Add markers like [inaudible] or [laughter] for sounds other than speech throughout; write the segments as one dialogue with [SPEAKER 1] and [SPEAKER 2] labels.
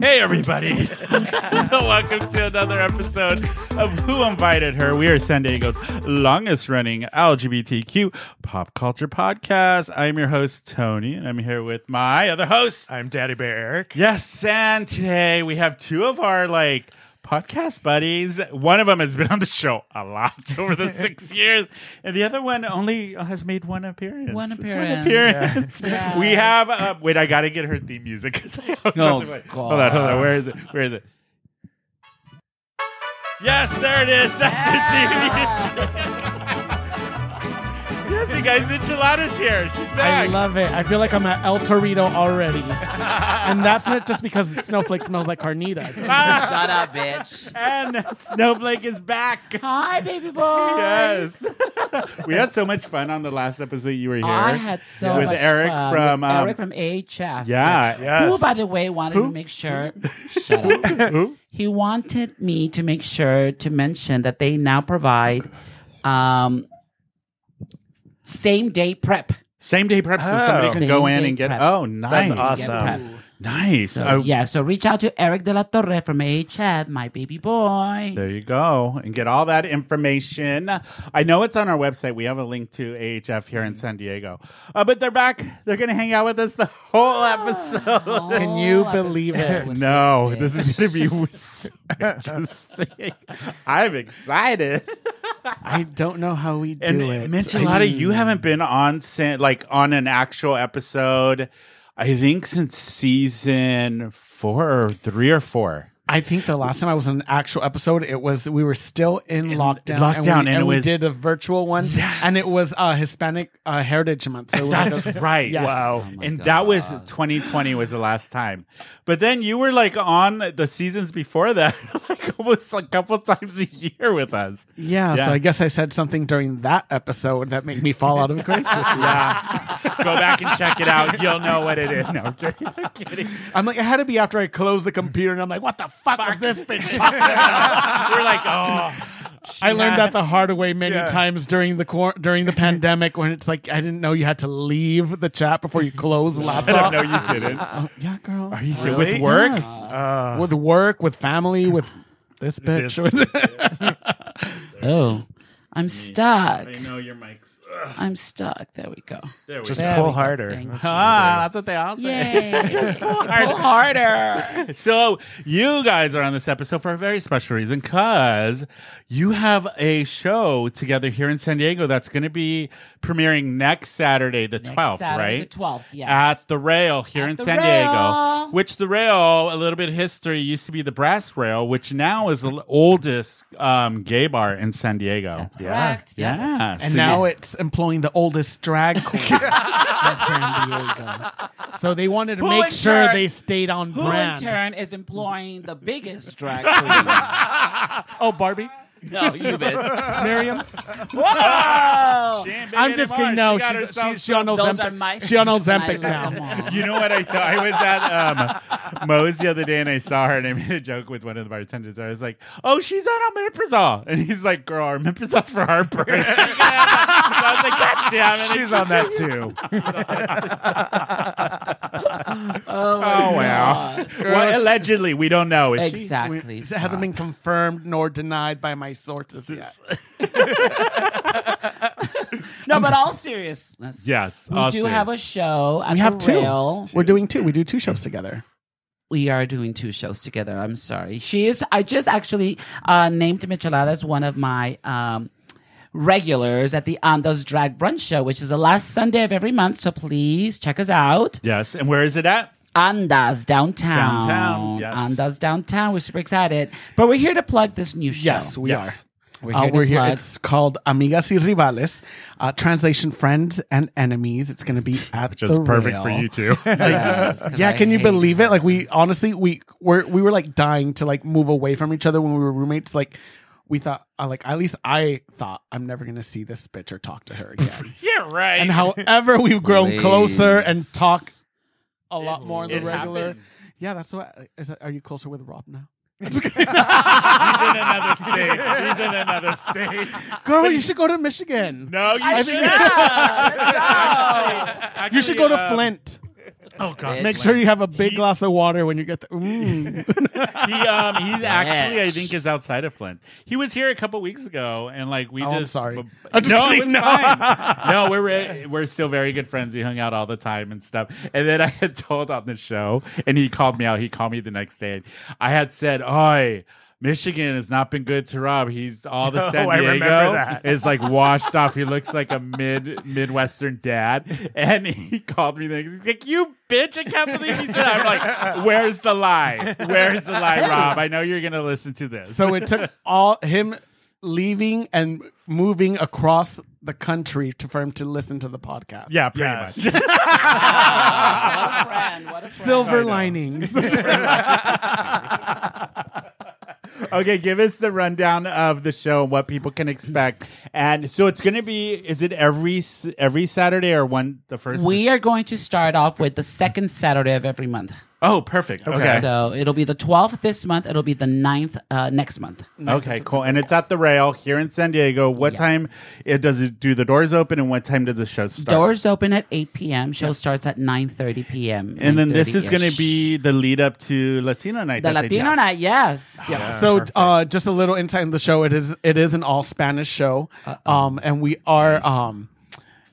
[SPEAKER 1] Hey, everybody. [laughs] Welcome to another episode of Who Invited Her. We are San Diego's longest running LGBTQ pop culture podcast. I'm your host, Tony, and I'm here with my other host.
[SPEAKER 2] I'm Daddy Bear Eric.
[SPEAKER 1] Yes, and today we have two of our like podcast buddies. One of them has been on the show a lot [laughs] over the
[SPEAKER 2] [laughs]
[SPEAKER 1] six years, and the other one only has made one appearance.
[SPEAKER 3] One appearance.
[SPEAKER 1] appearance. [laughs]
[SPEAKER 3] Yeah.
[SPEAKER 1] We have. Uh, wait, I gotta get her theme music. 'cause I always
[SPEAKER 4] Oh,
[SPEAKER 1] have to wait. Hold on, hold on.
[SPEAKER 4] God.
[SPEAKER 1] Where is it? Where is it? Yes, there it is. That's her theme music. [laughs] yes, you guys, Micheladas here. She's
[SPEAKER 2] I
[SPEAKER 1] back.
[SPEAKER 2] love it. I feel like I'm at El Torito
[SPEAKER 1] [laughs]
[SPEAKER 2] already. and that's not just because the snowflake smells like
[SPEAKER 1] [laughs]
[SPEAKER 2] carnitas.
[SPEAKER 4] Shut up, bitch.
[SPEAKER 1] and Snowflake is back.
[SPEAKER 3] [laughs] Hi, baby boy.
[SPEAKER 1] Yes. [laughs] we had so much fun on the last episode you were here.
[SPEAKER 3] I had so
[SPEAKER 1] With
[SPEAKER 3] much
[SPEAKER 1] Eric
[SPEAKER 3] fun
[SPEAKER 1] from,
[SPEAKER 3] with
[SPEAKER 1] um,
[SPEAKER 3] Eric from AHF.
[SPEAKER 1] Yeah.
[SPEAKER 3] Who, by the way, wanted to
[SPEAKER 1] [laughs]
[SPEAKER 3] make sure? Shut up.
[SPEAKER 1] Who?
[SPEAKER 3] He wanted me to make sure to mention that they now provide um, same day prep.
[SPEAKER 1] Same day prep, so somebody can
[SPEAKER 3] Same
[SPEAKER 1] go in
[SPEAKER 3] day
[SPEAKER 1] and get.
[SPEAKER 3] prep.
[SPEAKER 1] Oh, nice.
[SPEAKER 3] Get
[SPEAKER 2] awesome.
[SPEAKER 3] prep.
[SPEAKER 1] Nice.
[SPEAKER 3] So,
[SPEAKER 1] Oh,
[SPEAKER 3] yeah, so reach out to Eric de la Torre from AHF, my baby boy.
[SPEAKER 1] There you go. And get all that information. I know it's on our website. We have a link to AHF here in San Diego. Uh, but they're back. They're going to hang out with us the
[SPEAKER 2] [gasps]
[SPEAKER 1] whole episode.
[SPEAKER 2] Can you believe it?
[SPEAKER 1] [laughs] No, this is going to be so [laughs] interesting. I'm excited.
[SPEAKER 2] I don't know how we do
[SPEAKER 1] and
[SPEAKER 2] it.
[SPEAKER 1] Michelada,
[SPEAKER 2] I
[SPEAKER 1] you
[SPEAKER 2] mean,
[SPEAKER 1] haven't been on sin- like on an actual episode, I think since season four or three or four.
[SPEAKER 2] I think the last time I was on an actual episode, it was we were still in, lockdown. and, we,
[SPEAKER 1] lockdown, and it
[SPEAKER 2] we
[SPEAKER 1] was-
[SPEAKER 2] did a virtual one, and it was uh, Hispanic uh, Heritage Month. So we had
[SPEAKER 1] That's [laughs]
[SPEAKER 2] to-
[SPEAKER 1] right.
[SPEAKER 2] Yes.
[SPEAKER 1] Wow.
[SPEAKER 2] Oh
[SPEAKER 4] my
[SPEAKER 1] and that was
[SPEAKER 4] God.
[SPEAKER 1] 2020 was the last time. But then you were like on the seasons before that, [laughs] like almost a couple times a year with us.
[SPEAKER 2] yeah,
[SPEAKER 1] Yeah.
[SPEAKER 2] So I guess I said something during that episode that made me fall out of
[SPEAKER 1] [laughs]
[SPEAKER 2] grace. with you.
[SPEAKER 1] Go back and check it out. You'll know what it is. No, I'm kidding. I'm kidding.
[SPEAKER 2] I'm like, it had to be after I closed the computer, and I'm like, what the fuck was
[SPEAKER 1] [laughs]
[SPEAKER 2] this bitch? talking
[SPEAKER 1] We're like, oh.
[SPEAKER 2] I learned that the hard way many
[SPEAKER 1] Yeah.
[SPEAKER 2] times during the quar during the pandemic when it's like I didn't know you had to leave the chat before you close the
[SPEAKER 1] [laughs] I don't
[SPEAKER 2] laptop.
[SPEAKER 1] know you didn't. Are
[SPEAKER 2] Oh, yeah, girl.
[SPEAKER 1] you serious? with work? Oh, Uh.
[SPEAKER 2] with work, with family, with this bitch.
[SPEAKER 3] Oh, I'm stuck.
[SPEAKER 1] know your mics.
[SPEAKER 3] I'm stuck. There we go.
[SPEAKER 1] There we
[SPEAKER 5] Just
[SPEAKER 3] There we
[SPEAKER 5] pull
[SPEAKER 3] go.
[SPEAKER 5] harder.
[SPEAKER 3] Thank you.
[SPEAKER 1] Ah, that's what they all say.
[SPEAKER 3] [laughs] Yay. Just pull harder.
[SPEAKER 1] So you guys are on this episode for a very special reason because you have a show together here in San Diego that's going to be premiering next Saturday, the twelfth,
[SPEAKER 3] Saturday
[SPEAKER 1] right?
[SPEAKER 3] The 12th, yes.
[SPEAKER 1] At the rail here
[SPEAKER 3] At
[SPEAKER 1] in
[SPEAKER 3] the
[SPEAKER 1] San
[SPEAKER 3] Rail.
[SPEAKER 1] Diego, which the rail, a little bit of history, used to be the Brass Rail, which now is the l- oldest um, gay bar in San Diego.
[SPEAKER 3] That's correct.
[SPEAKER 1] Yeah.
[SPEAKER 3] Yeah.
[SPEAKER 2] [laughs] And
[SPEAKER 1] So
[SPEAKER 2] now
[SPEAKER 1] you-
[SPEAKER 2] it's employing the oldest
[SPEAKER 1] [laughs]
[SPEAKER 2] drag queen in San Diego. So they wanted to
[SPEAKER 3] Who in
[SPEAKER 2] make sure
[SPEAKER 3] turn-
[SPEAKER 2] they stayed on
[SPEAKER 3] Who
[SPEAKER 2] brand.
[SPEAKER 3] in turn is employing the
[SPEAKER 1] [laughs]
[SPEAKER 3] biggest drag queen?
[SPEAKER 2] Oh, Barbie,
[SPEAKER 3] no, you bitch.
[SPEAKER 2] Miriam.
[SPEAKER 3] Whoa!
[SPEAKER 1] She ain't big
[SPEAKER 2] I'm just
[SPEAKER 1] anymore.
[SPEAKER 2] kidding. No,
[SPEAKER 1] got
[SPEAKER 2] she, she,
[SPEAKER 1] herself
[SPEAKER 2] she on
[SPEAKER 3] Those are my
[SPEAKER 2] Ozempic. She on
[SPEAKER 3] sisters, and I
[SPEAKER 2] Ozempic
[SPEAKER 3] love them
[SPEAKER 2] now.
[SPEAKER 3] all.
[SPEAKER 1] You know what I saw? I was at um, Moe's the other day and I saw her and I made a joke with one of the bartenders. I was like, "Oh, she's on omeprazole," and he's like, "Girl, omeprazole for [laughs] heartburn." so I was like, "God damn it!"
[SPEAKER 5] She's on that too.
[SPEAKER 3] Oh,
[SPEAKER 1] Oh wow!
[SPEAKER 3] God.
[SPEAKER 1] well, allegedly, we don't know. Is she-
[SPEAKER 3] Exactly.
[SPEAKER 2] It hasn't been confirmed nor denied by my sources yet.
[SPEAKER 3] no, but all seriousness.
[SPEAKER 1] Yes,
[SPEAKER 3] We
[SPEAKER 1] all
[SPEAKER 3] do
[SPEAKER 1] serious.
[SPEAKER 3] have a show. At
[SPEAKER 2] We have
[SPEAKER 3] the
[SPEAKER 2] two.
[SPEAKER 3] Rail.
[SPEAKER 2] We're doing two. We do two shows together.
[SPEAKER 3] We are doing two shows together. I'm sorry. She is. I just actually uh, named Michelada as one of my um, regulars at the Andos Drag Brunch Show, which is the last Sunday of every month. So please check us out.
[SPEAKER 1] Yes, and where is it at?
[SPEAKER 3] Andas downtown.
[SPEAKER 1] Downtown, yes.
[SPEAKER 3] Andas downtown. We're super excited, but we're here to plug this new show. Oh,
[SPEAKER 2] Yes, we
[SPEAKER 1] Yes.
[SPEAKER 2] are. Uh,
[SPEAKER 3] We're here to plug.
[SPEAKER 2] It's called Amigas y Rivales, uh, translation friends and enemies. It's going to
[SPEAKER 1] [laughs]
[SPEAKER 2] be at
[SPEAKER 1] Which is
[SPEAKER 2] the
[SPEAKER 1] perfect
[SPEAKER 2] rail.
[SPEAKER 1] for you [laughs] too.
[SPEAKER 3] [laughs] Yes, 'cause
[SPEAKER 2] Yeah,
[SPEAKER 3] I
[SPEAKER 2] can you
[SPEAKER 3] hate
[SPEAKER 2] believe
[SPEAKER 3] her.
[SPEAKER 2] it?
[SPEAKER 3] [laughs]
[SPEAKER 2] Like we honestly we were we were like dying to like move away from each other when we were roommates. Like we thought, uh, like at least I thought I'm never going to see this bitch or talk
[SPEAKER 1] [laughs]
[SPEAKER 2] to her again.
[SPEAKER 1] yeah, right. [laughs]
[SPEAKER 2] and however we've grown closer and
[SPEAKER 4] Please.
[SPEAKER 2] talk a lot more on the
[SPEAKER 1] it
[SPEAKER 2] regular.
[SPEAKER 1] happens.
[SPEAKER 2] Yeah, that's what. Is that, are you closer with Rob
[SPEAKER 1] [laughs]
[SPEAKER 2] now?
[SPEAKER 1] he's in another state. He's in another state.
[SPEAKER 2] Girl, you should go to Michigan.
[SPEAKER 1] No, you
[SPEAKER 3] I
[SPEAKER 1] should.
[SPEAKER 2] [laughs]
[SPEAKER 3] should. Yeah,
[SPEAKER 1] Actually,
[SPEAKER 2] you should go to
[SPEAKER 1] um,
[SPEAKER 2] Flint.
[SPEAKER 1] Oh god,
[SPEAKER 2] Make
[SPEAKER 3] Bitch.
[SPEAKER 2] sure you have a big
[SPEAKER 1] He's-
[SPEAKER 2] glass of water when you get there.
[SPEAKER 1] [laughs]
[SPEAKER 2] Mm.
[SPEAKER 1] he um he's actually I
[SPEAKER 3] Bitch.
[SPEAKER 1] think is outside of Flint. He was here a couple weeks ago, and like we
[SPEAKER 2] Oh,
[SPEAKER 1] just
[SPEAKER 2] I'm sorry.
[SPEAKER 1] b-
[SPEAKER 2] I'm just
[SPEAKER 1] no,
[SPEAKER 2] kidding.
[SPEAKER 1] it's
[SPEAKER 2] No.
[SPEAKER 1] fine. [laughs] no, we're re- we're still very good friends. We hung out all the time and stuff. And then I had told on the show, and he called me out. He called me the next day. And I had said, "Oi." Michigan has not been good to Rob. He's all the
[SPEAKER 4] [laughs] Oh,
[SPEAKER 1] San
[SPEAKER 4] I remember
[SPEAKER 1] Diego [laughs]
[SPEAKER 4] that.
[SPEAKER 1] is like washed off. He looks like a mid Midwestern dad. And he [laughs] called me the next. He's like, "You bitch! I can't believe he said." That. I'm like, "Where's the lie? Where's the
[SPEAKER 4] [laughs]
[SPEAKER 1] lie, Rob? I know you're gonna listen to this."
[SPEAKER 2] so it took all him leaving and moving across the country to, for him to listen to the podcast.
[SPEAKER 1] yeah, pretty
[SPEAKER 4] Yes.
[SPEAKER 1] much.
[SPEAKER 3] Ah, what a friend, what a friend.
[SPEAKER 2] Silver
[SPEAKER 1] [laughs]
[SPEAKER 2] linings.
[SPEAKER 1] okay, give us the rundown of the show and what people can expect. And so it's gonna be. Is it every s- every Saturday or one the first?
[SPEAKER 3] We are going to start off with the second Saturday of every month.
[SPEAKER 1] oh, perfect. Okay.
[SPEAKER 3] So it'll be the 12th this month. It'll be the 9th uh, next month.
[SPEAKER 1] Okay, cool. And it's at the rail here in San Diego. What
[SPEAKER 3] Yeah.
[SPEAKER 1] time it does it do the doors open and what time does the show start?
[SPEAKER 3] Doors open at 8 p.m. Show starts at 9.30 p.m.
[SPEAKER 1] And then this is going to
[SPEAKER 3] 9:30 -ish.
[SPEAKER 1] be the lead up to Latino night.
[SPEAKER 3] the
[SPEAKER 1] that they do.
[SPEAKER 3] Latino night, yes.
[SPEAKER 2] Yeah. So, uh, just a little insight in the show. It is it is an all Spanish show, um, and we are, um,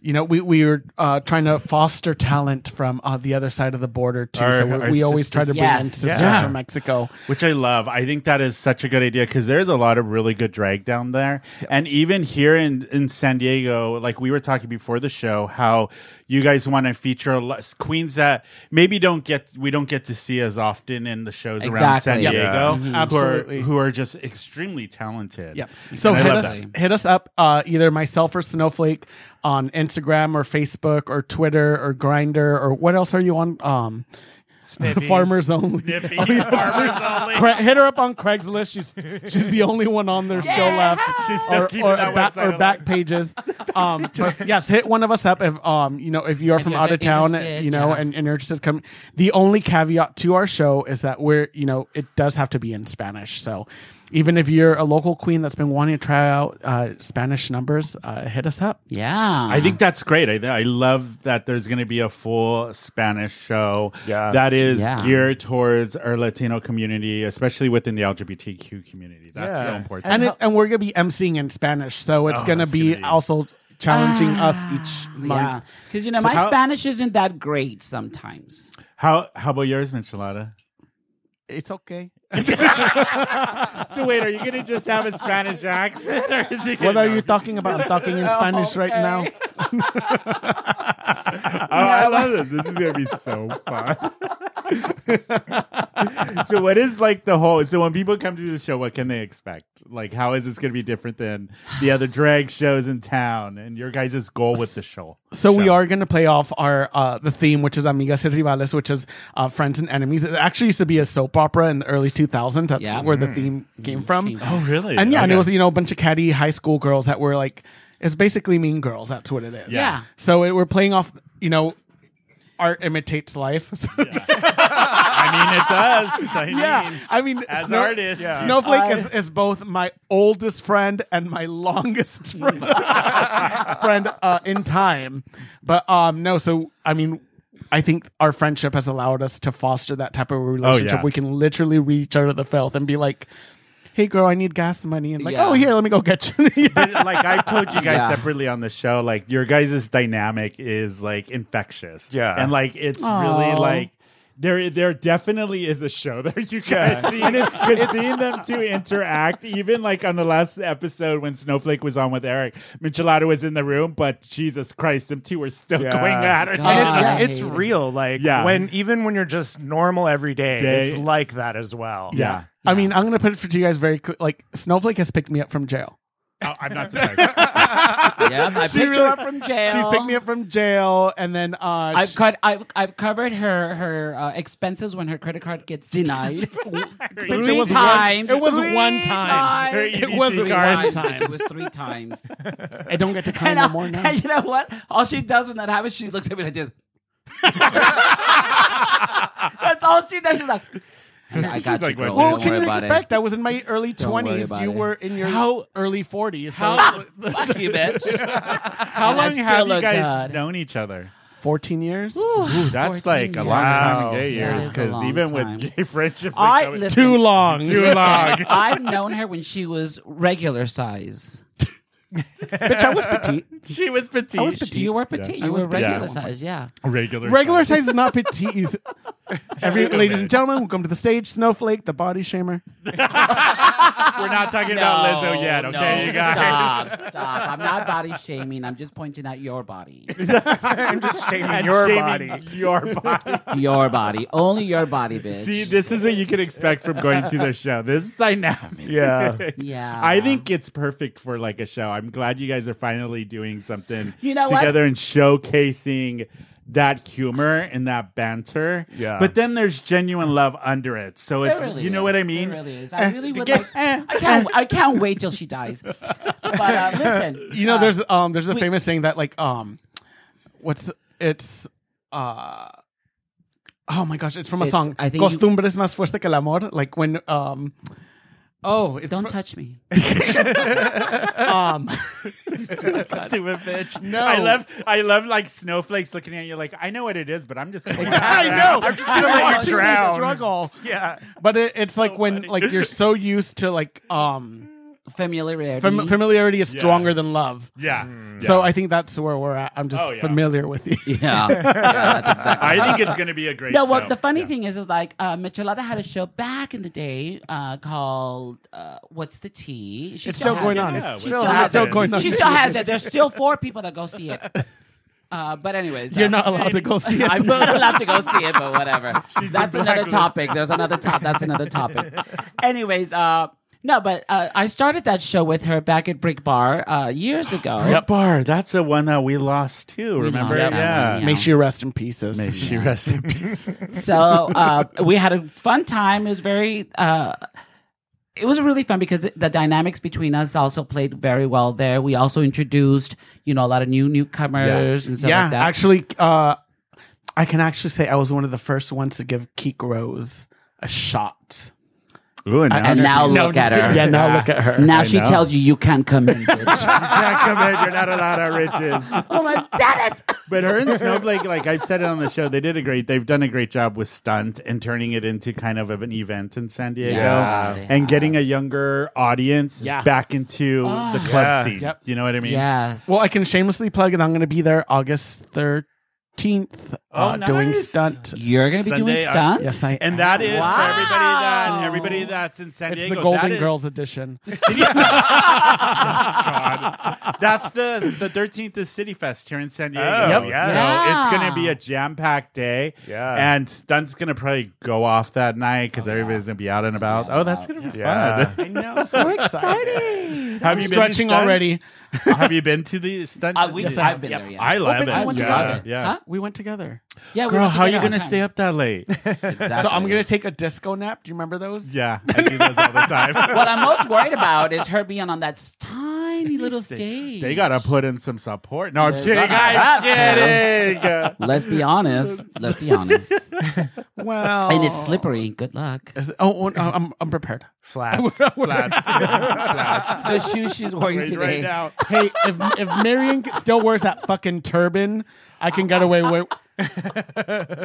[SPEAKER 2] you know, we we are uh, trying to foster talent from uh, the other side of the border too.
[SPEAKER 1] Our-
[SPEAKER 2] so we,
[SPEAKER 1] our
[SPEAKER 2] we always try to
[SPEAKER 1] sisters.
[SPEAKER 2] bring in
[SPEAKER 3] Yes.
[SPEAKER 2] sisters
[SPEAKER 1] Yeah.
[SPEAKER 2] from Mexico.
[SPEAKER 1] Which I love. I think that is such a good idea because there's a lot of really good drag down there. And even here in, in San Diego, like we were talking before the show, how you guys want to feature a lot, queens that maybe don't get, we don't get to see as often in the shows around San
[SPEAKER 3] Exactly. Yeah.
[SPEAKER 1] Diego. who are-
[SPEAKER 2] Absolutely.
[SPEAKER 1] Who are just extremely talented.
[SPEAKER 2] Yeah. So
[SPEAKER 1] And I
[SPEAKER 2] hit
[SPEAKER 1] love
[SPEAKER 2] us
[SPEAKER 1] that.
[SPEAKER 2] hit us up uh, either myself or Snowflake on Instagram or Facebook or Twitter or Grinder or what else are you on? Um, [laughs]
[SPEAKER 4] Sniffies.
[SPEAKER 2] Farmers only.
[SPEAKER 4] Sniffy.
[SPEAKER 2] Oh, yeah, [laughs]
[SPEAKER 4] Farmers only.
[SPEAKER 2] Cra- hit her up
[SPEAKER 4] [laughs]
[SPEAKER 2] on Craigslist. She's she's the only one on there still left.
[SPEAKER 4] She's still
[SPEAKER 2] or,
[SPEAKER 4] keeping
[SPEAKER 2] or,
[SPEAKER 4] that
[SPEAKER 2] back,
[SPEAKER 4] website
[SPEAKER 2] or
[SPEAKER 4] alive.
[SPEAKER 2] back
[SPEAKER 4] [laughs]
[SPEAKER 2] pages. Um, but yes, hit one of us up if um you know if you are from
[SPEAKER 3] you're
[SPEAKER 2] out of town,
[SPEAKER 3] interested,
[SPEAKER 2] you know,
[SPEAKER 3] yeah.
[SPEAKER 2] and, and you're interested. Come. The only caveat to our show is that we're you know it does have to be in Spanish. So even if you're a local queen that's been wanting to try out uh, Spanish numbers, uh, hit us up.
[SPEAKER 3] Yeah.
[SPEAKER 1] I think that's great. I, I love that there's going to be a full Spanish show
[SPEAKER 4] Yeah.
[SPEAKER 1] that is
[SPEAKER 3] Yeah.
[SPEAKER 1] geared towards our Latino community, especially within the LGBTQ community. That's
[SPEAKER 4] Yeah.
[SPEAKER 1] so important.
[SPEAKER 2] And it, and we're gonna be emceeing in Spanish, so it's
[SPEAKER 1] Oh,
[SPEAKER 2] gonna
[SPEAKER 1] it's
[SPEAKER 2] be
[SPEAKER 1] gonna be-
[SPEAKER 2] also challenging us each
[SPEAKER 3] Yeah.
[SPEAKER 2] month.
[SPEAKER 3] Because, you know, my
[SPEAKER 1] how-
[SPEAKER 3] Spanish isn't that great sometimes.
[SPEAKER 1] how how about yours, Michelada?
[SPEAKER 2] It's okay.
[SPEAKER 1] So wait, are you going to just have a Spanish accent, or is it?
[SPEAKER 2] What are you talking about? I'm talking in Spanish right now.
[SPEAKER 3] Okay.
[SPEAKER 1] Oh, I love this. This is going to be so fun. [laughs] so what is like the whole? So when people come to the show, what can they expect? Like, how is this going to be different than the other drag shows in town? And your guys' goal with the show?
[SPEAKER 2] So we
[SPEAKER 1] show?
[SPEAKER 2] are going to play off our uh, the theme, which is amigas y rivales, which is uh, friends and enemies. It actually used to be a soap opera in the early 2000s. That's
[SPEAKER 3] Yeah.
[SPEAKER 2] where the theme came from.
[SPEAKER 1] Oh, really?
[SPEAKER 2] And yeah, and it
[SPEAKER 1] Okay.
[SPEAKER 2] was you know a bunch of catty high school girls that were like, it's basically mean girls. That's what it is.
[SPEAKER 3] Yeah.
[SPEAKER 2] So it, we're playing off, you know, art imitates life. [laughs]
[SPEAKER 1] I mean, it does. I
[SPEAKER 2] yeah,
[SPEAKER 1] mean,
[SPEAKER 2] I mean,
[SPEAKER 1] as
[SPEAKER 2] Snow-
[SPEAKER 1] artists,
[SPEAKER 4] Yeah.
[SPEAKER 2] Snowflake is, is both my oldest friend and my longest [laughs] friend, friend uh, in time. But um, no, so I mean, I think our friendship has allowed us to foster that type of relationship.
[SPEAKER 1] yeah.
[SPEAKER 2] We can literally reach out of the filth and be like, "Hey, girl, I need gas money," and like,
[SPEAKER 3] Yeah.
[SPEAKER 2] "Oh, here, let me go get you." [laughs] Yeah.
[SPEAKER 1] But, like I told you guys
[SPEAKER 3] Yeah.
[SPEAKER 1] separately on the show, like your guys' dynamic is like infectious.
[SPEAKER 4] Yeah.
[SPEAKER 1] and like it's
[SPEAKER 3] Aw.
[SPEAKER 1] really like. There, there definitely is a show there. You guys see, and it's, seeing them to interact. Even like on the last episode when Snowflake was on with Eric, Michelada was in the room, but Jesus Christ, them two were still
[SPEAKER 4] Yeah.
[SPEAKER 1] going at it.
[SPEAKER 3] God.
[SPEAKER 4] And
[SPEAKER 3] Yeah.
[SPEAKER 4] it's, it's real. Like
[SPEAKER 1] Yeah.
[SPEAKER 4] when even when you're just normal every day,
[SPEAKER 1] Day.
[SPEAKER 4] it's like that as well.
[SPEAKER 1] Yeah,
[SPEAKER 2] I mean, I'm gonna put it for you guys very cl- like Snowflake has picked me up from jail.
[SPEAKER 1] Oh, I'm [laughs] not surprised.
[SPEAKER 3] Yep, [laughs] I picked her
[SPEAKER 2] really-
[SPEAKER 3] up from jail.
[SPEAKER 2] She's picked me up from jail, and then uh,
[SPEAKER 3] I've,
[SPEAKER 2] she-
[SPEAKER 3] cut, I've, I've covered her her uh, expenses when her credit card gets denied.
[SPEAKER 2] [laughs] Bitch,
[SPEAKER 3] three
[SPEAKER 2] it was
[SPEAKER 3] times.
[SPEAKER 2] One, it was
[SPEAKER 3] Three
[SPEAKER 2] one time.
[SPEAKER 3] times. Her
[SPEAKER 2] It
[SPEAKER 1] EBT
[SPEAKER 2] was
[SPEAKER 1] card.
[SPEAKER 2] one
[SPEAKER 3] Three times.
[SPEAKER 2] time. E
[SPEAKER 3] It was three times.
[SPEAKER 2] I don't get to
[SPEAKER 3] [laughs]
[SPEAKER 2] count
[SPEAKER 3] and,
[SPEAKER 2] no
[SPEAKER 3] I-
[SPEAKER 2] more now.
[SPEAKER 3] and you know what? All she does when that happens, she looks at me
[SPEAKER 1] [laughs]
[SPEAKER 3] like this. That's all she does. She's like, I got you,
[SPEAKER 1] like, what?
[SPEAKER 3] girl.
[SPEAKER 2] Well,
[SPEAKER 3] Don't
[SPEAKER 2] can
[SPEAKER 3] worry
[SPEAKER 2] you
[SPEAKER 3] about
[SPEAKER 2] expect? I was in my early
[SPEAKER 3] worry
[SPEAKER 2] twenties.
[SPEAKER 3] about
[SPEAKER 2] You
[SPEAKER 3] it.
[SPEAKER 2] were in your
[SPEAKER 1] How-
[SPEAKER 2] early forties. So
[SPEAKER 1] how-
[SPEAKER 2] [laughs]
[SPEAKER 3] it. Fuck you, bitch.
[SPEAKER 1] How
[SPEAKER 3] And I
[SPEAKER 1] long
[SPEAKER 3] still
[SPEAKER 1] have you
[SPEAKER 3] look
[SPEAKER 1] guys
[SPEAKER 3] good.
[SPEAKER 1] known each other?
[SPEAKER 2] 14 years?
[SPEAKER 1] Ooh, that's
[SPEAKER 3] 14
[SPEAKER 1] like a long time
[SPEAKER 4] Wow.
[SPEAKER 1] of gay
[SPEAKER 3] That
[SPEAKER 1] years
[SPEAKER 3] is a
[SPEAKER 1] because
[SPEAKER 3] long
[SPEAKER 1] even
[SPEAKER 3] time.
[SPEAKER 1] with gay [laughs] friendships,
[SPEAKER 3] I
[SPEAKER 1] like that would-
[SPEAKER 3] listen-
[SPEAKER 2] Too long.
[SPEAKER 1] Too
[SPEAKER 3] Listen,
[SPEAKER 1] long.
[SPEAKER 3] [laughs] I've known her when she was regular size.
[SPEAKER 2] [laughs] Bitch, I was petite.
[SPEAKER 1] [laughs] she was petite.
[SPEAKER 2] I was petite.
[SPEAKER 3] You were petite.
[SPEAKER 1] Yeah.
[SPEAKER 3] You
[SPEAKER 2] was
[SPEAKER 3] were
[SPEAKER 2] petite.
[SPEAKER 3] regular
[SPEAKER 1] Yeah.
[SPEAKER 3] size. Yeah.
[SPEAKER 1] regular,
[SPEAKER 2] Regular size is not petite. Every, ladies and gentlemen, welcome to the stage. Snowflake, the body shamer.
[SPEAKER 1] We're not talking about Lizzo yet, okay,
[SPEAKER 3] no,
[SPEAKER 1] you guys. [laughs]
[SPEAKER 3] Stop, stop. I'm not body shaming. I'm just pointing out your body.
[SPEAKER 4] I'm just shaming
[SPEAKER 1] [laughs] And
[SPEAKER 4] your
[SPEAKER 1] shaming
[SPEAKER 4] body.
[SPEAKER 3] [laughs]
[SPEAKER 1] your body.
[SPEAKER 3] Your body. Only your body,
[SPEAKER 1] [laughs]
[SPEAKER 3] bitch.
[SPEAKER 1] See, this is what you can expect from going to the show. This is dynamic.
[SPEAKER 4] Yeah.
[SPEAKER 3] Yeah.
[SPEAKER 1] I think it's perfect for like a show. I'm glad you guys are finally doing something
[SPEAKER 3] You know what?
[SPEAKER 1] together and showcasing that humor and that banter.
[SPEAKER 4] Yeah.
[SPEAKER 1] But then there's genuine love under it. So
[SPEAKER 3] There
[SPEAKER 1] it's
[SPEAKER 3] really
[SPEAKER 1] you know
[SPEAKER 3] is.
[SPEAKER 1] what I
[SPEAKER 3] There
[SPEAKER 1] mean?
[SPEAKER 3] really is.
[SPEAKER 2] Eh,
[SPEAKER 3] I really would
[SPEAKER 1] get-
[SPEAKER 3] like, I can't I can't wait till she
[SPEAKER 2] [laughs]
[SPEAKER 3] dies. But uh, listen.
[SPEAKER 2] [laughs] You know,
[SPEAKER 3] uh,
[SPEAKER 2] there's um, there's a famous saying that like um, what's it's uh, oh my gosh, it's from a
[SPEAKER 3] It's-
[SPEAKER 2] song.
[SPEAKER 3] I think you-
[SPEAKER 2] Costumbres más fuerte que el amor. Like when um, oh, it's
[SPEAKER 3] don't
[SPEAKER 2] fr-
[SPEAKER 3] touch me.
[SPEAKER 2] um, [laughs]
[SPEAKER 1] Stupid bitch.
[SPEAKER 2] No.
[SPEAKER 1] I love I love like snowflakes looking at you like, I know what it is, but I'm just gonna
[SPEAKER 2] I know.
[SPEAKER 4] I'm just gonna let you drown.
[SPEAKER 2] Struggle.
[SPEAKER 4] Yeah.
[SPEAKER 2] But it, it's like when like you're so used to like um
[SPEAKER 3] Familiarity.
[SPEAKER 2] fam- familiarity is
[SPEAKER 1] Yeah.
[SPEAKER 2] stronger than love.
[SPEAKER 1] Yeah.
[SPEAKER 2] So
[SPEAKER 1] Yeah.
[SPEAKER 2] I think that's where we're at. I'm just
[SPEAKER 1] Oh, yeah.
[SPEAKER 2] familiar with you.
[SPEAKER 3] yeah. yeah, that's
[SPEAKER 1] [laughs]
[SPEAKER 3] exactly.
[SPEAKER 1] I think it's gonna be a great
[SPEAKER 3] No,
[SPEAKER 1] show.
[SPEAKER 3] well, the funny thing is, is like uh, Michelada had a show back in the day uh, called uh, "What's the Tea." She
[SPEAKER 2] It's still
[SPEAKER 3] has
[SPEAKER 2] going
[SPEAKER 3] it.
[SPEAKER 2] on.
[SPEAKER 1] Yeah,
[SPEAKER 2] It's
[SPEAKER 1] we still
[SPEAKER 2] still, it's
[SPEAKER 1] have
[SPEAKER 2] still
[SPEAKER 1] it.
[SPEAKER 2] going on.
[SPEAKER 3] She still has it. There's still four people that go see
[SPEAKER 2] [laughs]
[SPEAKER 3] it. Uh, but anyways,
[SPEAKER 2] You're
[SPEAKER 3] uh,
[SPEAKER 2] not allowed to go see
[SPEAKER 1] [laughs]
[SPEAKER 2] it.
[SPEAKER 3] I'm not allowed to go see it, but whatever.
[SPEAKER 1] been
[SPEAKER 3] that's another
[SPEAKER 1] blacklisted.
[SPEAKER 3] topic. There's another top. That's another topic. Anyways, uh, no, but uh, I started that show with her back at Brick Bar uh, years ago.
[SPEAKER 1] Yep. Bar, that's the one that we lost too, remember?
[SPEAKER 3] lost that
[SPEAKER 1] yeah.
[SPEAKER 3] one, yeah.
[SPEAKER 2] [laughs] May she rest in pieces.
[SPEAKER 1] May she rest in peace.
[SPEAKER 3] So uh, we had a fun time. It was very. Uh, it was really fun because the dynamics between us also played very well there. We also introduced, you know, a lot of new newcomers and stuff
[SPEAKER 2] yeah,
[SPEAKER 3] like that.
[SPEAKER 2] actually, uh, I can actually say I was one of the first ones to give Keek Rose a shot.
[SPEAKER 1] Ooh, and
[SPEAKER 3] and [laughs] now
[SPEAKER 1] No,
[SPEAKER 3] look at
[SPEAKER 1] just
[SPEAKER 3] her.
[SPEAKER 1] kidding.
[SPEAKER 2] Yeah, now look at her.
[SPEAKER 3] now
[SPEAKER 1] I
[SPEAKER 3] she
[SPEAKER 1] know.
[SPEAKER 3] tells you you can't
[SPEAKER 1] [laughs]
[SPEAKER 3] come in, bitch.
[SPEAKER 1] can't come in. You're not allowed at riches.
[SPEAKER 3] oh my, damn it!
[SPEAKER 1] But her and Snowflake, like I've said it on the show, they did a great. They've done a great job with stunt and turning it into kind of an event in San Diego
[SPEAKER 3] Yeah, they
[SPEAKER 1] and
[SPEAKER 3] have.
[SPEAKER 1] getting a younger audience
[SPEAKER 2] Yeah.
[SPEAKER 1] back into the club
[SPEAKER 4] Yeah.
[SPEAKER 1] scene.
[SPEAKER 2] Yep.
[SPEAKER 1] You know what I mean?
[SPEAKER 3] Yes.
[SPEAKER 2] Well, I can shamelessly plug it. I'm going to be there August 13th uh,
[SPEAKER 1] Oh,
[SPEAKER 2] doing
[SPEAKER 1] nice.
[SPEAKER 2] stunt.
[SPEAKER 3] You're gonna be
[SPEAKER 1] Sunday,
[SPEAKER 3] doing
[SPEAKER 1] I-
[SPEAKER 3] stunts.
[SPEAKER 2] Yes, I
[SPEAKER 1] And that is for
[SPEAKER 3] Wow.
[SPEAKER 1] everybody that everybody that's in San
[SPEAKER 2] It's
[SPEAKER 1] Diego.
[SPEAKER 2] the
[SPEAKER 1] that
[SPEAKER 2] Golden
[SPEAKER 1] is- [laughs]
[SPEAKER 2] Girls edition.
[SPEAKER 1] That's the the thirteenth is City Fest here in San Diego.
[SPEAKER 4] Oh, Yep. yeah.
[SPEAKER 1] So
[SPEAKER 3] Yeah.
[SPEAKER 1] it's gonna be a jam packed day.
[SPEAKER 4] Yeah.
[SPEAKER 1] And stunts gonna probably go off that night
[SPEAKER 3] Oh,
[SPEAKER 1] because everybody's gonna be out and about.
[SPEAKER 3] out and
[SPEAKER 1] Oh, that's
[SPEAKER 3] about,
[SPEAKER 1] gonna be
[SPEAKER 4] yeah.
[SPEAKER 1] fun. I know. I'm
[SPEAKER 2] so exciting.
[SPEAKER 1] Have
[SPEAKER 2] I'm
[SPEAKER 1] you been to
[SPEAKER 2] stretching
[SPEAKER 1] stunts?
[SPEAKER 2] already.
[SPEAKER 1] [laughs] Have you been to the stunt?
[SPEAKER 3] Uh, we,
[SPEAKER 1] Yes, I,
[SPEAKER 3] I've been there. Yeah.
[SPEAKER 1] love it.
[SPEAKER 2] I went to
[SPEAKER 1] yeah.
[SPEAKER 2] love
[SPEAKER 3] it.
[SPEAKER 1] yeah.
[SPEAKER 3] Huh?
[SPEAKER 2] We went together.
[SPEAKER 3] yeah we
[SPEAKER 1] Girl,
[SPEAKER 3] went
[SPEAKER 1] how are you
[SPEAKER 3] together
[SPEAKER 1] gonna
[SPEAKER 3] one
[SPEAKER 1] stay
[SPEAKER 3] time.
[SPEAKER 1] up that late?
[SPEAKER 3] [laughs] Exactly.
[SPEAKER 2] So I'm [laughs] going to take a disco nap. Do you remember those?
[SPEAKER 1] yeah, I do those all the time.
[SPEAKER 3] [laughs] [laughs] What I'm most worried about is her being on that tiny little stage.
[SPEAKER 1] They gotta put in some support. No, I'm
[SPEAKER 3] There's
[SPEAKER 1] kidding.
[SPEAKER 3] not
[SPEAKER 1] I'm
[SPEAKER 3] that
[SPEAKER 1] [laughs] kidding.
[SPEAKER 3] Let's be honest. Let's be honest.
[SPEAKER 2] Well.
[SPEAKER 3] And it's slippery. Good luck.
[SPEAKER 2] Is it- oh, oh, I'm, I'm prepared.
[SPEAKER 4] [laughs]
[SPEAKER 1] [laughs]
[SPEAKER 4] Flats.
[SPEAKER 1] Flats. Flats.
[SPEAKER 3] The shoes she's wearing
[SPEAKER 1] Right,
[SPEAKER 3] today.
[SPEAKER 1] right now.
[SPEAKER 2] hey, if if Marion still wears that fucking turban, I can get away with.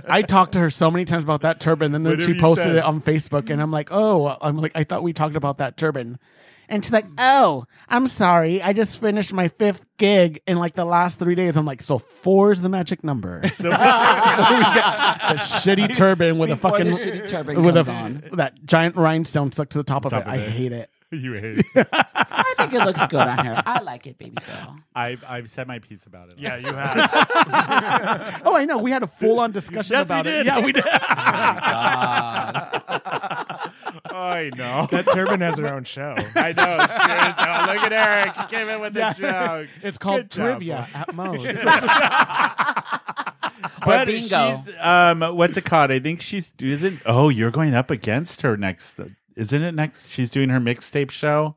[SPEAKER 2] I talked to her so many times about that turban, and then
[SPEAKER 1] What have
[SPEAKER 2] she
[SPEAKER 1] you
[SPEAKER 2] posted
[SPEAKER 1] said?
[SPEAKER 2] it on Facebook, and I'm like, oh, I'm like, I thought we talked about that turban, and she's like, oh, I'm sorry, I just finished my fifth gig in like the last three days. I'm like, so four's the magic number.
[SPEAKER 1] [laughs] So- yeah,
[SPEAKER 2] the shitty turban with a
[SPEAKER 3] Before
[SPEAKER 2] fucking
[SPEAKER 3] the shitty turban
[SPEAKER 2] with
[SPEAKER 3] comes
[SPEAKER 2] a
[SPEAKER 3] on.
[SPEAKER 2] that giant rhinestone stuck to the top, of,
[SPEAKER 1] Top
[SPEAKER 2] it.
[SPEAKER 1] of
[SPEAKER 2] I
[SPEAKER 1] it.
[SPEAKER 2] hate it.
[SPEAKER 1] you hate it.
[SPEAKER 3] I think it looks good on her. I like it, baby girl.
[SPEAKER 1] [laughs] I've, I've said my piece about it. [laughs]
[SPEAKER 4] Yeah, you have.
[SPEAKER 2] Oh, I know. We had a full on discussion
[SPEAKER 1] Yes, we
[SPEAKER 2] about
[SPEAKER 1] did.
[SPEAKER 2] it. Yeah, we did.
[SPEAKER 1] I know.
[SPEAKER 4] That turban has her own show.
[SPEAKER 1] I know. Serious. Oh, look at Eric. He came in with a joke.
[SPEAKER 2] It's called
[SPEAKER 1] Good job.
[SPEAKER 2] trivia
[SPEAKER 1] [laughs]
[SPEAKER 2] at most.
[SPEAKER 1] But
[SPEAKER 3] bingo.
[SPEAKER 1] she's um, what's it called? I think she's isn't. Oh, you're going up against her next. Isn't it next? She's doing her mixtape show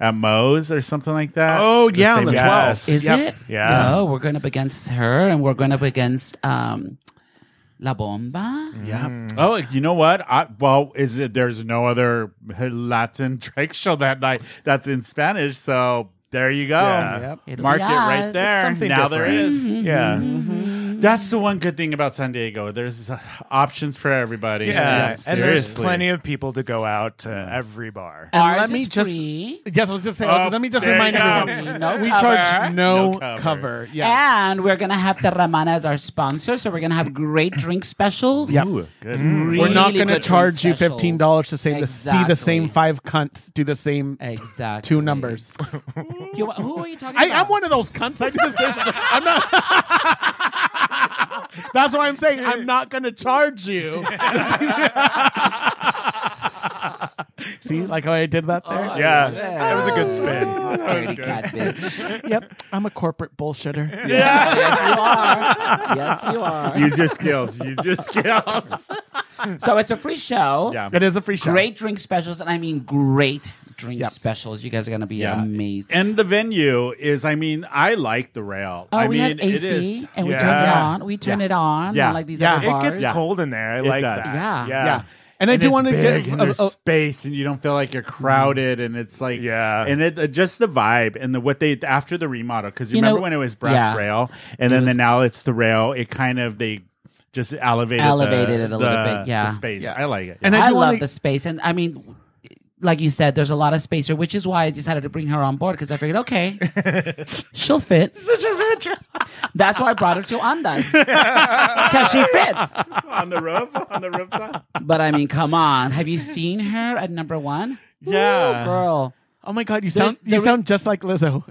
[SPEAKER 1] at Moe's or something like that.
[SPEAKER 2] Oh, yeah,
[SPEAKER 1] same
[SPEAKER 2] on the
[SPEAKER 1] day.
[SPEAKER 2] 12th.
[SPEAKER 3] Is
[SPEAKER 2] Yep.
[SPEAKER 3] it?
[SPEAKER 4] Yeah.
[SPEAKER 3] No, we're going up against her and we're going up against um, La Bomba.
[SPEAKER 1] Yeah.
[SPEAKER 4] Hmm.
[SPEAKER 1] Oh, you know what? I, well, is it? There's no other Latin [laughs] drag show that night that's in Spanish. So there you go.
[SPEAKER 4] Yeah.
[SPEAKER 2] Yep.
[SPEAKER 3] It'll be
[SPEAKER 1] Mark it
[SPEAKER 3] us.
[SPEAKER 1] right
[SPEAKER 3] It's Mm-hmm.
[SPEAKER 1] there.
[SPEAKER 4] something
[SPEAKER 1] Now
[SPEAKER 4] different.
[SPEAKER 1] there is.
[SPEAKER 4] Yeah.
[SPEAKER 1] That's the one good thing about San Diego. There's uh, options for everybody.
[SPEAKER 4] Yeah, and there's
[SPEAKER 1] seriously.
[SPEAKER 4] plenty of people to go out to every bar.
[SPEAKER 3] And
[SPEAKER 2] Ours
[SPEAKER 3] let
[SPEAKER 2] is
[SPEAKER 3] me just.
[SPEAKER 2] free. Yes, I was just saying.
[SPEAKER 1] Oh,
[SPEAKER 2] let me just
[SPEAKER 1] there
[SPEAKER 2] remind
[SPEAKER 1] you go.
[SPEAKER 2] everyone:
[SPEAKER 3] No
[SPEAKER 2] we
[SPEAKER 3] cover.
[SPEAKER 2] charge no,
[SPEAKER 1] No cover.
[SPEAKER 2] cover. Yes.
[SPEAKER 3] And we're gonna have Terramana as our sponsor, so we're gonna have great drink specials.
[SPEAKER 2] Yep.
[SPEAKER 1] Ooh, good.
[SPEAKER 4] Mm.
[SPEAKER 2] We're not
[SPEAKER 3] Really
[SPEAKER 2] going to
[SPEAKER 3] good
[SPEAKER 2] charge you
[SPEAKER 3] drink specials.
[SPEAKER 2] fifteen dollars to say the, see the
[SPEAKER 3] Exactly.
[SPEAKER 2] same five cunts do the same
[SPEAKER 3] Exactly.
[SPEAKER 2] two numbers.
[SPEAKER 3] [laughs] You- who are you talking
[SPEAKER 2] I,
[SPEAKER 3] about?
[SPEAKER 2] I'm one of those cunts. I do the same. I'm not. [laughs] That's why I'm saying I'm not going to charge you. [laughs] See, like how I did that there.
[SPEAKER 4] yeah, that was a
[SPEAKER 3] [laughs]
[SPEAKER 4] good [laughs] spin.
[SPEAKER 3] Oh, Scaredy cat
[SPEAKER 2] [laughs]
[SPEAKER 3] bitch.
[SPEAKER 2] Yep, I'm a corporate bullshitter.
[SPEAKER 3] yes, you are. Yes, you
[SPEAKER 1] [laughs]
[SPEAKER 3] are.
[SPEAKER 1] Use your skills. Use your
[SPEAKER 4] [laughs]
[SPEAKER 1] skills.
[SPEAKER 3] So it's a free show.
[SPEAKER 1] Yeah.
[SPEAKER 2] It is a free show.
[SPEAKER 3] Great drink specials, and I mean great drink
[SPEAKER 2] Yep.
[SPEAKER 3] specials. You guys are gonna be amazed.
[SPEAKER 1] And the venue is, I mean, I like the rail.
[SPEAKER 3] Oh,
[SPEAKER 1] I
[SPEAKER 3] we
[SPEAKER 1] mean,
[SPEAKER 3] have AC
[SPEAKER 1] it is.
[SPEAKER 3] and we
[SPEAKER 4] Yeah.
[SPEAKER 3] turn it
[SPEAKER 4] Yeah.
[SPEAKER 3] on. We turn it on.
[SPEAKER 1] Yeah.
[SPEAKER 3] Yeah. Like these
[SPEAKER 2] Yeah.
[SPEAKER 3] other
[SPEAKER 2] It
[SPEAKER 4] It
[SPEAKER 3] bars.
[SPEAKER 4] gets cold in there. I
[SPEAKER 1] It
[SPEAKER 4] like
[SPEAKER 1] does.
[SPEAKER 4] that.
[SPEAKER 3] Yeah.
[SPEAKER 4] yeah.
[SPEAKER 2] Yeah. And I
[SPEAKER 1] And
[SPEAKER 2] do
[SPEAKER 1] it's
[SPEAKER 2] want to
[SPEAKER 1] big
[SPEAKER 2] get
[SPEAKER 1] and
[SPEAKER 2] a-
[SPEAKER 1] there's
[SPEAKER 2] a- Mm.
[SPEAKER 1] space and you don't feel like you're crowded and it's like
[SPEAKER 4] Yeah.
[SPEAKER 1] and it uh, just the vibe and the what they after the remodel because
[SPEAKER 3] You
[SPEAKER 1] remember
[SPEAKER 3] know-
[SPEAKER 1] when it was brass
[SPEAKER 3] yeah.
[SPEAKER 1] rail and then
[SPEAKER 3] was-
[SPEAKER 1] the, now it's the rail it kind of they just elevated
[SPEAKER 3] Elevated
[SPEAKER 1] the-
[SPEAKER 3] it a little
[SPEAKER 1] the-
[SPEAKER 3] bit, yeah.
[SPEAKER 1] the space
[SPEAKER 2] Yeah.
[SPEAKER 1] I like it
[SPEAKER 2] And
[SPEAKER 1] yeah.
[SPEAKER 3] I,
[SPEAKER 2] I do
[SPEAKER 3] love
[SPEAKER 2] wanna-
[SPEAKER 3] the space, and I mean, like you said, there's a lot of space here, which is why I decided to bring her on board because I figured, okay, she'll fit. Such a bitch. That's why I brought her to Andas because she fits.
[SPEAKER 1] on the roof on the rooftop
[SPEAKER 3] But I mean, come on, have you seen her at number one?
[SPEAKER 1] Yeah.
[SPEAKER 3] Ooh, girl.
[SPEAKER 2] Oh my god, you sound
[SPEAKER 3] there
[SPEAKER 2] you
[SPEAKER 3] is-
[SPEAKER 2] sound just like
[SPEAKER 3] [laughs]
[SPEAKER 2] Lizzo.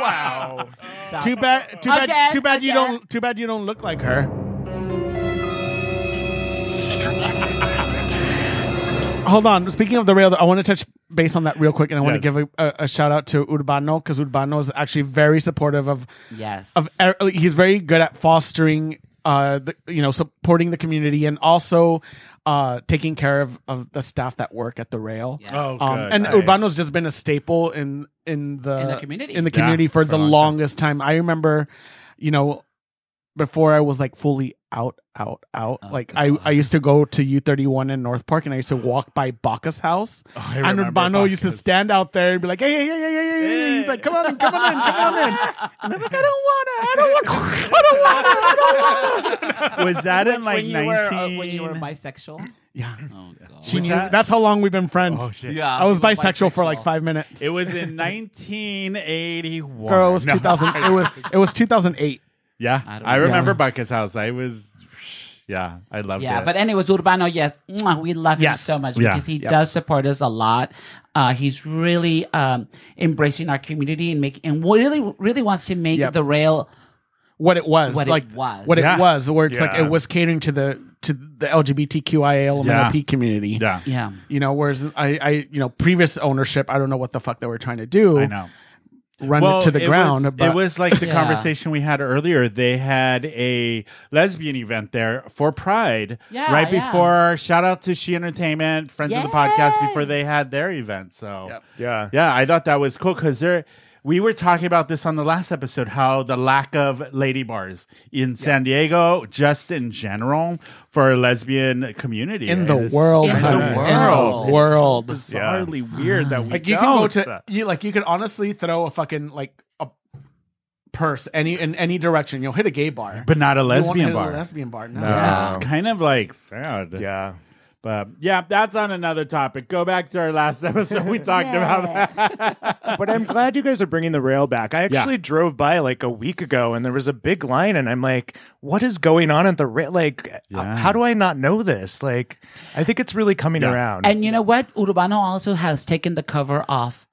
[SPEAKER 4] Wow.
[SPEAKER 2] too bad, too bad,
[SPEAKER 3] Again,
[SPEAKER 2] too bad you
[SPEAKER 3] again.
[SPEAKER 2] don't, too bad you don't look like her. Hold on. Speaking of the rail, I want to touch base on that real quick, and I want
[SPEAKER 1] Yes.
[SPEAKER 2] to give a, a, a shout out to Urbano because Urbano is actually very supportive of
[SPEAKER 3] Yes.
[SPEAKER 2] of er- he's very good at fostering uh the, you know supporting the community and also uh taking care of of the staff that work at the rail
[SPEAKER 3] Yeah.
[SPEAKER 1] oh [laughs] good
[SPEAKER 2] um, and
[SPEAKER 1] nice.
[SPEAKER 2] Urbano's just been a staple in in the
[SPEAKER 3] In the community.
[SPEAKER 2] in the community
[SPEAKER 1] Yeah,
[SPEAKER 2] for,
[SPEAKER 1] for a
[SPEAKER 2] the
[SPEAKER 1] long time.
[SPEAKER 2] longest time. I remember, you know, before I was like fully out, out, out.
[SPEAKER 3] Oh,
[SPEAKER 2] like I, I used to go to U thirty one in North Park, and I used to walk by Baca's house.
[SPEAKER 1] Oh, I
[SPEAKER 2] and
[SPEAKER 1] remember
[SPEAKER 2] Urbano used to
[SPEAKER 1] Bacchus.
[SPEAKER 2] stand out there and be like, "Hey, hey, hey, hey, hey, hey, hey, hey!" He's like, "Come on in, come on in, come
[SPEAKER 3] [laughs]
[SPEAKER 2] on in." And I'm like, "I don't wanna, I don't want, I don't wanna, I
[SPEAKER 1] [laughs]
[SPEAKER 2] don't wanna."
[SPEAKER 1] was that in like
[SPEAKER 3] when you were uh,
[SPEAKER 1] nineteen
[SPEAKER 3] when you were bisexual.
[SPEAKER 2] Yeah,
[SPEAKER 3] Oh god.
[SPEAKER 2] she
[SPEAKER 1] Was
[SPEAKER 2] knew.
[SPEAKER 1] that-
[SPEAKER 2] That's how long we've been friends.
[SPEAKER 1] oh shit
[SPEAKER 3] yeah.
[SPEAKER 2] I was
[SPEAKER 3] she was
[SPEAKER 2] bisexual for like
[SPEAKER 3] bisexual.
[SPEAKER 2] five minutes.
[SPEAKER 1] it was in nineteen eighty one
[SPEAKER 2] Girl, it
[SPEAKER 1] [laughs]
[SPEAKER 2] was 2000. It was it was 2008.
[SPEAKER 1] yeah
[SPEAKER 3] I don't
[SPEAKER 1] I, remember
[SPEAKER 2] know.
[SPEAKER 1] Buckett's house I was yeah I loved
[SPEAKER 3] Yeah,
[SPEAKER 1] it
[SPEAKER 3] but anyways, Urbano, yes, mwah, we love
[SPEAKER 2] Yes.
[SPEAKER 3] him so much
[SPEAKER 1] Yeah.
[SPEAKER 3] because he
[SPEAKER 2] Yep.
[SPEAKER 3] does support us a lot. Uh, he's really um, embracing our community and make and really really wants to make
[SPEAKER 2] Yep.
[SPEAKER 3] the rail.
[SPEAKER 2] what it was
[SPEAKER 3] What it
[SPEAKER 2] like
[SPEAKER 3] was.
[SPEAKER 2] what
[SPEAKER 1] Yeah.
[SPEAKER 2] it was where it's like
[SPEAKER 4] Yeah.
[SPEAKER 2] it was catering to the to the LGBTQIA element
[SPEAKER 1] Yeah.
[SPEAKER 2] community
[SPEAKER 1] yeah
[SPEAKER 3] Yeah,
[SPEAKER 2] you know whereas I I you know previous ownership I don't know what the fuck they were trying to do
[SPEAKER 1] I know.
[SPEAKER 2] run it to the ground
[SPEAKER 1] Was,
[SPEAKER 2] but
[SPEAKER 1] it was like the
[SPEAKER 3] Yeah.
[SPEAKER 1] conversation we had earlier. They had a lesbian event there for Pride,
[SPEAKER 3] Yeah,
[SPEAKER 1] right
[SPEAKER 3] yeah.
[SPEAKER 1] before. Shout out to She Entertainment, friends of the podcast, before they had their event. So
[SPEAKER 4] Yeah.
[SPEAKER 1] yeah, I thought that was cool because there. We were talking about this on the last episode how the lack of lady bars in San Diego, just in general, for a lesbian community
[SPEAKER 2] in
[SPEAKER 1] It
[SPEAKER 2] the
[SPEAKER 1] is
[SPEAKER 2] world
[SPEAKER 3] In the
[SPEAKER 2] honey.
[SPEAKER 3] world.
[SPEAKER 2] in the world
[SPEAKER 1] It's bizarrely weird that we
[SPEAKER 2] like you can go
[SPEAKER 1] don't.
[SPEAKER 2] to you like you could honestly throw a fucking like a purse any in any direction you'll hit a gay bar
[SPEAKER 1] but not a
[SPEAKER 2] You won't
[SPEAKER 1] lesbian
[SPEAKER 2] hit a
[SPEAKER 1] bar.
[SPEAKER 2] lesbian bar no,
[SPEAKER 1] No,
[SPEAKER 3] Yeah.
[SPEAKER 1] It's kind of like sad.
[SPEAKER 4] Yeah.
[SPEAKER 1] But yeah, that's on another topic. Go back to our last [laughs] episode. We talked about that.
[SPEAKER 4] But I'm glad you guys are bringing the rail back. I actually drove by like a week ago and there was a big line and I'm like, what is going on at the rail? Like, uh,
[SPEAKER 1] Yeah.
[SPEAKER 4] how do I not know this? Like, I think it's really coming
[SPEAKER 1] Yeah.
[SPEAKER 4] around.
[SPEAKER 3] and you know what? Urbano also has taken the cover off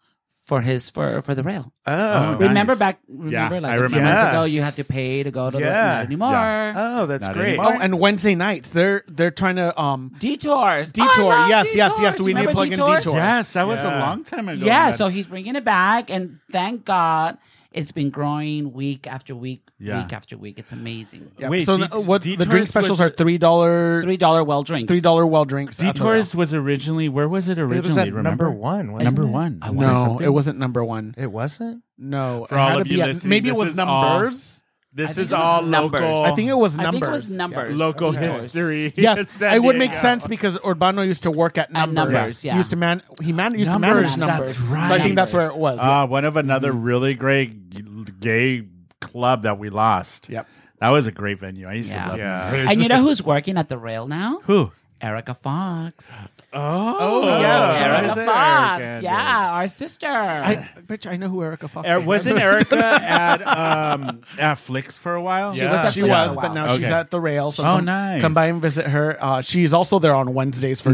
[SPEAKER 3] for his for for the rail.
[SPEAKER 4] oh.
[SPEAKER 1] Nice.
[SPEAKER 3] Remember back? Remember like
[SPEAKER 1] I
[SPEAKER 3] a few
[SPEAKER 1] remember.
[SPEAKER 3] months
[SPEAKER 4] Yeah.
[SPEAKER 3] ago, you had to pay to go to
[SPEAKER 4] Yeah.
[SPEAKER 3] the not anymore.
[SPEAKER 1] Yeah.
[SPEAKER 4] Oh, that's
[SPEAKER 1] Not
[SPEAKER 4] great.
[SPEAKER 1] anymore.
[SPEAKER 2] oh and Wednesday nights they're they're trying to um
[SPEAKER 3] Detours. Oh, I
[SPEAKER 2] Detour.
[SPEAKER 3] love
[SPEAKER 2] Yes, yes,
[SPEAKER 3] detours.
[SPEAKER 2] yes,
[SPEAKER 3] Do
[SPEAKER 2] we
[SPEAKER 3] you
[SPEAKER 2] need to
[SPEAKER 3] remember
[SPEAKER 2] plug in
[SPEAKER 3] detours?
[SPEAKER 2] Detour.
[SPEAKER 1] Yes, that was
[SPEAKER 4] Yeah.
[SPEAKER 1] a long time
[SPEAKER 2] [laughs]
[SPEAKER 1] ago.
[SPEAKER 3] Yeah,
[SPEAKER 1] That-
[SPEAKER 3] so he's bringing it back, and thank God it's been growing week after week,
[SPEAKER 1] Yeah.
[SPEAKER 3] week after week. It's amazing.
[SPEAKER 2] Yeah.
[SPEAKER 1] Wait,
[SPEAKER 2] so
[SPEAKER 1] Det-
[SPEAKER 2] the, what the drink
[SPEAKER 1] Detours
[SPEAKER 2] specials
[SPEAKER 1] was-
[SPEAKER 2] are three dollar
[SPEAKER 3] Three dollar well drinks.
[SPEAKER 2] three dollar well drinks. at the
[SPEAKER 1] Detours was originally where was it originally?
[SPEAKER 4] It was at
[SPEAKER 1] remember?
[SPEAKER 4] number one. Wasn't
[SPEAKER 1] Number
[SPEAKER 4] it?
[SPEAKER 1] one.
[SPEAKER 3] I
[SPEAKER 2] Well.
[SPEAKER 3] wanted
[SPEAKER 2] No,
[SPEAKER 3] something.
[SPEAKER 2] it wasn't number one.
[SPEAKER 4] It wasn't?
[SPEAKER 2] No,
[SPEAKER 1] For
[SPEAKER 2] it
[SPEAKER 1] all
[SPEAKER 2] had to
[SPEAKER 1] of you
[SPEAKER 2] be at-
[SPEAKER 1] listening,
[SPEAKER 2] maybe it
[SPEAKER 1] this
[SPEAKER 2] was
[SPEAKER 1] is all-
[SPEAKER 2] numbers.
[SPEAKER 3] I
[SPEAKER 1] This
[SPEAKER 3] think
[SPEAKER 1] is
[SPEAKER 3] it was
[SPEAKER 1] all
[SPEAKER 3] numbers.
[SPEAKER 1] local.
[SPEAKER 2] I think it was
[SPEAKER 3] I
[SPEAKER 2] numbers.
[SPEAKER 3] think it was numbers.
[SPEAKER 1] local
[SPEAKER 3] Detours.
[SPEAKER 1] history. [laughs]
[SPEAKER 2] Yes,
[SPEAKER 1] San
[SPEAKER 2] it would make
[SPEAKER 1] Diego.
[SPEAKER 2] sense because Urbano used to work at numbers.
[SPEAKER 3] Numbers, yeah.
[SPEAKER 2] He used to man. He man used
[SPEAKER 1] Numbers,
[SPEAKER 2] to manage
[SPEAKER 1] that's
[SPEAKER 2] numbers.
[SPEAKER 1] right. Uh,
[SPEAKER 2] So I think that's where it was.
[SPEAKER 1] Ah, one of another really great g- gay club that we lost.
[SPEAKER 2] Yep.
[SPEAKER 1] That was a great venue. I used
[SPEAKER 3] Yeah.
[SPEAKER 1] to love
[SPEAKER 4] Yeah.
[SPEAKER 1] that.
[SPEAKER 3] And you know who's working at the rail now?
[SPEAKER 1] who?
[SPEAKER 3] Erica Fox.
[SPEAKER 1] Oh,
[SPEAKER 2] yes.
[SPEAKER 1] yeah.
[SPEAKER 2] Erica
[SPEAKER 3] Erica
[SPEAKER 2] is it?
[SPEAKER 3] Fox.
[SPEAKER 4] Erica,
[SPEAKER 3] yeah, our sister.
[SPEAKER 2] I bitch, I know who Erica Fox
[SPEAKER 1] Er,
[SPEAKER 2] is.
[SPEAKER 1] wasn't Erica
[SPEAKER 2] [laughs]
[SPEAKER 1] at um at Flix for a while?
[SPEAKER 4] She was at
[SPEAKER 2] she
[SPEAKER 3] Flix for
[SPEAKER 2] was,
[SPEAKER 3] a
[SPEAKER 2] but
[SPEAKER 3] while.
[SPEAKER 2] now she's
[SPEAKER 1] Okay.
[SPEAKER 2] at the rail. So
[SPEAKER 1] Oh,
[SPEAKER 2] some-
[SPEAKER 1] nice.
[SPEAKER 2] Come by and visit her. Uh, she's also there on Wednesdays for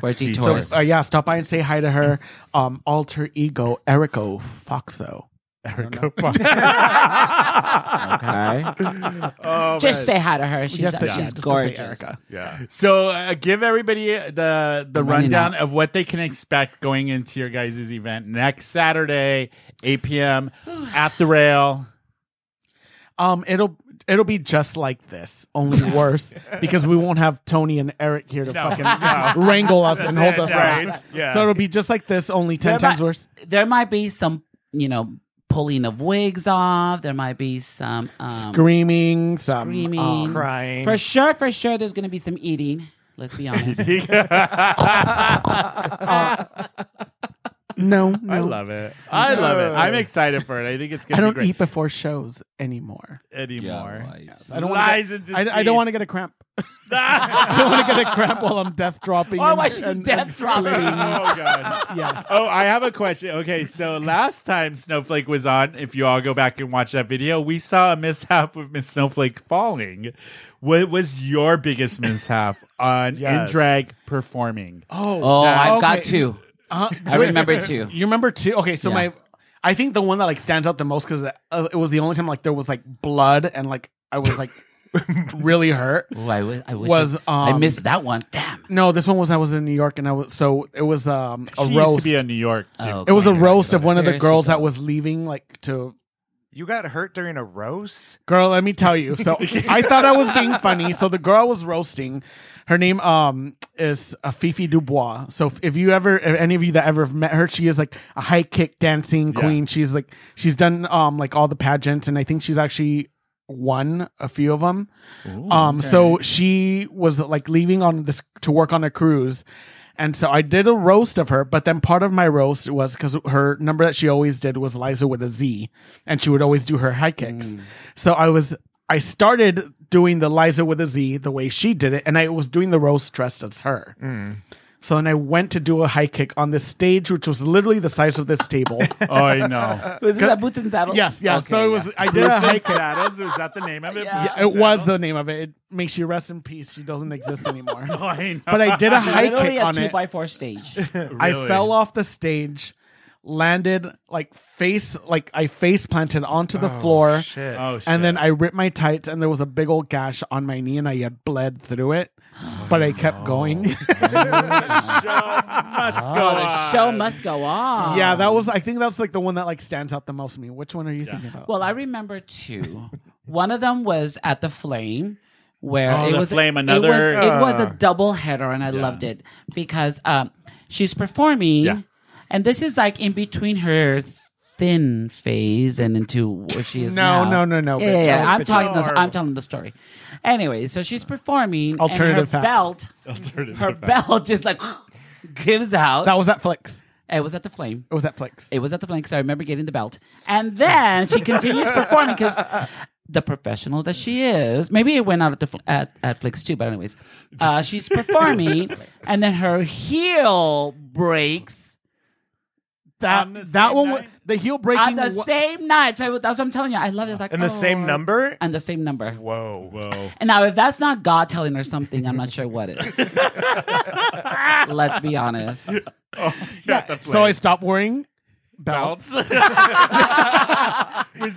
[SPEAKER 3] Mm-hmm. for detours.
[SPEAKER 2] So uh, yeah, stop by and say hi to her. Um, alter ego, Erico Foxo.
[SPEAKER 1] Erica.
[SPEAKER 3] okay.
[SPEAKER 1] Oh,
[SPEAKER 3] Just say hi to her. She's,
[SPEAKER 2] Yes,
[SPEAKER 3] she's
[SPEAKER 2] just to say
[SPEAKER 3] gorgeous.
[SPEAKER 2] Erica.
[SPEAKER 1] yeah. So uh, give everybody the the
[SPEAKER 3] Running
[SPEAKER 1] rundown
[SPEAKER 3] out.
[SPEAKER 1] of what they can expect going into your guys' event next Saturday, 8
[SPEAKER 2] [sighs]
[SPEAKER 1] p.m. at the rail.
[SPEAKER 2] Um, it'll it'll be just like this,
[SPEAKER 3] [laughs]
[SPEAKER 2] only worse because we won't have Tony and Eric here
[SPEAKER 1] [laughs]
[SPEAKER 2] to fucking wrangle us and hold us
[SPEAKER 1] right.
[SPEAKER 2] back.
[SPEAKER 4] Yeah.
[SPEAKER 2] So it'll be just like this, only ten times
[SPEAKER 3] might,
[SPEAKER 2] worse.
[SPEAKER 3] There might be some, you know, pulling of wigs off. There might be some um,
[SPEAKER 2] Screaming, some,
[SPEAKER 3] screaming,
[SPEAKER 2] uh,
[SPEAKER 4] crying.
[SPEAKER 3] For sure, for sure, there's going to be some eating. Let's
[SPEAKER 2] [laughs]
[SPEAKER 3] be honest.
[SPEAKER 2] no, no,
[SPEAKER 1] I love it. I love it. I'm excited for it. I think it's
[SPEAKER 2] I
[SPEAKER 1] gonna
[SPEAKER 2] don't
[SPEAKER 1] be great
[SPEAKER 2] eat before shows anymore.
[SPEAKER 1] anymore.
[SPEAKER 2] I don't wanna
[SPEAKER 1] Lies
[SPEAKER 2] get,
[SPEAKER 1] and
[SPEAKER 2] I, I don't want to get a cramp. [laughs] I don't want to get a cramp while I'm death dropping.
[SPEAKER 3] Or
[SPEAKER 2] and-
[SPEAKER 3] why she's
[SPEAKER 2] and-
[SPEAKER 3] death
[SPEAKER 2] and
[SPEAKER 3] dropping.
[SPEAKER 2] bleeding.
[SPEAKER 1] oh
[SPEAKER 2] [laughs]
[SPEAKER 1] god.
[SPEAKER 2] yes.
[SPEAKER 1] Oh, I have a question. Okay, so last time Snowflake was on, if you all go back and watch that video, we saw a mishap with Miss Snowflake falling. What was your biggest mishap on
[SPEAKER 4] Yes.
[SPEAKER 1] in drag performing?
[SPEAKER 3] Oh, I've got
[SPEAKER 2] okay.
[SPEAKER 3] two.
[SPEAKER 2] Uh,
[SPEAKER 3] I
[SPEAKER 2] wait,
[SPEAKER 3] remember two.
[SPEAKER 2] You remember two? Okay, so
[SPEAKER 3] Yeah.
[SPEAKER 2] my, I think the one that like stands out the most because uh, it was the only time like there was like blood and like I was like really hurt.
[SPEAKER 3] Oh, I, w- I wish
[SPEAKER 2] Was,
[SPEAKER 3] I, I
[SPEAKER 2] um,
[SPEAKER 3] missed that one. Damn.
[SPEAKER 2] No, this one was I was in New York and I was so it was um a
[SPEAKER 1] she
[SPEAKER 2] roast.
[SPEAKER 1] used to be in New York.
[SPEAKER 3] Oh,
[SPEAKER 2] it was a
[SPEAKER 3] okay.
[SPEAKER 2] roast of one of the
[SPEAKER 3] Conspiracy
[SPEAKER 2] girls that was
[SPEAKER 3] goes.
[SPEAKER 2] leaving like to
[SPEAKER 4] You got hurt during a roast?
[SPEAKER 2] Girl, let me tell you. So I thought I was being funny. So the girl I was roasting. Her name um is uh, Fifi Dubois. So if- if you ever, if any of you that ever have met her, she is like a high kick dancing
[SPEAKER 1] Yeah.
[SPEAKER 2] queen. She's like she's done um like all the pageants, and I think she's actually won a few of them. um, so she was like leaving on this to work on a cruise. And so I did a roast of her, but then part of my roast was because her number that she always did was Liza with a Z, and she would always do her high kicks. So I was, I started doing the Liza with a Z the way she did it, and I was doing the roast dressed as her. So then I went to do a high kick on this stage, which was literally the size of this table.
[SPEAKER 1] Oh, I know.
[SPEAKER 3] Was this at Boots and Saddles?
[SPEAKER 2] yes, yes.
[SPEAKER 3] Okay,
[SPEAKER 2] so it was,
[SPEAKER 3] yeah.
[SPEAKER 2] I did a high kick.
[SPEAKER 1] Saddles, is that the name of it?
[SPEAKER 3] Yeah.
[SPEAKER 2] Yeah, it was the name of it. It makes you rest in peace. She doesn't exist anymore.
[SPEAKER 1] [laughs] Oh, I know.
[SPEAKER 2] but I did a high
[SPEAKER 3] literally
[SPEAKER 2] kick
[SPEAKER 3] a
[SPEAKER 2] on
[SPEAKER 3] two
[SPEAKER 2] it.
[SPEAKER 3] by four stage.
[SPEAKER 2] [laughs] I
[SPEAKER 1] Really?
[SPEAKER 2] fell off the stage, landed like face like I face planted onto the floor,
[SPEAKER 4] Shit.
[SPEAKER 1] Oh, shit.
[SPEAKER 2] and then I ripped my tights, and there was a big old gash on my knee, and I had bled
[SPEAKER 1] [gasps]
[SPEAKER 2] through it. But I kept
[SPEAKER 1] [laughs]
[SPEAKER 2] going. [laughs]
[SPEAKER 1] must
[SPEAKER 3] Oh,
[SPEAKER 1] go
[SPEAKER 3] the
[SPEAKER 1] on.
[SPEAKER 3] show [laughs] must go on.
[SPEAKER 2] yeah, that was. I think that's like the one that like stands out the most to me. Which one are you thinking about?
[SPEAKER 3] Well, I
[SPEAKER 1] [laughs]
[SPEAKER 3] remember two. One of them was at the Flame, where
[SPEAKER 1] Oh,
[SPEAKER 3] it
[SPEAKER 1] the
[SPEAKER 3] was
[SPEAKER 1] Flame,
[SPEAKER 3] it
[SPEAKER 1] another-
[SPEAKER 3] was- It was,
[SPEAKER 4] Ah.
[SPEAKER 3] a double header, and I loved it because um, she's performing,
[SPEAKER 1] Yeah.
[SPEAKER 3] and this is like in between her thin phase and into where she is
[SPEAKER 2] [laughs] No,
[SPEAKER 3] now.
[SPEAKER 2] no, no, no,
[SPEAKER 3] Yeah, yeah,
[SPEAKER 2] bitch.
[SPEAKER 3] yeah.
[SPEAKER 2] I was
[SPEAKER 3] I'm
[SPEAKER 2] bitching.
[SPEAKER 3] talking. The,
[SPEAKER 2] Horrible.
[SPEAKER 3] I'm telling the story. Anyway, so she's performing.
[SPEAKER 2] Alternative
[SPEAKER 3] and her
[SPEAKER 2] facts.
[SPEAKER 3] belt.
[SPEAKER 1] Alternative [laughs]
[SPEAKER 3] Her
[SPEAKER 1] facts.
[SPEAKER 3] belt just like [laughs] gives out.
[SPEAKER 2] that was at Flix.
[SPEAKER 3] it was at the Flame.
[SPEAKER 2] It was at Flix.
[SPEAKER 3] It was at the flank, so I remember getting the belt. And then she continues performing because the professional that she is, maybe it went out at the fl- at, at Flicks too, but anyways, uh, she's performing, and then her heel breaks
[SPEAKER 2] that
[SPEAKER 1] On the
[SPEAKER 2] that
[SPEAKER 1] same
[SPEAKER 2] one. wa-
[SPEAKER 1] night?
[SPEAKER 2] The heel breaking.
[SPEAKER 3] on the
[SPEAKER 2] wa-
[SPEAKER 3] same night. So I, that's what I'm telling you. I love it. It's like
[SPEAKER 4] And the
[SPEAKER 3] oh.
[SPEAKER 4] same number?
[SPEAKER 3] and the same number.
[SPEAKER 4] Whoa.
[SPEAKER 1] Whoa. [laughs]
[SPEAKER 3] And now, if that's not God telling her something, I'm not sure what is. Let's be honest.
[SPEAKER 1] Yeah.
[SPEAKER 2] so I stopped wearing belts,
[SPEAKER 1] was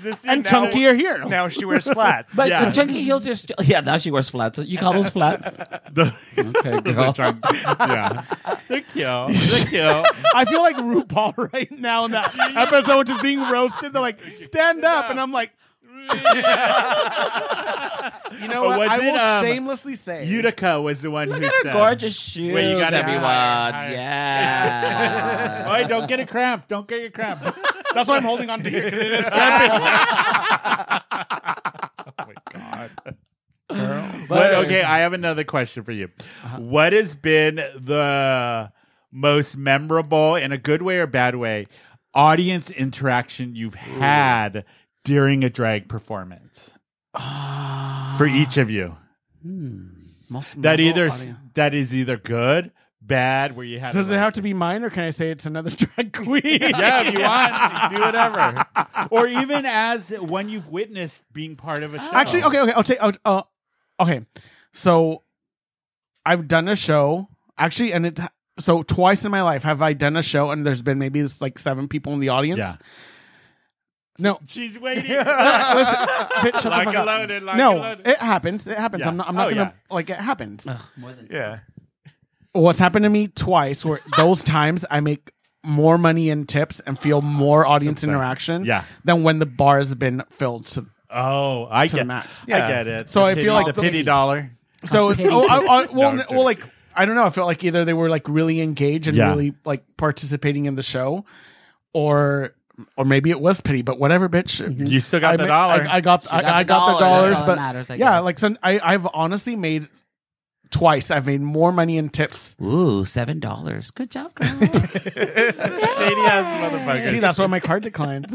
[SPEAKER 1] this
[SPEAKER 2] and chunkier here.
[SPEAKER 4] Now she wears flats.
[SPEAKER 3] But
[SPEAKER 1] Yeah.
[SPEAKER 3] the chunky heels are still. Yeah, now she wears flats. You call those flats?
[SPEAKER 1] The,
[SPEAKER 3] Okay,
[SPEAKER 1] [laughs] the
[SPEAKER 3] girl.
[SPEAKER 1] chunk. Yeah. They're cute. They're cute.
[SPEAKER 2] I feel like RuPaul [laughs] right now in that episode just being roasted. They're like, stand up. And I'm [laughs] like, you know
[SPEAKER 1] But
[SPEAKER 2] what?
[SPEAKER 1] was
[SPEAKER 2] I
[SPEAKER 1] it,
[SPEAKER 2] will
[SPEAKER 1] um,
[SPEAKER 2] shamelessly say.
[SPEAKER 1] [laughs] Utica was the one
[SPEAKER 3] Look
[SPEAKER 1] who
[SPEAKER 3] at her
[SPEAKER 1] said, [laughs]
[SPEAKER 3] gorgeous shoes,
[SPEAKER 1] Well, you gotta be
[SPEAKER 3] everyone.
[SPEAKER 1] wired.
[SPEAKER 3] Yeah.
[SPEAKER 1] "Oi, don't get a cramp. Don't get your
[SPEAKER 3] [laughs]
[SPEAKER 1] cramp."
[SPEAKER 2] that's why I'm holding on to here. 'cause it [laughs] is-
[SPEAKER 1] oh my god. But okay, I have another question for you.
[SPEAKER 3] Uh-huh.
[SPEAKER 1] What has been the most memorable, in a good way or bad way, audience interaction you've had during a drag performance for each of you that either that is either good, bad, where you have
[SPEAKER 2] Does it have to be mine, or can I say it's another [laughs] drag queen?
[SPEAKER 1] yeah, if you want, do whatever, [laughs] or even as when you've witnessed being part of a show.
[SPEAKER 2] Actually, okay, okay, I'll take. I'll, uh, okay, so I've done a show actually, and it's so twice in my life have I done a show, and there's been maybe it's like seven people in the audience.
[SPEAKER 1] Yeah. [laughs]
[SPEAKER 2] No, uh,
[SPEAKER 1] she's waiting.
[SPEAKER 2] listen, bitch, shut the
[SPEAKER 1] Like
[SPEAKER 2] fuck
[SPEAKER 1] a
[SPEAKER 2] up.
[SPEAKER 1] loaded, like a
[SPEAKER 2] no,
[SPEAKER 1] loaded.
[SPEAKER 2] it happens. It happens.
[SPEAKER 1] Yeah.
[SPEAKER 2] I'm not. I'm not
[SPEAKER 1] Oh,
[SPEAKER 2] gonna like. It happens.
[SPEAKER 3] More than
[SPEAKER 4] Yeah.
[SPEAKER 2] What's happened to me
[SPEAKER 1] [laughs]
[SPEAKER 2] twice? Where those times I make more money in tips and feel more audience interaction.
[SPEAKER 1] Yeah.
[SPEAKER 2] Than when the bar has been filled. To,
[SPEAKER 1] Oh, I
[SPEAKER 2] To
[SPEAKER 1] get
[SPEAKER 2] the max.
[SPEAKER 1] I
[SPEAKER 4] Yeah.
[SPEAKER 1] get it.
[SPEAKER 2] So
[SPEAKER 1] The
[SPEAKER 2] I
[SPEAKER 1] pity-
[SPEAKER 2] feel like
[SPEAKER 1] the
[SPEAKER 2] the-
[SPEAKER 1] pity dollar.
[SPEAKER 2] [laughs] so,
[SPEAKER 3] pity
[SPEAKER 2] oh, I, I,
[SPEAKER 3] tips.
[SPEAKER 2] well,
[SPEAKER 1] No, I'm
[SPEAKER 2] well, like I don't know. I felt like either they were like really engaged and
[SPEAKER 1] Yeah.
[SPEAKER 2] really like participating in the show, or or maybe it was pity. But whatever, bitch.
[SPEAKER 1] You still got
[SPEAKER 2] I
[SPEAKER 1] the
[SPEAKER 2] ma-
[SPEAKER 1] dollar.
[SPEAKER 2] I, I got. I,
[SPEAKER 3] got
[SPEAKER 2] I
[SPEAKER 3] the
[SPEAKER 2] got the
[SPEAKER 3] dollar.
[SPEAKER 2] dollars,
[SPEAKER 3] That's all that
[SPEAKER 2] but
[SPEAKER 3] matters, I
[SPEAKER 2] yeah,
[SPEAKER 3] guess.
[SPEAKER 2] like some, I, I've honestly made twice. I've made more money in tips.
[SPEAKER 3] Ooh, seven dollars. Good job, [laughs] girl. Shady
[SPEAKER 1] ass motherfucker.
[SPEAKER 2] See, that's why
[SPEAKER 1] [laughs]
[SPEAKER 2] my card declined.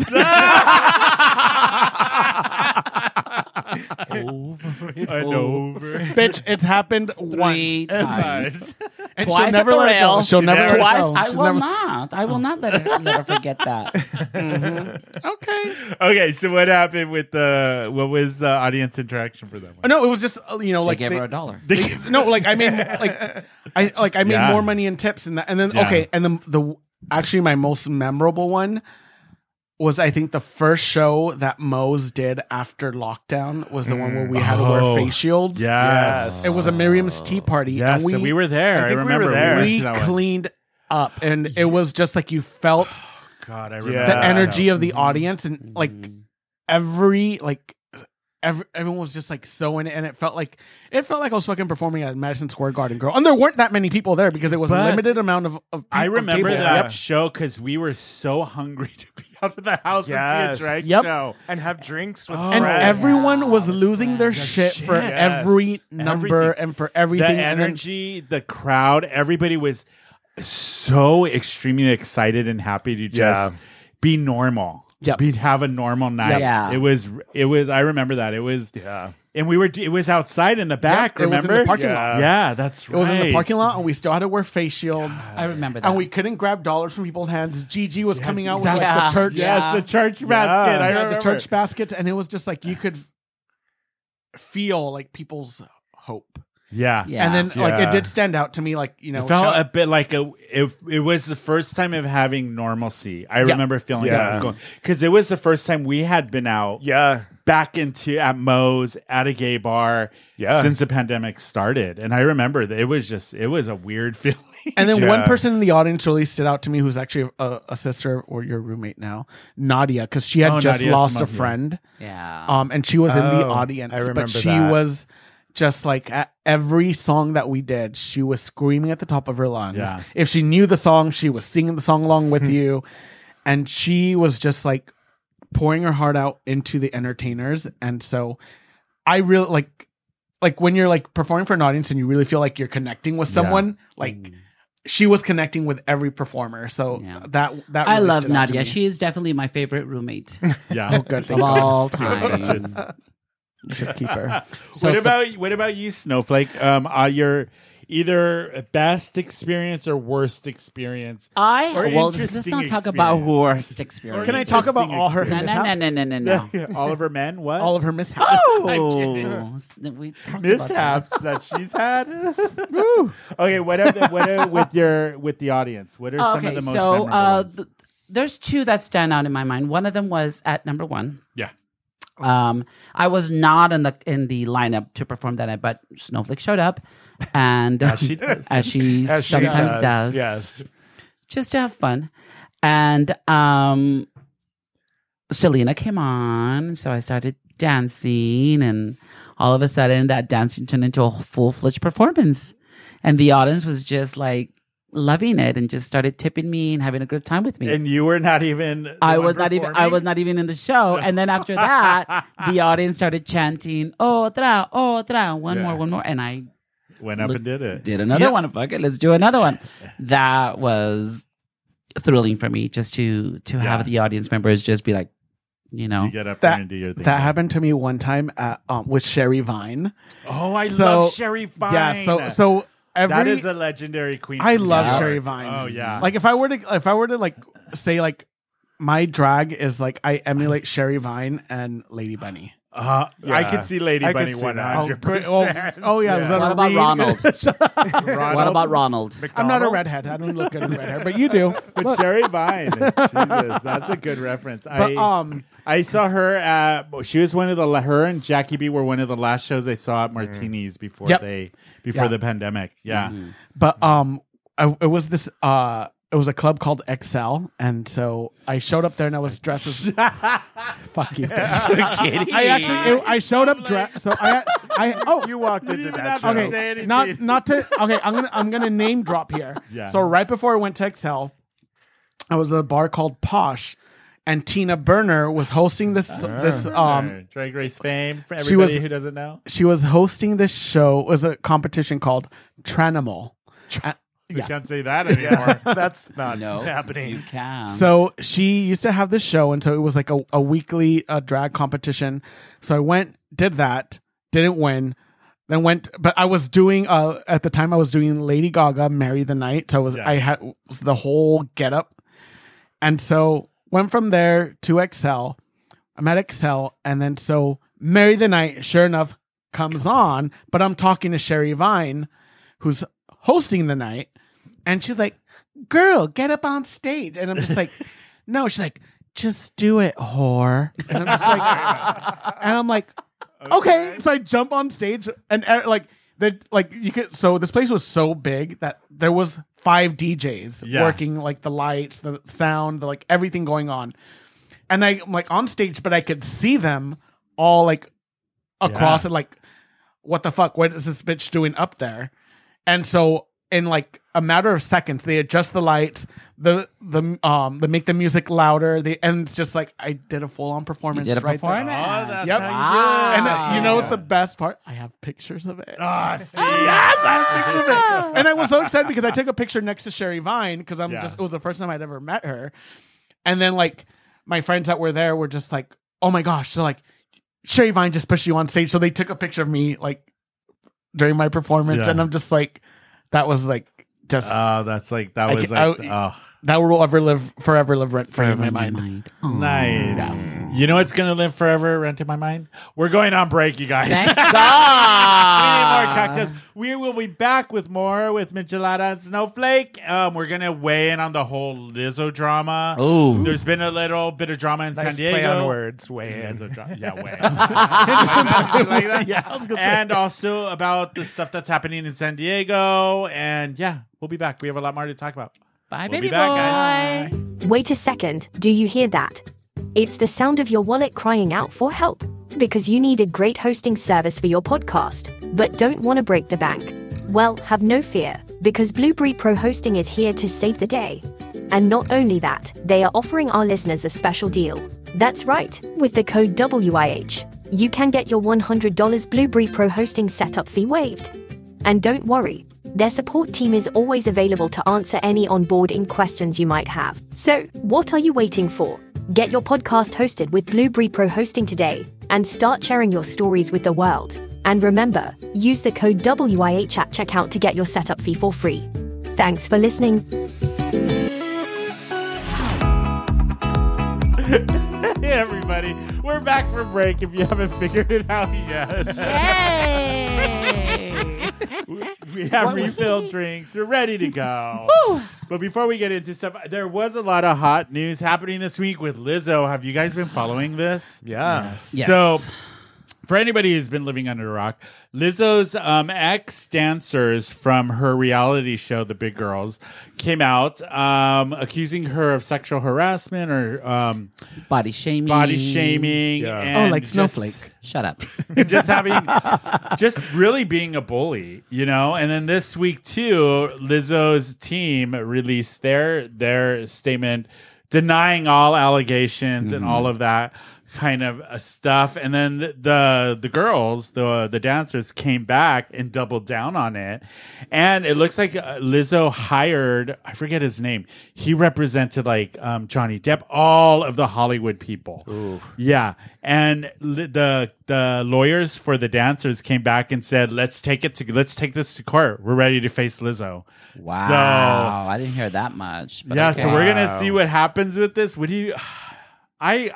[SPEAKER 3] Over and
[SPEAKER 1] And over.
[SPEAKER 2] Bitch, it's happened
[SPEAKER 3] Three
[SPEAKER 2] once.
[SPEAKER 3] times.
[SPEAKER 2] And
[SPEAKER 3] Twice
[SPEAKER 2] she'll
[SPEAKER 3] at
[SPEAKER 2] never
[SPEAKER 3] the
[SPEAKER 2] let it go.
[SPEAKER 3] rail.
[SPEAKER 2] She'll never let it
[SPEAKER 1] Twice-
[SPEAKER 2] go.
[SPEAKER 3] I
[SPEAKER 2] She'll
[SPEAKER 3] will
[SPEAKER 2] Oh, never- Oh.
[SPEAKER 3] not. I will not let her, let her forget that.
[SPEAKER 2] [laughs] Okay.
[SPEAKER 1] Okay, so what happened with the what was the audience interaction for that one?
[SPEAKER 2] No, it was just uh, you know
[SPEAKER 3] They
[SPEAKER 2] like
[SPEAKER 3] gave
[SPEAKER 2] they-
[SPEAKER 3] her a dollar.
[SPEAKER 2] they- no, like
[SPEAKER 1] [laughs]
[SPEAKER 2] I made like I like I made
[SPEAKER 1] Yeah.
[SPEAKER 2] more money in tips and that, and then
[SPEAKER 1] Yeah.
[SPEAKER 2] okay, and then the actually my most memorable one was I think the first show that Moe's did after lockdown was the one where we had to
[SPEAKER 1] Oh.
[SPEAKER 2] wear face shields.
[SPEAKER 1] Yes.
[SPEAKER 2] It was a Miriam's tea party.
[SPEAKER 1] Yes,
[SPEAKER 2] and we,
[SPEAKER 1] and we were there.
[SPEAKER 4] I
[SPEAKER 1] I,
[SPEAKER 4] think we were
[SPEAKER 1] remember
[SPEAKER 4] there.
[SPEAKER 1] went
[SPEAKER 2] we
[SPEAKER 1] to that one.
[SPEAKER 2] cleaned up and it was just like you felt
[SPEAKER 1] God, I remember
[SPEAKER 4] The
[SPEAKER 2] the
[SPEAKER 1] that
[SPEAKER 2] energy
[SPEAKER 1] show.
[SPEAKER 2] of the audience and like
[SPEAKER 3] Mm,
[SPEAKER 2] every like every, everyone was just like so in it and it felt like it felt like I was fucking performing at Madison Square Garden girl and there weren't that many people there because it was a
[SPEAKER 1] But
[SPEAKER 2] limited amount of, of
[SPEAKER 1] I
[SPEAKER 2] peop- of
[SPEAKER 1] remember
[SPEAKER 2] tables.
[SPEAKER 1] that
[SPEAKER 4] Yeah.
[SPEAKER 1] show because we were so hungry [laughs] to be out of the house and
[SPEAKER 4] Yes.
[SPEAKER 1] see a drag
[SPEAKER 2] Yep.
[SPEAKER 1] show.
[SPEAKER 4] And have drinks with
[SPEAKER 2] Oh. and
[SPEAKER 4] friends.
[SPEAKER 2] everyone was losing their
[SPEAKER 3] The
[SPEAKER 2] shit, for
[SPEAKER 1] shit.
[SPEAKER 2] every
[SPEAKER 4] Yes.
[SPEAKER 2] number
[SPEAKER 1] Everything.
[SPEAKER 2] and for
[SPEAKER 1] The
[SPEAKER 2] everything and then-
[SPEAKER 1] energy, the crowd, everybody was so extremely excited and happy to just
[SPEAKER 4] Yeah.
[SPEAKER 1] be normal.
[SPEAKER 2] Yep.
[SPEAKER 1] Be have a normal night.
[SPEAKER 3] Yeah.
[SPEAKER 1] It was it was I remember that. It was
[SPEAKER 4] Yeah.
[SPEAKER 1] and we were it was outside in the back,
[SPEAKER 2] it was in
[SPEAKER 1] remember?
[SPEAKER 2] the parking
[SPEAKER 4] Yeah.
[SPEAKER 2] lot.
[SPEAKER 1] Yeah, that's
[SPEAKER 2] It was in the parking lot, and we still had to wear face shields.
[SPEAKER 3] I remember that.
[SPEAKER 2] and we couldn't grab dollars from people's hands. Gigi was coming out with
[SPEAKER 3] that's-
[SPEAKER 2] like
[SPEAKER 3] Yeah.
[SPEAKER 2] the church,
[SPEAKER 1] Yes, the church basket. I
[SPEAKER 2] yeah,
[SPEAKER 1] remember
[SPEAKER 2] the church baskets, and it was just like you could feel like people's hope.
[SPEAKER 1] Yeah.
[SPEAKER 3] Yeah.
[SPEAKER 2] And then like
[SPEAKER 4] Yeah.
[SPEAKER 2] it did stand out to me, like you know,
[SPEAKER 1] It felt
[SPEAKER 2] shout-
[SPEAKER 1] a bit like a. It, it was the first time of having normalcy. I
[SPEAKER 2] Yeah.
[SPEAKER 1] remember feeling
[SPEAKER 4] Yeah.
[SPEAKER 1] that because it was the first time we had been out
[SPEAKER 4] Yeah.
[SPEAKER 1] back into at Moe's at a gay bar
[SPEAKER 4] Yeah.
[SPEAKER 1] since the pandemic started, and I remember that it was just it was a weird [laughs] feeling.
[SPEAKER 2] and then one
[SPEAKER 4] Yeah.
[SPEAKER 2] person in the audience really stood out to me, who's actually a, a sister or your roommate now, Nadia, because she had
[SPEAKER 1] Oh,
[SPEAKER 2] just
[SPEAKER 1] Nadia
[SPEAKER 2] lost a
[SPEAKER 1] Simone, yeah.
[SPEAKER 2] friend.
[SPEAKER 3] yeah.
[SPEAKER 2] um, and she was in the
[SPEAKER 4] Oh,
[SPEAKER 2] audience,
[SPEAKER 4] I
[SPEAKER 2] but
[SPEAKER 4] remember
[SPEAKER 2] she
[SPEAKER 4] that.
[SPEAKER 2] was just like at every song that we did, she was screaming at the top of her lungs.
[SPEAKER 1] Yeah.
[SPEAKER 2] If she knew the song, she was singing the song along
[SPEAKER 4] [laughs]
[SPEAKER 2] with you, and she was just like pouring her heart out into the entertainers. And so, I really like like when you're like performing for an audience and you really feel like you're connecting with someone, like.
[SPEAKER 4] Mm.
[SPEAKER 2] She was connecting with every performer, so
[SPEAKER 3] Yeah.
[SPEAKER 2] that that
[SPEAKER 3] I
[SPEAKER 2] really
[SPEAKER 3] love
[SPEAKER 2] stood out to
[SPEAKER 3] Nadia.
[SPEAKER 2] me.
[SPEAKER 3] She is definitely my favorite roommate
[SPEAKER 1] yeah.
[SPEAKER 2] good.
[SPEAKER 3] of
[SPEAKER 2] [laughs] Thank [laughs]
[SPEAKER 3] all
[SPEAKER 2] oh, God.
[SPEAKER 3] time.
[SPEAKER 2] You should keep her.
[SPEAKER 1] [laughs]
[SPEAKER 3] So-
[SPEAKER 1] what
[SPEAKER 3] so-
[SPEAKER 1] about what about you, Snowflake? Um, uh, your either best experience or worst experience?
[SPEAKER 3] I
[SPEAKER 1] Or
[SPEAKER 3] well, let's
[SPEAKER 1] interesting
[SPEAKER 3] not talk about
[SPEAKER 1] experience.
[SPEAKER 3] worst experience.
[SPEAKER 2] Can I talk about all her
[SPEAKER 3] No, no, no, no, no, no,
[SPEAKER 2] [laughs]
[SPEAKER 3] no.
[SPEAKER 1] [laughs] Oliver Men? What
[SPEAKER 2] all of her
[SPEAKER 4] [laughs]
[SPEAKER 2] mishaps.
[SPEAKER 3] Oh, we talked about that.
[SPEAKER 1] mishaps that she's had. [laughs] okay, what are the, what are with your with the audience? What are some
[SPEAKER 3] Oh, okay,
[SPEAKER 1] of the most
[SPEAKER 3] so
[SPEAKER 1] memorable
[SPEAKER 3] uh,
[SPEAKER 1] ones?
[SPEAKER 3] th- there's two that stand out in my mind. One of them was at number one.
[SPEAKER 1] Yeah.
[SPEAKER 3] Um, I was not in the in the lineup to perform that night, but Snowflake showed up, and as
[SPEAKER 1] she does.
[SPEAKER 3] [laughs] as she
[SPEAKER 4] As she
[SPEAKER 3] sometimes does,
[SPEAKER 4] Yes.
[SPEAKER 3] just to have fun. And um, Selena came on, so I started dancing, and all of a sudden that dancing turned into a full fledged performance, and the audience was just like loving it and just started tipping me and having a good time with me.
[SPEAKER 1] And you were not even. the
[SPEAKER 3] I
[SPEAKER 1] one
[SPEAKER 3] was not even I
[SPEAKER 1] performing?
[SPEAKER 3] was not even in
[SPEAKER 1] [laughs]
[SPEAKER 3] the show. And then after that, the audience started chanting, otra, otra, one
[SPEAKER 1] Yeah.
[SPEAKER 3] more, one more. And I
[SPEAKER 1] [laughs] went up and did it.
[SPEAKER 3] did another one. Fuck it, let's do another one. That was thrilling for me just to to
[SPEAKER 1] Yeah.
[SPEAKER 3] have the audience members just be like, you know.
[SPEAKER 1] You get up there
[SPEAKER 2] That,
[SPEAKER 1] and do your thing.
[SPEAKER 2] that happened to me one time at, um, with Sherry Vine.
[SPEAKER 1] Oh, I
[SPEAKER 2] So-
[SPEAKER 1] love Sherry Vine.
[SPEAKER 2] Yeah, so so every
[SPEAKER 1] that is a legendary queen.
[SPEAKER 2] I
[SPEAKER 1] from
[SPEAKER 2] love
[SPEAKER 1] New York.
[SPEAKER 2] Sherry Vine.
[SPEAKER 1] Oh yeah,
[SPEAKER 2] Like if I were to if I were to like say like my drag is like I emulate Sherry Vine and Lady Bunny.
[SPEAKER 1] uh, I
[SPEAKER 4] Yeah.
[SPEAKER 1] could see Lady
[SPEAKER 4] I could
[SPEAKER 1] Bunny
[SPEAKER 4] see that.
[SPEAKER 1] one
[SPEAKER 2] Oh,
[SPEAKER 1] hundred
[SPEAKER 2] great.
[SPEAKER 1] percent.
[SPEAKER 2] Oh, oh, yeah, was that
[SPEAKER 3] What
[SPEAKER 2] a
[SPEAKER 3] about
[SPEAKER 2] read?
[SPEAKER 3] Ronald?
[SPEAKER 2] [laughs]
[SPEAKER 3] What
[SPEAKER 1] Ronald
[SPEAKER 3] about Ronald?
[SPEAKER 2] I'm not a
[SPEAKER 1] McDonald?
[SPEAKER 2] redhead. I don't look good in red hair, but you do.
[SPEAKER 1] But Sherry Vine,
[SPEAKER 2] [laughs]
[SPEAKER 1] Jesus, that's a good reference.
[SPEAKER 2] But
[SPEAKER 1] I
[SPEAKER 2] um,
[SPEAKER 1] I saw her at she was one of the her and Jackie B were one of the last shows I saw at Martinis before
[SPEAKER 2] Mm. Yep.
[SPEAKER 1] they before
[SPEAKER 2] Yeah.
[SPEAKER 1] the pandemic. Yeah,
[SPEAKER 2] but um, I, it was this uh, it was a club called Excel, and so I showed up there and I was
[SPEAKER 1] [laughs]
[SPEAKER 2] dressed as fuck you. bitch. I [laughs] actually it, I showed up dressed. So I I
[SPEAKER 1] [laughs]
[SPEAKER 2] oh
[SPEAKER 4] You walked into
[SPEAKER 1] even have
[SPEAKER 4] that show.
[SPEAKER 1] to
[SPEAKER 2] [laughs] okay,
[SPEAKER 1] say anything.
[SPEAKER 2] not not to okay. I'm gonna I'm gonna name drop here.
[SPEAKER 1] Yeah.
[SPEAKER 2] So right before I went to Excel, I was at a bar called Posh, and Tina Burner was hosting this
[SPEAKER 1] Ah,
[SPEAKER 2] this um.
[SPEAKER 1] Her Drag Race fame for
[SPEAKER 2] she
[SPEAKER 1] everybody
[SPEAKER 2] was-
[SPEAKER 1] who doesn't know.
[SPEAKER 2] She was hosting this show. It was a competition called Tranimal. Uh,
[SPEAKER 1] You
[SPEAKER 2] [laughs] yeah.
[SPEAKER 1] can't say that anymore.
[SPEAKER 4] That's
[SPEAKER 2] [laughs]
[SPEAKER 4] not
[SPEAKER 3] No,
[SPEAKER 4] happening.
[SPEAKER 3] you can.
[SPEAKER 2] So she used to have this show, and so it was like a, a weekly uh, drag competition. So I went, did that, didn't win, then went. But I was doing uh, at the time I was doing Lady Gaga, "Marry the Night." So I was
[SPEAKER 1] Yeah.
[SPEAKER 2] I had was the whole get up, and so went from there to Excel. I'm at Excel, and then so "Marry the Night," sure enough, comes on. But I'm talking to Sherry Vine, who's hosting the night, and she's like, "Girl, get up on stage," and I'm
[SPEAKER 1] [laughs]
[SPEAKER 2] just like, "No," she's like, "Just do it, whore," and I'm just like, and
[SPEAKER 1] [laughs]
[SPEAKER 2] I'm like, okay. So I jump on stage, and uh, like the like you could. So this place was so big that there was five DJs
[SPEAKER 1] Yeah.
[SPEAKER 2] working like the lights, the sound, the, like everything going on, and I, I'm like on stage, but I could see them all like across
[SPEAKER 1] Yeah.
[SPEAKER 2] and like what the fuck what is this bitch doing up there and so in like a matter of seconds they adjust the lights the the um they make the music louder they and it's just like i did a full-on performance
[SPEAKER 3] did a
[SPEAKER 2] right there.
[SPEAKER 1] Oh,
[SPEAKER 3] performance.
[SPEAKER 1] that's
[SPEAKER 2] Yep.
[SPEAKER 1] how you
[SPEAKER 2] and
[SPEAKER 1] do it.
[SPEAKER 2] that's- you know what's the
[SPEAKER 1] Yeah.
[SPEAKER 2] best part i have pictures of it
[SPEAKER 1] Ah, see, [laughs]
[SPEAKER 2] and I was so excited because I took a picture next to Sherry Vine because I'm
[SPEAKER 1] Yeah.
[SPEAKER 2] just it was the first time I'd ever met her. And then like my friends that were there were just like, oh my gosh, so like Sherry Vine just pushed you on stage. So they took a picture of me like during my performance.
[SPEAKER 1] Yeah.
[SPEAKER 2] And I'm just like, that was like just
[SPEAKER 1] Oh, that's like that
[SPEAKER 2] I
[SPEAKER 1] was
[SPEAKER 2] can't-
[SPEAKER 1] like oh.
[SPEAKER 2] that will ever live forever live rent free in my mind.
[SPEAKER 3] Aw.
[SPEAKER 1] Nice. You know what's gonna live forever? Rent in my mind. We're going on break, you [laughs] guys.
[SPEAKER 3] Oh, Thank
[SPEAKER 1] We need
[SPEAKER 3] God.
[SPEAKER 1] more cocktails. We will be back with more with Michelada and Snowflake. Um, we're gonna weigh in on the whole Lizzo drama.
[SPEAKER 3] Ooh.
[SPEAKER 1] There's been a little bit of drama in San
[SPEAKER 4] Nice
[SPEAKER 1] Diego.
[SPEAKER 4] play on words, way in.
[SPEAKER 1] Lizzo dra-
[SPEAKER 2] [laughs]
[SPEAKER 1] yeah, way. [laughs] like that.
[SPEAKER 2] Yeah, I was gonna say.
[SPEAKER 1] And also about the stuff that's happening in San Diego. And yeah, we'll be back. We have a lot more to talk about.
[SPEAKER 3] Bye,
[SPEAKER 1] We'll
[SPEAKER 3] baby
[SPEAKER 1] be back,
[SPEAKER 3] boy.
[SPEAKER 1] guys.
[SPEAKER 5] Wait a second, do you hear that? It's the sound of your wallet crying out for help because you need a great hosting service for your podcast, but don't want to break the bank. Well, have no fear because Blueberry Pro Hosting is here to save the day. And not only that, they are offering our listeners a special deal. That's right, with the code WIH, you can get your $100 Blueberry Pro Hosting setup fee waived. And don't worry, their support team is always available to answer any onboarding questions you might have. So, what are you waiting for? Get your podcast hosted with Blueberry Pro Hosting today and start sharing your stories with the world. And remember, use the code WIH at checkout to get your setup fee for free. Thanks for listening.
[SPEAKER 1] [laughs] Hey, everybody. We're back from break if you haven't figured it out
[SPEAKER 2] [laughs]
[SPEAKER 1] yet.
[SPEAKER 3] Hey.
[SPEAKER 2] Eh?
[SPEAKER 1] we have refilled drinks. We're ready to
[SPEAKER 2] [laughs]
[SPEAKER 1] go. but before we get into stuff, there was a lot of hot news happening this week with Lizzo. Have you guys been following this?
[SPEAKER 4] Yeah.
[SPEAKER 3] Yes.
[SPEAKER 1] So, for anybody who's been living under a rock, Lizzo's um, ex dancers from her reality show, The Big Girls, came out um, accusing her of sexual harassment or um,
[SPEAKER 3] body shaming.
[SPEAKER 1] body shaming.
[SPEAKER 4] Yeah.
[SPEAKER 1] and
[SPEAKER 2] Oh, like
[SPEAKER 1] just-
[SPEAKER 2] Snowflake.
[SPEAKER 1] [laughs]
[SPEAKER 3] Shut up.
[SPEAKER 1] just having just really being a bully you know and then this week too lizzo's team released their their statement denying all allegations and all of that kind of uh, stuff. And then the the, the girls, the the dancers, came back and doubled down on it. And it looks like uh, Lizzo hired I forget his name. He represented like um, Johnny Depp, all of the Hollywood people. Yeah, and li- the the lawyers for the dancers came back and said, "Let's take it to let's take this to court. We're ready to face Lizzo."
[SPEAKER 3] Wow.
[SPEAKER 1] So
[SPEAKER 3] I didn't hear that much. But
[SPEAKER 1] yeah,
[SPEAKER 3] okay.
[SPEAKER 1] so we're gonna see what happens with this. What do you? I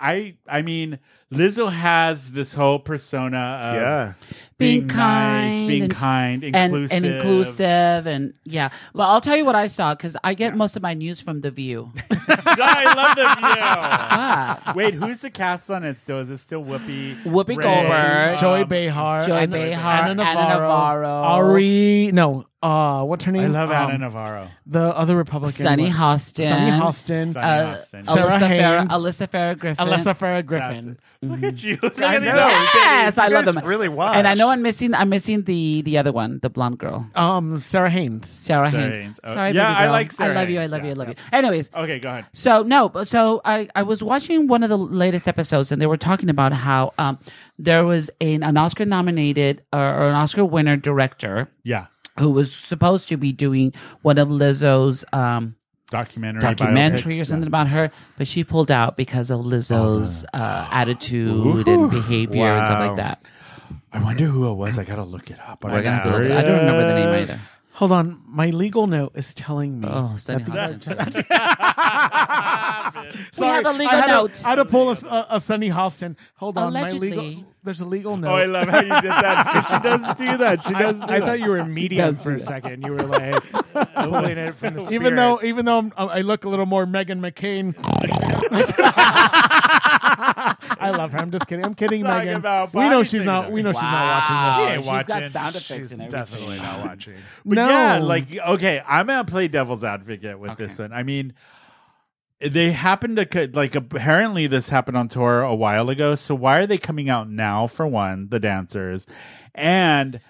[SPEAKER 1] I I mean, Lizzo has this whole persona of
[SPEAKER 4] Yeah.
[SPEAKER 1] being, nice, being kind,
[SPEAKER 3] and,
[SPEAKER 1] inclusive,
[SPEAKER 3] and inclusive, and yeah. Well, I'll tell you what I saw because I get most of my news from
[SPEAKER 1] [laughs]
[SPEAKER 3] The View.
[SPEAKER 1] I
[SPEAKER 3] Ah,
[SPEAKER 1] love the view. Wait, who's the cast on it still? Is it still Whoopi?
[SPEAKER 3] Whoopi
[SPEAKER 1] Ray?
[SPEAKER 3] Goldberg.
[SPEAKER 2] Joy
[SPEAKER 1] Um,
[SPEAKER 2] Behar,
[SPEAKER 3] Joy
[SPEAKER 2] Anna-
[SPEAKER 3] Behar,
[SPEAKER 2] Anna
[SPEAKER 3] Anna
[SPEAKER 2] Navarro,
[SPEAKER 3] Navarro.
[SPEAKER 2] Ari. No, uh, what's her name?
[SPEAKER 1] I love
[SPEAKER 2] Um,
[SPEAKER 1] Anna Navarro.
[SPEAKER 2] The other Republican,
[SPEAKER 3] Sunny
[SPEAKER 2] one.
[SPEAKER 3] Hostin.
[SPEAKER 2] Sunny Hostin,
[SPEAKER 1] Sunny
[SPEAKER 3] Uh,
[SPEAKER 1] Austin.
[SPEAKER 2] Sarah
[SPEAKER 3] Alyssa Farrah,
[SPEAKER 2] Haynes.
[SPEAKER 3] Alyssa Farrah Griffin.
[SPEAKER 2] Alyssa Farah
[SPEAKER 1] That's
[SPEAKER 2] Griffin.
[SPEAKER 1] it. Look at
[SPEAKER 3] Mm-hmm.
[SPEAKER 1] you. Look
[SPEAKER 4] I
[SPEAKER 1] at these
[SPEAKER 4] know.
[SPEAKER 1] other
[SPEAKER 3] Yes,
[SPEAKER 1] bitches.
[SPEAKER 3] I love
[SPEAKER 4] guys
[SPEAKER 3] them.
[SPEAKER 4] really watch.
[SPEAKER 3] And I know I'm missing. I'm missing the the other one, the blonde girl,
[SPEAKER 2] Um, Sarah Haynes.
[SPEAKER 3] Sarah,
[SPEAKER 1] Sarah
[SPEAKER 3] Haynes.
[SPEAKER 1] Haynes. Oh,
[SPEAKER 3] Sorry,
[SPEAKER 1] yeah,
[SPEAKER 3] baby
[SPEAKER 1] I
[SPEAKER 3] girl.
[SPEAKER 1] like Sarah
[SPEAKER 3] I love you. I
[SPEAKER 1] Haynes.
[SPEAKER 3] love you. I
[SPEAKER 1] Yeah,
[SPEAKER 3] love you. Anyways,
[SPEAKER 1] [laughs] Okay, go ahead.
[SPEAKER 3] So no, but so I, I was watching one of the latest episodes and they were talking about how um, there was an, an Oscar nominated or, or an Oscar winner director
[SPEAKER 1] Yeah,
[SPEAKER 3] who was supposed to be doing one of Lizzo's um,
[SPEAKER 1] documentary,
[SPEAKER 3] documentary
[SPEAKER 1] biopic.
[SPEAKER 3] or something about her, but she pulled out because of Lizzo's uh, attitude and behavior and stuff like that.
[SPEAKER 1] I wonder who it was. I gotta look it up.
[SPEAKER 3] We're gonna have to look it. up. I don't remember the name either.
[SPEAKER 2] Hold on, my legal note is telling me.
[SPEAKER 3] Oh, Sunny Hudson. We
[SPEAKER 2] Sorry,
[SPEAKER 3] have a legal
[SPEAKER 2] I had
[SPEAKER 3] note.
[SPEAKER 2] To, I had to pull a, a, a Sunny Hostin. Hold on, my legal.
[SPEAKER 3] Allegedly.
[SPEAKER 2] There's a legal note.
[SPEAKER 1] [laughs] Oh, I love how you did that. she does do that. She
[SPEAKER 4] I,
[SPEAKER 1] does. do
[SPEAKER 4] I
[SPEAKER 1] that.
[SPEAKER 4] thought you were a medium
[SPEAKER 3] does
[SPEAKER 4] for a
[SPEAKER 3] do that.
[SPEAKER 4] second. You were like pulling it from the spirits.
[SPEAKER 2] [laughs] even though, even though I'm, I look a little more Megan McCain. [laughs] I love her. I'm just kidding. I'm kidding,
[SPEAKER 1] Talking
[SPEAKER 2] Megan.
[SPEAKER 1] about
[SPEAKER 2] We know
[SPEAKER 1] body
[SPEAKER 2] she's not.
[SPEAKER 1] shaming.
[SPEAKER 2] We know she's not watching this.
[SPEAKER 3] Wow.
[SPEAKER 1] She ain't
[SPEAKER 3] She's got
[SPEAKER 1] watching.
[SPEAKER 3] sound effects and everything.
[SPEAKER 4] definitely not watching.
[SPEAKER 1] But
[SPEAKER 2] No.
[SPEAKER 1] yeah, like okay, I'm gonna play devil's advocate with this one. I mean, they happened to co- like apparently this happened on tour a while ago. So why are they coming out now? For one, the dancers, and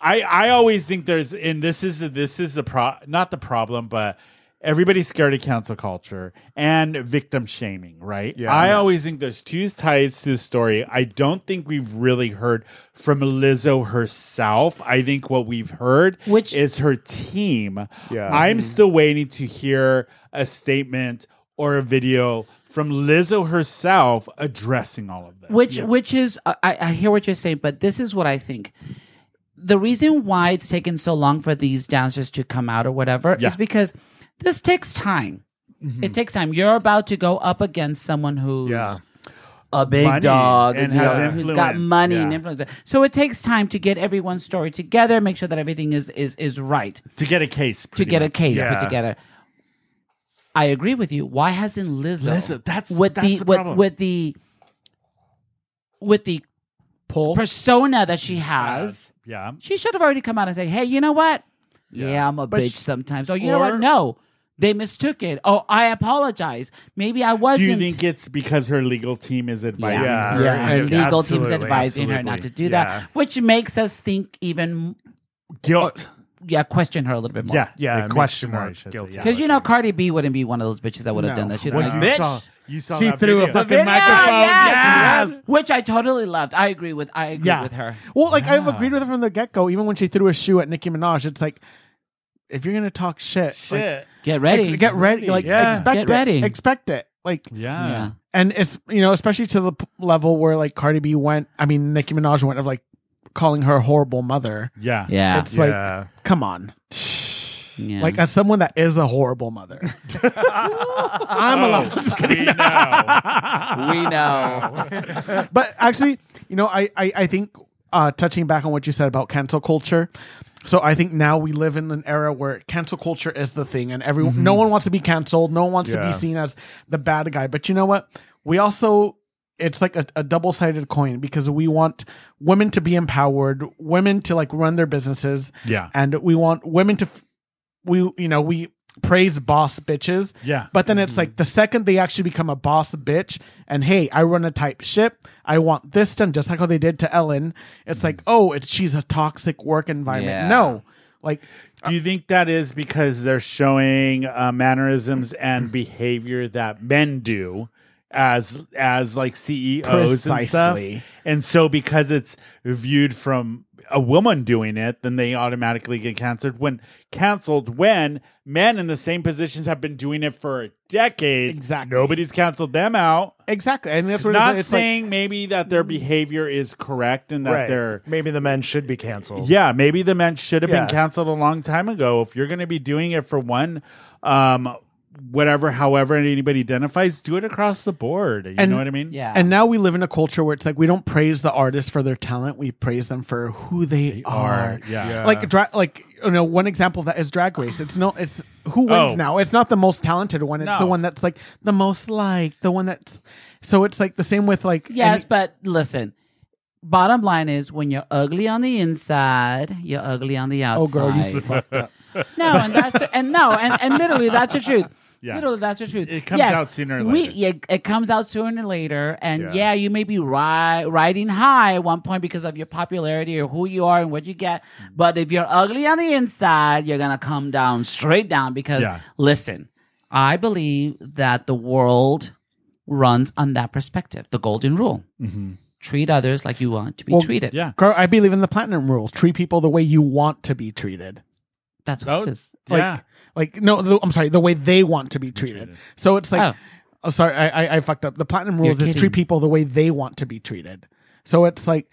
[SPEAKER 1] I I always think there's and this is this is the pro not the problem, but everybody's scared of cancel culture and victim shaming, right?
[SPEAKER 4] Yeah.
[SPEAKER 1] I always think there's two sides to the story. I don't think we've really heard from Lizzo herself. I think what we've heard
[SPEAKER 3] Which- Mm-hmm.
[SPEAKER 1] is her team.
[SPEAKER 4] Yeah.
[SPEAKER 1] I'm still waiting to hear a statement or a video from Lizzo herself addressing all of this.
[SPEAKER 3] which which is I, I hear what you're saying but this is what i think the reason why it's taken so long for these dancers to come out or whatever
[SPEAKER 1] Yeah. Mm-hmm.
[SPEAKER 3] is because this takes time it takes time you're about to go up against someone who's
[SPEAKER 4] Yeah.
[SPEAKER 3] a big
[SPEAKER 1] Money
[SPEAKER 3] dog
[SPEAKER 1] and
[SPEAKER 3] you
[SPEAKER 1] has
[SPEAKER 3] who's got
[SPEAKER 1] influence.
[SPEAKER 3] money
[SPEAKER 1] Yeah.
[SPEAKER 3] and influence so it takes time to get everyone's story together make sure that everything is is is right
[SPEAKER 1] to get a case
[SPEAKER 3] to
[SPEAKER 1] pretty
[SPEAKER 3] get a
[SPEAKER 1] much.
[SPEAKER 3] case
[SPEAKER 4] Yeah.
[SPEAKER 3] put together. I agree with you. Why hasn't Lizzo?
[SPEAKER 1] Lizzo, that's-
[SPEAKER 3] with
[SPEAKER 1] that's
[SPEAKER 3] the,
[SPEAKER 1] the
[SPEAKER 3] with,
[SPEAKER 1] problem.
[SPEAKER 3] with the with the
[SPEAKER 2] Pull.
[SPEAKER 3] persona that she has.
[SPEAKER 1] yeah.
[SPEAKER 3] She should have already come out and say, "Hey, you know what? Yeah, I'm a bitch
[SPEAKER 2] sh-
[SPEAKER 3] sometimes." Or you know what?
[SPEAKER 2] or-
[SPEAKER 3] No, they mistook it. Oh, I apologize. Maybe I
[SPEAKER 1] Do
[SPEAKER 3] wasn't.
[SPEAKER 1] you think it's because her legal team is advising
[SPEAKER 4] Yeah.
[SPEAKER 1] her?
[SPEAKER 4] Yeah.
[SPEAKER 3] Her legal team's
[SPEAKER 4] Absolutely,
[SPEAKER 3] advising her not to
[SPEAKER 4] absolutely.
[SPEAKER 3] do
[SPEAKER 4] Yeah.
[SPEAKER 3] that, which makes us think even,
[SPEAKER 1] Guilt.
[SPEAKER 3] yeah, question her a little bit more.
[SPEAKER 1] yeah,
[SPEAKER 4] Yeah, it
[SPEAKER 1] yeah.
[SPEAKER 4] makes
[SPEAKER 1] Question
[SPEAKER 4] you more
[SPEAKER 1] mark. I should say,
[SPEAKER 4] guilty.
[SPEAKER 1] yeah.
[SPEAKER 3] because you know Cardi B wouldn't be one of those bitches that would have
[SPEAKER 2] No.
[SPEAKER 3] done that. She'd
[SPEAKER 1] Well,
[SPEAKER 3] have been
[SPEAKER 1] you
[SPEAKER 3] like, bitch.
[SPEAKER 1] saw- you saw
[SPEAKER 2] She
[SPEAKER 1] that
[SPEAKER 2] threw a
[SPEAKER 1] video.
[SPEAKER 2] fucking microphone.
[SPEAKER 3] yes!
[SPEAKER 2] Yes.
[SPEAKER 3] Which I totally loved. I agree with. I agree with her.
[SPEAKER 2] Well, like I've agreed with her from the get go. Even when she threw a shoe at Nicki Minaj, it's like if you're gonna talk shit, Like,
[SPEAKER 1] shit.
[SPEAKER 3] Get ready.
[SPEAKER 2] ex- get ready. Like
[SPEAKER 4] Yeah.
[SPEAKER 2] expect
[SPEAKER 3] Get
[SPEAKER 2] it.
[SPEAKER 3] ready.
[SPEAKER 2] Expect it. Like
[SPEAKER 1] Yeah.
[SPEAKER 3] yeah.
[SPEAKER 2] and it's you know especially to the p- level where like Cardi B went. I mean Nicki Minaj went of like calling her a horrible mother.
[SPEAKER 1] Yeah.
[SPEAKER 3] [laughs] Yeah.
[SPEAKER 2] It's
[SPEAKER 4] Yeah.
[SPEAKER 2] like come on.
[SPEAKER 3] yeah.
[SPEAKER 2] Like as someone that is a horrible mother, I'm
[SPEAKER 1] Oh.
[SPEAKER 2] allowed.
[SPEAKER 1] [laughs] We know.
[SPEAKER 2] ah.
[SPEAKER 3] we know.
[SPEAKER 2] [laughs] but actually, you know, I I, I think uh, touching back on what you said about cancel culture. So I think now we live in an era where cancel culture is the thing, and everyone, no one wants to be canceled, no one wants to
[SPEAKER 4] Yeah.
[SPEAKER 2] be seen as the bad guy. But you know what? We also it's like a, a double-sided coin because we want women to be empowered, women to like run their businesses,
[SPEAKER 1] Yeah.
[SPEAKER 2] and we want women to f- we you know we praise boss bitches
[SPEAKER 1] Yeah. Mm-hmm.
[SPEAKER 2] but then it's like the second they actually become a boss bitch and hey i run a type ship i want this done just like how they did to ellen it's like
[SPEAKER 1] Mm-hmm.
[SPEAKER 2] oh it's she's a toxic work environment
[SPEAKER 3] Yeah.
[SPEAKER 2] no like
[SPEAKER 1] Do you think that is because they're showing uh, mannerisms and behavior that men do as as like CEOs and stuff.
[SPEAKER 4] Precisely.
[SPEAKER 1] And so because it's viewed from a woman doing it, then they automatically get canceled when canceled when men in the same positions have been doing it for decades.
[SPEAKER 2] Exactly.
[SPEAKER 1] Nobody's canceled them out.
[SPEAKER 2] Exactly. And that's what
[SPEAKER 1] Not
[SPEAKER 2] it is. It's like-
[SPEAKER 1] saying maybe that their behavior is correct and that they're
[SPEAKER 4] Maybe the men should be canceled.
[SPEAKER 1] yeah, maybe the men should have
[SPEAKER 4] Yeah.
[SPEAKER 1] been canceled a long time ago. If you're going to be doing it for one, um, whatever, however anybody identifies, do it across the board. You
[SPEAKER 2] And-
[SPEAKER 1] know what I mean?
[SPEAKER 3] Yeah.
[SPEAKER 2] And now we live in a culture where it's like we don't praise the artist for their talent; we praise them for who they, are.
[SPEAKER 1] yeah. Yeah.
[SPEAKER 2] Like dra- like you know, one example of that is Drag Race. It's no, it's who wins
[SPEAKER 1] Oh.
[SPEAKER 2] now. It's not the most talented one. It's the
[SPEAKER 1] No.
[SPEAKER 2] one that's like the most liked. The one that's so it's like the same with like
[SPEAKER 3] Yes,
[SPEAKER 2] any-
[SPEAKER 3] but listen. Bottom line is, when you're ugly on the inside, you're ugly on the
[SPEAKER 2] oh
[SPEAKER 3] outside.
[SPEAKER 2] girl, you [laughs] fucked up.
[SPEAKER 3] No, and that's and no, and, and literally that's the truth.
[SPEAKER 1] [laughs] Yeah.
[SPEAKER 3] Literally, that's the truth.
[SPEAKER 1] It comes out sooner or
[SPEAKER 3] We,
[SPEAKER 1] later.
[SPEAKER 3] yeah, it comes out sooner or later, and
[SPEAKER 1] Yeah.
[SPEAKER 3] yeah, you may be ri- riding high at one point because of your popularity or who you are and what you get. But if you're ugly on the inside, you're gonna come down straight down. Because
[SPEAKER 1] Yeah.
[SPEAKER 3] listen, I believe that the world runs on that perspective, the golden rule: treat others like you want to be
[SPEAKER 2] Well,
[SPEAKER 3] treated.
[SPEAKER 1] Mm-hmm. Yeah.
[SPEAKER 2] Girl, I believe in the platinum rule: treat people the way you want to be treated.
[SPEAKER 3] that's
[SPEAKER 1] Oh,
[SPEAKER 3] what it is.
[SPEAKER 2] Like,
[SPEAKER 1] yeah.
[SPEAKER 2] like no, the, I'm sorry, the way they want to be treated. So it's like,
[SPEAKER 3] Oh.
[SPEAKER 2] oh, sorry, I, I I fucked up. The platinum
[SPEAKER 3] You're
[SPEAKER 2] rules is
[SPEAKER 3] kidding.
[SPEAKER 2] treat people the way they want to be treated. So it's like,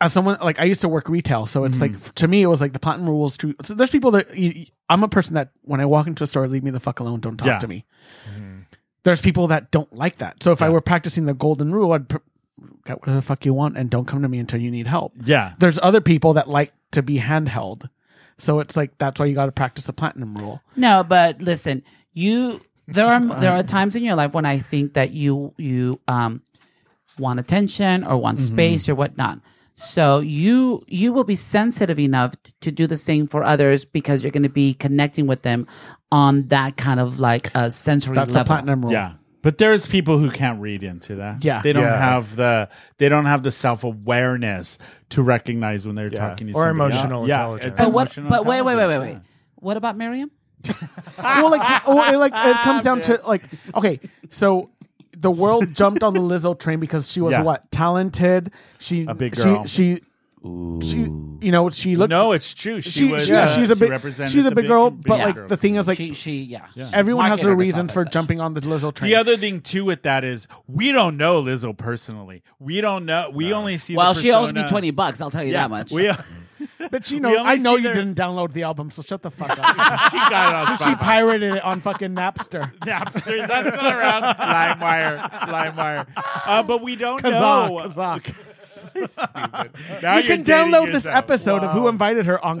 [SPEAKER 2] as someone like I used to work retail, so it's like
[SPEAKER 3] Mm-hmm.
[SPEAKER 2] f- to me it was like the platinum rules. Treat, so there's people that you, you- I'm a person that when I walk into a store, leave me the fuck alone, don't talk
[SPEAKER 1] Yeah.
[SPEAKER 2] to me. Mm-hmm. There's people that don't like that. So if I were practicing the golden rule, I'd pr- get whatever the fuck you want and don't come to me until you need help
[SPEAKER 1] Yeah.
[SPEAKER 2] there's other people that like to be handheld. So it's like that's why you got to practice the platinum rule.
[SPEAKER 3] No, but listen, you there are there are times in your life when I think that you you um want attention or want
[SPEAKER 2] Mm-hmm.
[SPEAKER 3] space or whatnot. So you you will be sensitive enough t- to do the same for others because you're going to be connecting with them on that kind of like a sensory
[SPEAKER 2] That's the
[SPEAKER 3] level.
[SPEAKER 2] platinum rule.
[SPEAKER 1] Yeah. But there's people who can't read into that.
[SPEAKER 2] Yeah.
[SPEAKER 1] They don't
[SPEAKER 4] Yeah.
[SPEAKER 1] have the they don't have the self awareness to recognize when they're talking to
[SPEAKER 4] Or
[SPEAKER 1] somebody
[SPEAKER 4] emotional
[SPEAKER 1] else. Yeah.
[SPEAKER 4] intelligence.
[SPEAKER 1] It's
[SPEAKER 3] But what?
[SPEAKER 1] emotional
[SPEAKER 3] But wait, wait, wait, wait,
[SPEAKER 1] intelligence,
[SPEAKER 3] wait. What about Miriam?
[SPEAKER 2] well, like, well, it, like it
[SPEAKER 1] [laughs]
[SPEAKER 2] comes down to like, okay, so the world jumped on the Lizzo train because she was
[SPEAKER 1] Yeah.
[SPEAKER 2] what talented. She a
[SPEAKER 1] big girl.
[SPEAKER 2] She she, she you know she
[SPEAKER 1] yeah.
[SPEAKER 2] looks.
[SPEAKER 1] No, it's true. She,
[SPEAKER 2] she,
[SPEAKER 1] was
[SPEAKER 2] yeah,
[SPEAKER 1] uh,
[SPEAKER 2] she's a
[SPEAKER 1] she
[SPEAKER 2] big
[SPEAKER 1] represented
[SPEAKER 2] she's a
[SPEAKER 1] the
[SPEAKER 2] big girl. But
[SPEAKER 1] big
[SPEAKER 2] like
[SPEAKER 1] girl.
[SPEAKER 2] the thing is like
[SPEAKER 3] she she yeah.
[SPEAKER 2] everyone has
[SPEAKER 3] Marketed
[SPEAKER 2] their
[SPEAKER 3] herself
[SPEAKER 2] reasons
[SPEAKER 3] as
[SPEAKER 2] for
[SPEAKER 3] such.
[SPEAKER 2] jumping on the Lizzo train.
[SPEAKER 1] The other thing too with that is we don't know Lizzo personally. We don't know. We only see.
[SPEAKER 3] Well,
[SPEAKER 1] the
[SPEAKER 3] she owes me
[SPEAKER 1] persona-
[SPEAKER 3] twenty bucks. I'll tell you
[SPEAKER 1] Yeah,
[SPEAKER 3] that much.
[SPEAKER 1] We, [laughs] she
[SPEAKER 2] but you
[SPEAKER 1] We
[SPEAKER 2] know,
[SPEAKER 1] only
[SPEAKER 2] I know
[SPEAKER 1] see
[SPEAKER 2] you
[SPEAKER 1] their-
[SPEAKER 2] didn't download the album, so shut the
[SPEAKER 1] [laughs]
[SPEAKER 2] fuck up.
[SPEAKER 1] got it on
[SPEAKER 2] she
[SPEAKER 1] Spotify. [laughs]
[SPEAKER 2] pirated it on fucking Napster.
[SPEAKER 1] Napster is that still around? LimeWire, LimeWire. Uh, but we don't know.
[SPEAKER 2] Kazaa,
[SPEAKER 1] Kazaa. Now
[SPEAKER 2] you
[SPEAKER 1] you're
[SPEAKER 2] can
[SPEAKER 1] dating
[SPEAKER 2] download this
[SPEAKER 1] yourself.
[SPEAKER 2] episode of Who Invited Her on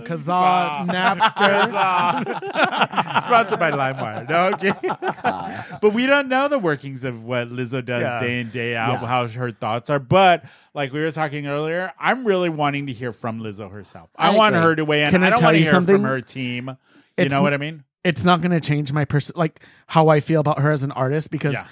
[SPEAKER 1] [laughs]
[SPEAKER 2] Kazaa, Napster.
[SPEAKER 1] Kazaa. [laughs] Sponsored by LimeWire. No, okay. but we don't know the workings of what Lizzo does
[SPEAKER 4] Yeah.
[SPEAKER 1] day in, day out,
[SPEAKER 3] Yeah.
[SPEAKER 1] how her thoughts are. But like we were talking earlier, I'm really wanting to hear from Lizzo herself. I,
[SPEAKER 3] I
[SPEAKER 1] want
[SPEAKER 3] agree.
[SPEAKER 1] her to weigh in.
[SPEAKER 2] Can I
[SPEAKER 1] don't
[SPEAKER 2] tell
[SPEAKER 1] want to
[SPEAKER 2] you
[SPEAKER 1] hear
[SPEAKER 2] something?
[SPEAKER 1] from her team. You
[SPEAKER 2] It's
[SPEAKER 1] know
[SPEAKER 2] n-
[SPEAKER 1] what I mean?
[SPEAKER 2] It's not going to change my person, like how I feel about her as an artist, because
[SPEAKER 1] Yeah.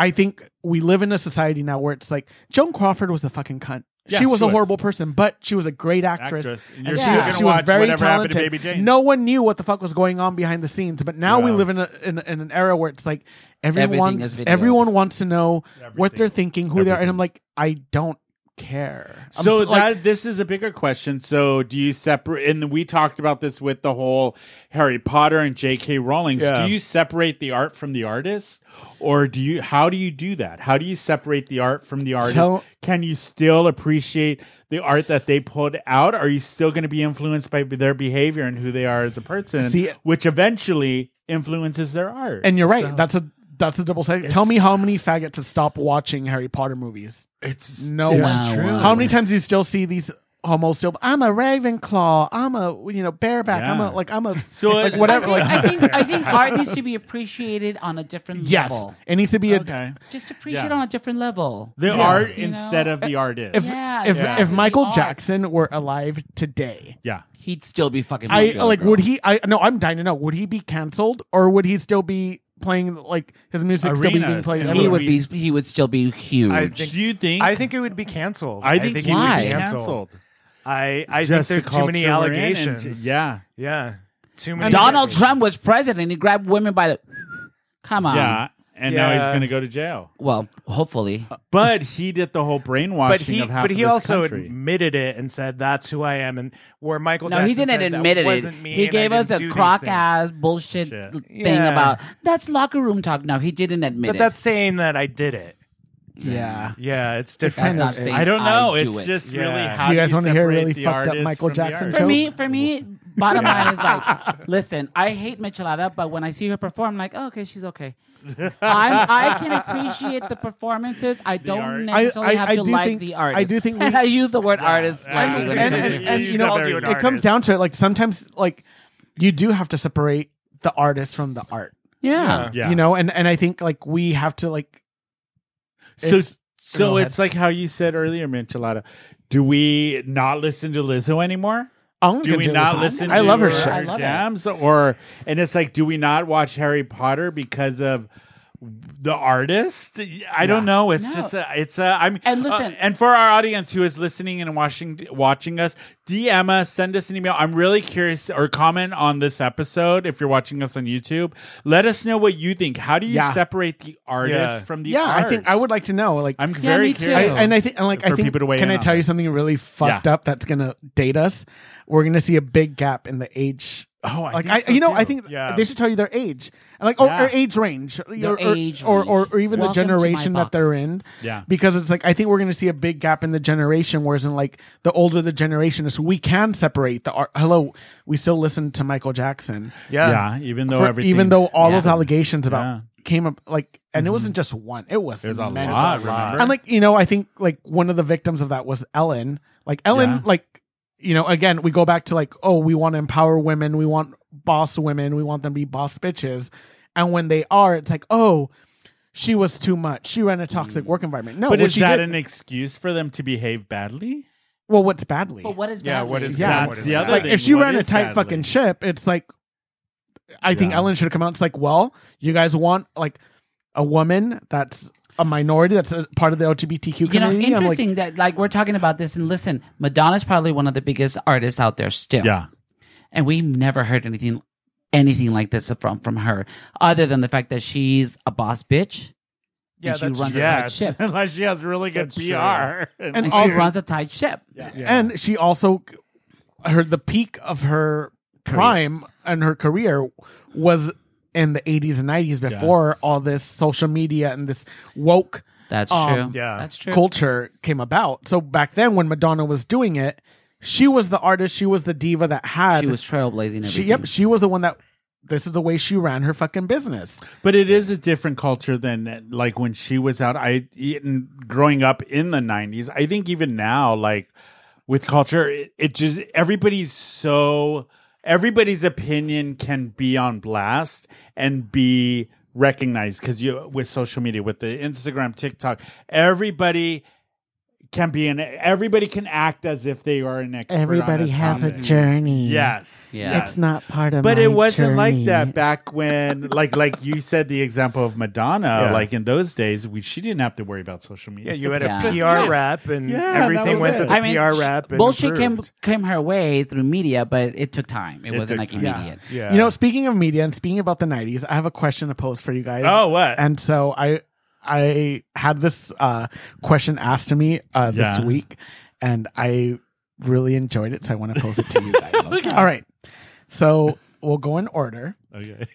[SPEAKER 2] I think we live in a society now where it's like Joan Crawford was a fucking cunt.
[SPEAKER 1] Yeah,
[SPEAKER 2] she was
[SPEAKER 1] she
[SPEAKER 2] a
[SPEAKER 1] was.
[SPEAKER 2] horrible person, but she was a great actress.
[SPEAKER 1] Actress. And
[SPEAKER 2] and
[SPEAKER 1] you're
[SPEAKER 2] she,
[SPEAKER 3] still gonna
[SPEAKER 2] she was
[SPEAKER 1] watch
[SPEAKER 2] very
[SPEAKER 1] Whatever Happened to
[SPEAKER 2] talented.
[SPEAKER 1] Baby Jane.
[SPEAKER 2] No one knew what the fuck was going on behind the scenes, but now we
[SPEAKER 1] Yeah.
[SPEAKER 2] live in, a, in in an era where it's like
[SPEAKER 3] Everything
[SPEAKER 2] everyone
[SPEAKER 3] is videoed.
[SPEAKER 2] everyone wants to know what
[SPEAKER 1] Everything.
[SPEAKER 2] they're thinking, who they are, and
[SPEAKER 1] Everything.
[SPEAKER 2] I'm like, I don't care. I'm
[SPEAKER 1] so
[SPEAKER 2] s- like,
[SPEAKER 1] that this is a bigger question. So do you separate? And we talked about this with the whole Harry Potter and J.K. Rowling.
[SPEAKER 4] Yeah.
[SPEAKER 1] Do you separate the art from the artist, or do you? How do you do that? How do you separate the art from the artist?
[SPEAKER 2] Tell-
[SPEAKER 1] Can you still appreciate the art that they pulled out? Are you still going to be influenced by their behavior and who they are as a person,
[SPEAKER 2] See-
[SPEAKER 1] which eventually influences their art?
[SPEAKER 2] And you're right.
[SPEAKER 1] So-
[SPEAKER 2] that's a that's a double sided. Tell me how many faggots have stopped watching Harry Potter movies.
[SPEAKER 1] it's
[SPEAKER 2] No
[SPEAKER 4] It's
[SPEAKER 2] one.
[SPEAKER 4] true.
[SPEAKER 2] How many times do you still see these homos still? I'm a Ravenclaw. I'm a you know bareback. I'm
[SPEAKER 1] Yeah.
[SPEAKER 2] a like I'm a
[SPEAKER 1] So
[SPEAKER 2] like
[SPEAKER 1] it-
[SPEAKER 2] whatever. Like
[SPEAKER 3] I think, I think I
[SPEAKER 4] [laughs]
[SPEAKER 3] think art needs to be appreciated on a different
[SPEAKER 2] [laughs] yes,
[SPEAKER 3] level.
[SPEAKER 2] it needs to be a.
[SPEAKER 1] okay.
[SPEAKER 3] Just appreciate
[SPEAKER 1] Yeah.
[SPEAKER 3] on a different level.
[SPEAKER 1] The
[SPEAKER 2] Yeah.
[SPEAKER 1] art
[SPEAKER 3] You
[SPEAKER 1] instead
[SPEAKER 3] know?
[SPEAKER 1] of the artist.
[SPEAKER 2] If
[SPEAKER 3] Yeah,
[SPEAKER 2] if
[SPEAKER 1] exactly.
[SPEAKER 2] if Michael
[SPEAKER 3] Art.
[SPEAKER 2] Jackson were alive today,
[SPEAKER 1] yeah.
[SPEAKER 3] He'd still be fucking.
[SPEAKER 2] I
[SPEAKER 3] Margot,
[SPEAKER 2] like
[SPEAKER 3] girl.
[SPEAKER 2] would he? I no, I'm dying to know. Would he be canceled or would he still be playing like his music still be being
[SPEAKER 1] Arenas.
[SPEAKER 2] played?
[SPEAKER 1] He
[SPEAKER 3] He
[SPEAKER 2] everywhere?
[SPEAKER 3] would be. He would still be huge.
[SPEAKER 4] I
[SPEAKER 1] Do
[SPEAKER 4] think-
[SPEAKER 1] you think?
[SPEAKER 4] I think it would be canceled.
[SPEAKER 1] I think,
[SPEAKER 4] it would
[SPEAKER 3] why?
[SPEAKER 4] be
[SPEAKER 3] Why?
[SPEAKER 4] canceled. I, I think
[SPEAKER 1] Just
[SPEAKER 4] there are
[SPEAKER 1] the
[SPEAKER 4] too many
[SPEAKER 1] culture we're in and
[SPEAKER 4] allegations.
[SPEAKER 1] ju- yeah.
[SPEAKER 4] Yeah. Too many.
[SPEAKER 2] And
[SPEAKER 3] Donald
[SPEAKER 4] allegations.
[SPEAKER 3] Trump was president. He grabbed women by the. Come on.
[SPEAKER 1] um, yeah. and now he's
[SPEAKER 4] Yeah. Uh,
[SPEAKER 1] going to go to jail.
[SPEAKER 3] Well, hopefully.
[SPEAKER 1] But he did the whole brainwashing
[SPEAKER 4] but he,
[SPEAKER 1] of half
[SPEAKER 4] but
[SPEAKER 1] of
[SPEAKER 4] he
[SPEAKER 1] this
[SPEAKER 4] also
[SPEAKER 1] country.
[SPEAKER 4] admitted it and said that's who I am, and where Michael.
[SPEAKER 3] No,
[SPEAKER 4] Jackson
[SPEAKER 3] he didn't
[SPEAKER 4] said, "That
[SPEAKER 3] admit it.
[SPEAKER 4] wasn't me
[SPEAKER 3] He
[SPEAKER 4] and I
[SPEAKER 3] gave us
[SPEAKER 4] didn't
[SPEAKER 3] a
[SPEAKER 4] do these
[SPEAKER 3] crock
[SPEAKER 4] things."
[SPEAKER 3] ass bullshit
[SPEAKER 1] Shit.
[SPEAKER 3] thing
[SPEAKER 4] Yeah.
[SPEAKER 3] about that's locker room talk. No, he didn't admit
[SPEAKER 4] But
[SPEAKER 3] it.
[SPEAKER 4] that's saying that I did it.
[SPEAKER 2] Yeah.
[SPEAKER 4] Yeah, it's
[SPEAKER 3] That's
[SPEAKER 4] different.
[SPEAKER 3] not saying
[SPEAKER 1] I don't know.
[SPEAKER 3] I do
[SPEAKER 1] it's
[SPEAKER 3] it.
[SPEAKER 1] just
[SPEAKER 4] Yeah.
[SPEAKER 1] really
[SPEAKER 4] Do
[SPEAKER 1] how
[SPEAKER 2] you guys
[SPEAKER 1] want
[SPEAKER 2] wanna
[SPEAKER 1] to
[SPEAKER 2] hear a really fucked up Michael Jackson
[SPEAKER 3] for
[SPEAKER 2] joke?
[SPEAKER 3] me, for me, bottom line is
[SPEAKER 2] [laughs]
[SPEAKER 3] like, listen, I hate Michelada, but when I see her perform, I'm like, oh, okay, she's okay. I'm, I can appreciate the performances. I don't
[SPEAKER 1] art.
[SPEAKER 3] necessarily
[SPEAKER 2] I- I-
[SPEAKER 3] have
[SPEAKER 2] I
[SPEAKER 3] to
[SPEAKER 2] do
[SPEAKER 3] like
[SPEAKER 2] think-
[SPEAKER 3] the
[SPEAKER 2] I
[SPEAKER 3] artist. [laughs]
[SPEAKER 2] do think
[SPEAKER 3] and
[SPEAKER 2] we-
[SPEAKER 3] I use the word artist lightly when it
[SPEAKER 1] And-
[SPEAKER 3] comes
[SPEAKER 1] and-
[SPEAKER 3] to
[SPEAKER 1] and,
[SPEAKER 3] music.
[SPEAKER 1] you know, it
[SPEAKER 2] it comes down to it. Like sometimes, like you do have to separate the artist from the art.
[SPEAKER 3] yeah.
[SPEAKER 1] Yeah.
[SPEAKER 2] You know, and and I think like we have to like.
[SPEAKER 1] so
[SPEAKER 2] it's-
[SPEAKER 1] so
[SPEAKER 2] go ahead.
[SPEAKER 1] it's like how you said earlier, Michelada. Do we not listen to Lizzo anymore?
[SPEAKER 2] I'm
[SPEAKER 1] Do we not listen?
[SPEAKER 2] I
[SPEAKER 1] to
[SPEAKER 2] love her
[SPEAKER 1] her
[SPEAKER 2] shit.
[SPEAKER 3] I love it.
[SPEAKER 1] jams, or and it's like, do we not watch Harry Potter because of the artist? I don't know. It's
[SPEAKER 3] No.
[SPEAKER 1] just a, it's a. I'm
[SPEAKER 3] And listen-
[SPEAKER 1] uh, and for our audience who is listening and watching watching us, DM us, send us an email. I'm really curious, or comment on this episode if you're watching us on YouTube. Let us know what you think. How do you
[SPEAKER 2] Yeah.
[SPEAKER 1] separate the artist
[SPEAKER 4] Yeah.
[SPEAKER 1] from the
[SPEAKER 2] Yeah,
[SPEAKER 1] art?
[SPEAKER 2] I think I would like to know. Like,
[SPEAKER 1] I'm
[SPEAKER 3] Yeah,
[SPEAKER 1] very
[SPEAKER 3] me
[SPEAKER 1] curious.
[SPEAKER 2] I,
[SPEAKER 3] too.
[SPEAKER 2] and I think, and like, I
[SPEAKER 1] For
[SPEAKER 2] think.
[SPEAKER 1] people to weigh
[SPEAKER 2] Can
[SPEAKER 1] in
[SPEAKER 2] I
[SPEAKER 1] on
[SPEAKER 2] tell you
[SPEAKER 1] this.
[SPEAKER 2] something really fucked
[SPEAKER 1] Yeah.
[SPEAKER 2] up that's gonna date us? We're gonna see a big gap in the age.
[SPEAKER 1] Oh, I
[SPEAKER 2] like
[SPEAKER 1] think
[SPEAKER 2] I,
[SPEAKER 1] so
[SPEAKER 2] you know,
[SPEAKER 1] too.
[SPEAKER 2] I think
[SPEAKER 4] Yeah.
[SPEAKER 2] they should tell you their age, and like, oh,
[SPEAKER 1] Yeah.
[SPEAKER 2] or age range,
[SPEAKER 3] Their
[SPEAKER 2] or, or-
[SPEAKER 3] age
[SPEAKER 2] or, or
[SPEAKER 3] range.
[SPEAKER 2] or even the
[SPEAKER 3] Welcome to my
[SPEAKER 2] generation that they're
[SPEAKER 3] box.
[SPEAKER 2] in.
[SPEAKER 1] Yeah.
[SPEAKER 2] because it's like I think we're gonna see a big gap in the generation, whereas in like the older the generation is, we can separate the art. Hello, we still listen to Michael Jackson.
[SPEAKER 4] Yeah.
[SPEAKER 1] yeah, even though
[SPEAKER 2] For-
[SPEAKER 1] everything,
[SPEAKER 2] even though all
[SPEAKER 3] Yeah.
[SPEAKER 2] those allegations about
[SPEAKER 1] Yeah. Mm-hmm.
[SPEAKER 2] came up, like, and it wasn't just one; it was
[SPEAKER 1] there's a
[SPEAKER 2] many.
[SPEAKER 1] lot. Remember,
[SPEAKER 2] And like you know, I think like one of the victims of that was Ellen. Like Ellen,
[SPEAKER 1] Yeah.
[SPEAKER 2] like you know, again, we go back to like, oh, we want to empower women, we want boss women, we want them to be boss bitches, and when they are, it's like, oh, she was too much. She ran a toxic work environment. No,
[SPEAKER 1] Mm. but
[SPEAKER 2] what
[SPEAKER 1] is
[SPEAKER 2] oh, she
[SPEAKER 1] that
[SPEAKER 2] did-
[SPEAKER 1] an excuse for them to behave badly?
[SPEAKER 2] well? What's badly?
[SPEAKER 3] But what is
[SPEAKER 4] Yeah,
[SPEAKER 3] badly?
[SPEAKER 4] what is
[SPEAKER 2] Yeah.
[SPEAKER 4] what
[SPEAKER 1] That's
[SPEAKER 4] is
[SPEAKER 1] the
[SPEAKER 4] that?
[SPEAKER 1] other
[SPEAKER 2] like
[SPEAKER 1] thing.
[SPEAKER 2] if she
[SPEAKER 1] What
[SPEAKER 2] ran a
[SPEAKER 1] is
[SPEAKER 2] tight
[SPEAKER 1] badly?
[SPEAKER 2] fucking ship, it's like I think
[SPEAKER 1] Yeah.
[SPEAKER 2] Ellen should have come out. It's like, well, you guys want like a woman that's a minority that's a part of the LGBTQ
[SPEAKER 3] You know,
[SPEAKER 2] community. I'm like,
[SPEAKER 3] interesting that like we're talking about this, and listen, Madonna's probably one of the biggest artists out there still.
[SPEAKER 1] Yeah.
[SPEAKER 3] and we never heard anything anything like this from from her other than the fact that she's a boss bitch
[SPEAKER 4] Yeah,
[SPEAKER 3] and she
[SPEAKER 4] that's-
[SPEAKER 3] runs
[SPEAKER 4] yeah,
[SPEAKER 3] a tight
[SPEAKER 1] Yeah,
[SPEAKER 4] [laughs]
[SPEAKER 3] ship
[SPEAKER 1] [laughs] unless she has really good
[SPEAKER 4] That's
[SPEAKER 1] PR.
[SPEAKER 4] true.
[SPEAKER 1] And,
[SPEAKER 3] and
[SPEAKER 2] And also-
[SPEAKER 3] she runs a tight ship
[SPEAKER 2] and she also her the peak of her prime and her career was in the 80s and 90s before all this social media and this woke
[SPEAKER 3] that's
[SPEAKER 2] Um,
[SPEAKER 3] true
[SPEAKER 4] yeah.
[SPEAKER 3] that's true
[SPEAKER 2] culture came about. So back then, when Madonna was doing it, she was the artist, she was the diva that had
[SPEAKER 3] she was trailblazing everything.
[SPEAKER 2] She, yep, she was the one that. This is the way she ran her fucking business.
[SPEAKER 1] but it is a different culture than like when she was out. I in, growing up in the '90s. I think even now, like with culture, it, it just everybody's so everybody's opinion can be on blast and be recognized because you with social media with the Instagram, TikTok, everybody can be an everybody can act as if they are an expert. on a topic.
[SPEAKER 2] journey.
[SPEAKER 1] Yes.
[SPEAKER 3] Yeah. It's
[SPEAKER 2] not part of.
[SPEAKER 1] But it wasn't like that back when, like, like you said, the example of Madonna.
[SPEAKER 4] Yeah.
[SPEAKER 1] Like in those days, we, she didn't have to worry about social media.
[SPEAKER 4] Yeah, you had
[SPEAKER 3] Yeah.
[SPEAKER 4] a PR rap, and
[SPEAKER 1] Yeah, that
[SPEAKER 4] everything
[SPEAKER 1] was
[SPEAKER 4] went
[SPEAKER 1] it.
[SPEAKER 4] to the
[SPEAKER 3] I mean,
[SPEAKER 4] PR
[SPEAKER 3] sh-
[SPEAKER 4] rap. And
[SPEAKER 3] bullshit came,
[SPEAKER 4] improved.
[SPEAKER 3] came her way through media, but it took time. It,
[SPEAKER 1] It
[SPEAKER 3] wasn't
[SPEAKER 1] took
[SPEAKER 3] like
[SPEAKER 1] time.
[SPEAKER 3] immediate.
[SPEAKER 4] Yeah,
[SPEAKER 2] You know, speaking of media and speaking about the '90s, I have a question to pose for you guys.
[SPEAKER 1] oh, what?
[SPEAKER 2] and so I I had this uh, question asked to me uh, this
[SPEAKER 1] Yeah.
[SPEAKER 2] week, and I really enjoyed it, so I want to pose it to
[SPEAKER 1] [laughs]
[SPEAKER 2] you guys. All right, so we'll go in order. [laughs]
[SPEAKER 1] okay.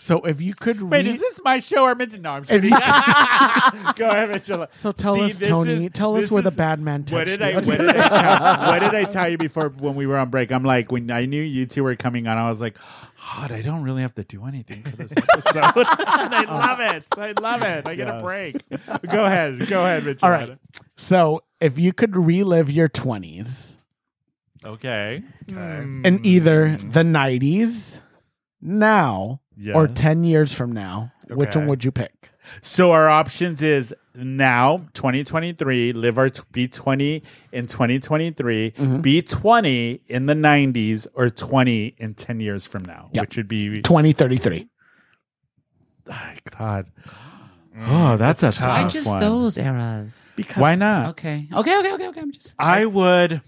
[SPEAKER 2] So if you could
[SPEAKER 1] Wait,
[SPEAKER 2] read,
[SPEAKER 1] is this my show or Mitchell? No, I'm [laughs]
[SPEAKER 2] If
[SPEAKER 1] kidding.
[SPEAKER 2] you-
[SPEAKER 1] [laughs] Go ahead, Mitchell.
[SPEAKER 2] so tell
[SPEAKER 1] See,
[SPEAKER 2] us,
[SPEAKER 1] this
[SPEAKER 2] Tony,
[SPEAKER 1] is-
[SPEAKER 2] tell us
[SPEAKER 1] this
[SPEAKER 2] where the
[SPEAKER 1] is-
[SPEAKER 2] bad man touched
[SPEAKER 1] What did,
[SPEAKER 2] you.
[SPEAKER 1] I, what, did I tell, what did I tell you before when we were on break? I'm like, when I knew you two were coming on, I was like, hot, I don't really have to do anything for
[SPEAKER 2] [laughs]
[SPEAKER 1] this episode. [laughs] and I love it. I love it. I get a break. Go ahead. Go ahead, Mitchell.
[SPEAKER 2] All right. [laughs] So if you could relive your twenties
[SPEAKER 1] Okay.
[SPEAKER 4] Mm.
[SPEAKER 1] Hmm.
[SPEAKER 2] in either the nineties, now, or
[SPEAKER 1] Yeah.
[SPEAKER 2] ten years from now, which
[SPEAKER 4] Okay.
[SPEAKER 2] one would you pick?
[SPEAKER 1] So our options is now 2023, live our t- be 20 in 2023, be 20 in the 90s, or 20 in 10 years from now,
[SPEAKER 2] Yeah.
[SPEAKER 1] which would be
[SPEAKER 2] Twenty thirty three.
[SPEAKER 1] [sighs]
[SPEAKER 2] [laughs]
[SPEAKER 1] my God. Oh, that's, a tough
[SPEAKER 3] Why just
[SPEAKER 1] one.
[SPEAKER 3] those eras?
[SPEAKER 2] Because
[SPEAKER 1] Why not?
[SPEAKER 3] Okay. Okay, okay, okay, okay. I'm just.
[SPEAKER 1] I would.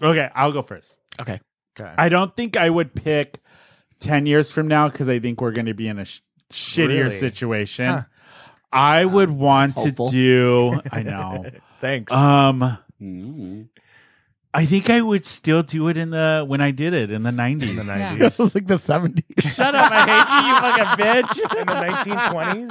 [SPEAKER 1] Okay, I'll go first.
[SPEAKER 2] Okay.
[SPEAKER 1] I don't think I would pick 10 years from now because I think we're going to be in a sh- shittier
[SPEAKER 4] Really?
[SPEAKER 1] situation. I would want to
[SPEAKER 3] hopeful.
[SPEAKER 1] do. I know.
[SPEAKER 4] Thanks.
[SPEAKER 1] Um,
[SPEAKER 3] Mm.
[SPEAKER 1] I think I would still do it in the when I did it in the nineties.
[SPEAKER 4] in the
[SPEAKER 3] yeah.
[SPEAKER 4] 90s.
[SPEAKER 2] was like the 70s.
[SPEAKER 1] [laughs] Shut up! I hate you, you fucking
[SPEAKER 4] in the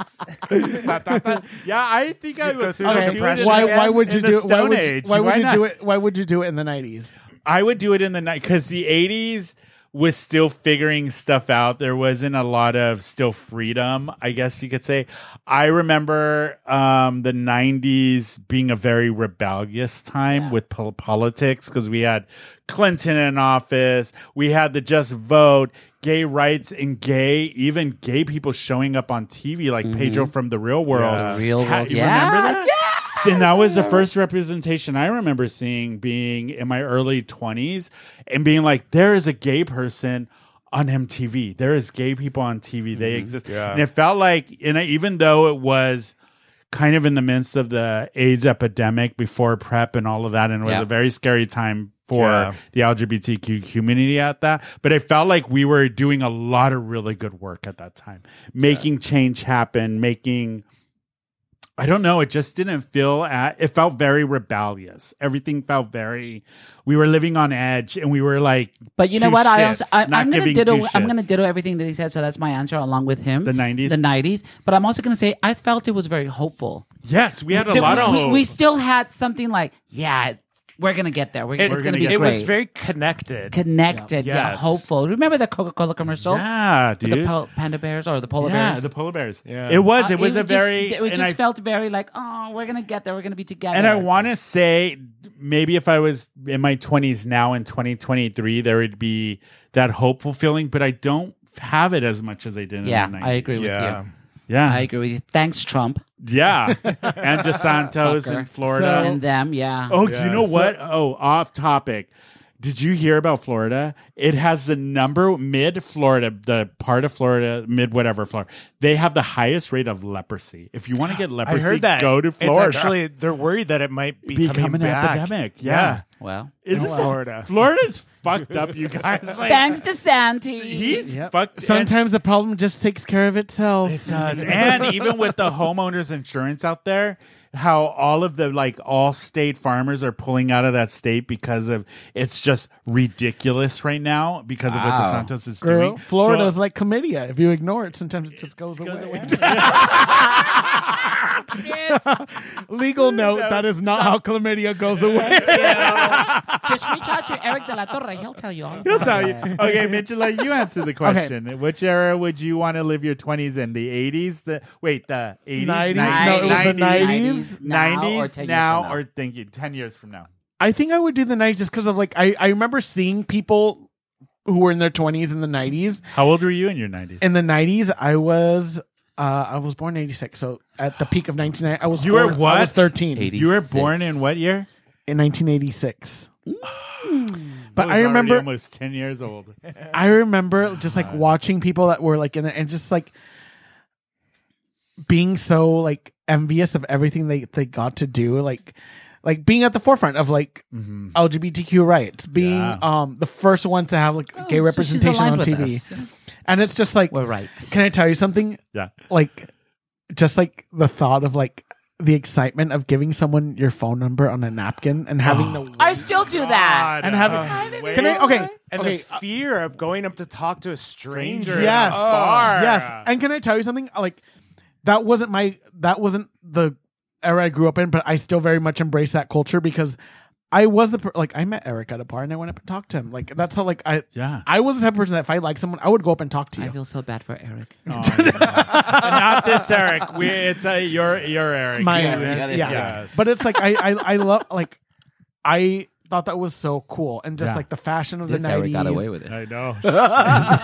[SPEAKER 1] [laughs]
[SPEAKER 4] 1920s.
[SPEAKER 1] bitch. [laughs] yeah, I think I
[SPEAKER 4] You
[SPEAKER 1] would
[SPEAKER 4] go through
[SPEAKER 1] still
[SPEAKER 4] the
[SPEAKER 1] do it.
[SPEAKER 4] compression
[SPEAKER 1] in-
[SPEAKER 2] Why,
[SPEAKER 4] again
[SPEAKER 2] why would
[SPEAKER 1] in
[SPEAKER 2] you
[SPEAKER 1] the
[SPEAKER 2] do it? Why
[SPEAKER 1] Stone
[SPEAKER 2] would you,
[SPEAKER 1] Age.
[SPEAKER 2] why would
[SPEAKER 1] Why
[SPEAKER 2] you do
[SPEAKER 1] not?
[SPEAKER 2] it? Why would you do it in the 90s?
[SPEAKER 1] I would do it in the night because the eighties was still figuring stuff out. There wasn't a lot of still freedom, I guess you could say. I remember um, the nineties being a very rebellious time with pol- politics because we had Clinton in office, we had the Just Vote, gay rights, and gay even gay people showing up on TV like Pedro from the Real World.
[SPEAKER 4] Yeah.
[SPEAKER 3] Real
[SPEAKER 1] Ha-
[SPEAKER 3] world.
[SPEAKER 1] you
[SPEAKER 3] yeah.
[SPEAKER 1] remember that? And that was the first representation I remember seeing being in my early 20s and being like, there is a gay person on MTV. There is gay people on TV. They exist.
[SPEAKER 4] Mm-hmm. Yeah.
[SPEAKER 1] And it felt like, and I- even though it was kind of in the midst of the AIDS epidemic before PrEP and all of that, and it was
[SPEAKER 3] Yeah.
[SPEAKER 1] a very scary time for
[SPEAKER 4] Yeah.
[SPEAKER 1] the LGBTQ community at that. But it felt like we were doing a lot of really good work at that time, making change happen, making. I don't know. It just didn't feel. At, it felt very rebellious. Everything felt very. We were living on edge, and we were like
[SPEAKER 3] But you
[SPEAKER 1] two
[SPEAKER 3] know what? I
[SPEAKER 1] shits,
[SPEAKER 3] also I,
[SPEAKER 1] not
[SPEAKER 3] I'm gonna
[SPEAKER 1] giving
[SPEAKER 3] diddle.
[SPEAKER 1] two
[SPEAKER 3] I'm gonna
[SPEAKER 1] shits.
[SPEAKER 3] diddle everything that he said. So that's my answer along with him.
[SPEAKER 1] The 90s?
[SPEAKER 3] The nineties. But I'm also gonna say I felt it was very hopeful.
[SPEAKER 1] Yes, we had a
[SPEAKER 3] That
[SPEAKER 1] lot
[SPEAKER 3] we,
[SPEAKER 1] of.
[SPEAKER 3] we,
[SPEAKER 1] hope.
[SPEAKER 3] we still had something like yeah, we're gonna get there. We're,
[SPEAKER 4] It-
[SPEAKER 3] it's
[SPEAKER 1] gonna
[SPEAKER 3] gonna, be
[SPEAKER 1] get
[SPEAKER 4] it
[SPEAKER 3] great.
[SPEAKER 4] was very connected.
[SPEAKER 3] connected. Yeah,
[SPEAKER 4] Yes.
[SPEAKER 3] hopeful. Remember the Coca Cola commercial?
[SPEAKER 1] yeah,
[SPEAKER 3] With
[SPEAKER 1] dude.
[SPEAKER 3] the po- panda bears or the polar
[SPEAKER 1] yeah,
[SPEAKER 3] bears.
[SPEAKER 1] the polar bears.
[SPEAKER 4] Yeah.
[SPEAKER 1] It was.
[SPEAKER 3] Uh,
[SPEAKER 1] It was a
[SPEAKER 3] just-
[SPEAKER 1] very.
[SPEAKER 3] It was
[SPEAKER 1] and
[SPEAKER 3] just
[SPEAKER 1] I
[SPEAKER 3] felt very like, oh, we're gonna get there. We're gonna be together.
[SPEAKER 1] And I want to say maybe if I was in my 20s now in 2023, there would be that hopeful feeling, but I don't have it as much as I did
[SPEAKER 3] Yeah,
[SPEAKER 1] in the 90s.
[SPEAKER 3] I agree with
[SPEAKER 4] Yeah.
[SPEAKER 3] you.
[SPEAKER 1] Yeah.
[SPEAKER 3] I agree with you. Thanks, Trump, [laughs]
[SPEAKER 1] yeah. and DeSantos
[SPEAKER 3] Fucker.
[SPEAKER 1] in Florida.
[SPEAKER 3] and them. Yeah.
[SPEAKER 1] oh,
[SPEAKER 4] Yeah.
[SPEAKER 1] you know
[SPEAKER 4] So-
[SPEAKER 1] what? oh, off topic. Did you hear about Florida? It has the number mid Florida, the part of Florida, mid whatever Florida. They have the highest rate of leprosy. If you want to get
[SPEAKER 4] [gasps] I
[SPEAKER 1] leprosy,
[SPEAKER 4] heard that.
[SPEAKER 1] go to
[SPEAKER 4] It's
[SPEAKER 1] Florida.
[SPEAKER 4] actually, they're worried that it might be
[SPEAKER 1] become
[SPEAKER 4] coming
[SPEAKER 1] an
[SPEAKER 4] back.
[SPEAKER 1] epidemic. Yeah.
[SPEAKER 3] Well,
[SPEAKER 1] Isn't
[SPEAKER 4] In
[SPEAKER 1] that-
[SPEAKER 4] Florida.
[SPEAKER 1] Florida's fucked up, you
[SPEAKER 4] [laughs]
[SPEAKER 1] guys. Like,
[SPEAKER 3] thanks to Santi.
[SPEAKER 1] He's fucked.
[SPEAKER 2] Sometimes the problem just takes care of itself.
[SPEAKER 1] and, and even with the homeowners insurance out there, how all of the like all state farmers are pulling out of that state because of it's just ridiculous right now because of what
[SPEAKER 3] Wow.
[SPEAKER 1] DeSantis is
[SPEAKER 2] Girl,
[SPEAKER 1] doing.
[SPEAKER 2] Florida's
[SPEAKER 1] So-
[SPEAKER 2] like chlamydia. If you ignore it, sometimes it just goes, away. [laughs]
[SPEAKER 1] [laughs]
[SPEAKER 2] Legal note: that is not how chlamydia goes away.
[SPEAKER 3] Just reach out to Eric de la Torre. He'll tell you all.
[SPEAKER 1] He'll
[SPEAKER 3] about
[SPEAKER 1] tell you.
[SPEAKER 2] [laughs]
[SPEAKER 3] it.
[SPEAKER 1] Okay, Mitchell, you answer the question. Which era would you want to live your twenties in? The eighties? The wait, the eighties?
[SPEAKER 2] 90s? No, it was the 90s?
[SPEAKER 3] Now or 10 years
[SPEAKER 1] Nineties?
[SPEAKER 3] from
[SPEAKER 1] Now
[SPEAKER 3] now.
[SPEAKER 1] or thank you, ten years from now.
[SPEAKER 2] I think I would do the night just because of like I, I remember seeing people who were in their twenties in the nineties.
[SPEAKER 1] How old were you in your nineties?
[SPEAKER 2] In the nineties, I was uh, I was born eighty six, so at the peak of nineteen ninety, I was
[SPEAKER 1] You were
[SPEAKER 2] born-
[SPEAKER 1] what?
[SPEAKER 2] I was thirteen
[SPEAKER 3] 80.
[SPEAKER 1] You were born
[SPEAKER 3] 86.
[SPEAKER 1] in what year?
[SPEAKER 2] in nineteen eighty six. But
[SPEAKER 1] was
[SPEAKER 2] I
[SPEAKER 1] already
[SPEAKER 2] remember
[SPEAKER 1] almost ten years old. [laughs]
[SPEAKER 2] I remember just
[SPEAKER 4] Uh-huh.
[SPEAKER 2] like watching people that were like in it and just like being so like envious of everything they they got to do, like like being at the forefront of like
[SPEAKER 4] Mm-hmm.
[SPEAKER 2] LGBTQ rights, being
[SPEAKER 1] Yeah.
[SPEAKER 2] um the first one to have like gay
[SPEAKER 3] Oh, so she's
[SPEAKER 2] representation
[SPEAKER 3] aligned
[SPEAKER 2] on
[SPEAKER 3] with
[SPEAKER 2] TV,
[SPEAKER 3] us.
[SPEAKER 2] and it's just like,
[SPEAKER 3] We're right.
[SPEAKER 2] can I tell you something?
[SPEAKER 1] Yeah.
[SPEAKER 2] Like, just like the thought of like the excitement of giving someone your phone number on a napkin and having
[SPEAKER 4] Oh.
[SPEAKER 2] the
[SPEAKER 3] I still do that.
[SPEAKER 2] and having
[SPEAKER 1] Oh, wait.
[SPEAKER 2] can I okay
[SPEAKER 4] And
[SPEAKER 2] okay
[SPEAKER 4] the fear of going up to talk to a stranger.
[SPEAKER 1] uh, Stranger.
[SPEAKER 2] Yes.
[SPEAKER 1] Oh. Bar.
[SPEAKER 2] Yes. And can I tell you something? Like that wasn't my that wasn't the era I grew up in, but I still very much embrace that culture because I was the per- like I met Eric at a bar and I went up and talked to him. Like that's how like I
[SPEAKER 1] Yeah.
[SPEAKER 2] I was the type of person that if I liked someone, I would go up and talk to
[SPEAKER 3] I
[SPEAKER 2] you.
[SPEAKER 3] feel so bad for Eric.
[SPEAKER 1] [laughs] Oh, yeah. Not this Eric. We, it's a, your your Eric.
[SPEAKER 2] my
[SPEAKER 1] Yeah,
[SPEAKER 2] yeah,
[SPEAKER 1] that's- yes.
[SPEAKER 2] but it's like I I, I love like I thought that was so cool and just
[SPEAKER 1] Yeah.
[SPEAKER 2] like the fashion of
[SPEAKER 3] This
[SPEAKER 2] the
[SPEAKER 3] Eric
[SPEAKER 2] nineties,
[SPEAKER 3] got away with it.
[SPEAKER 1] I know.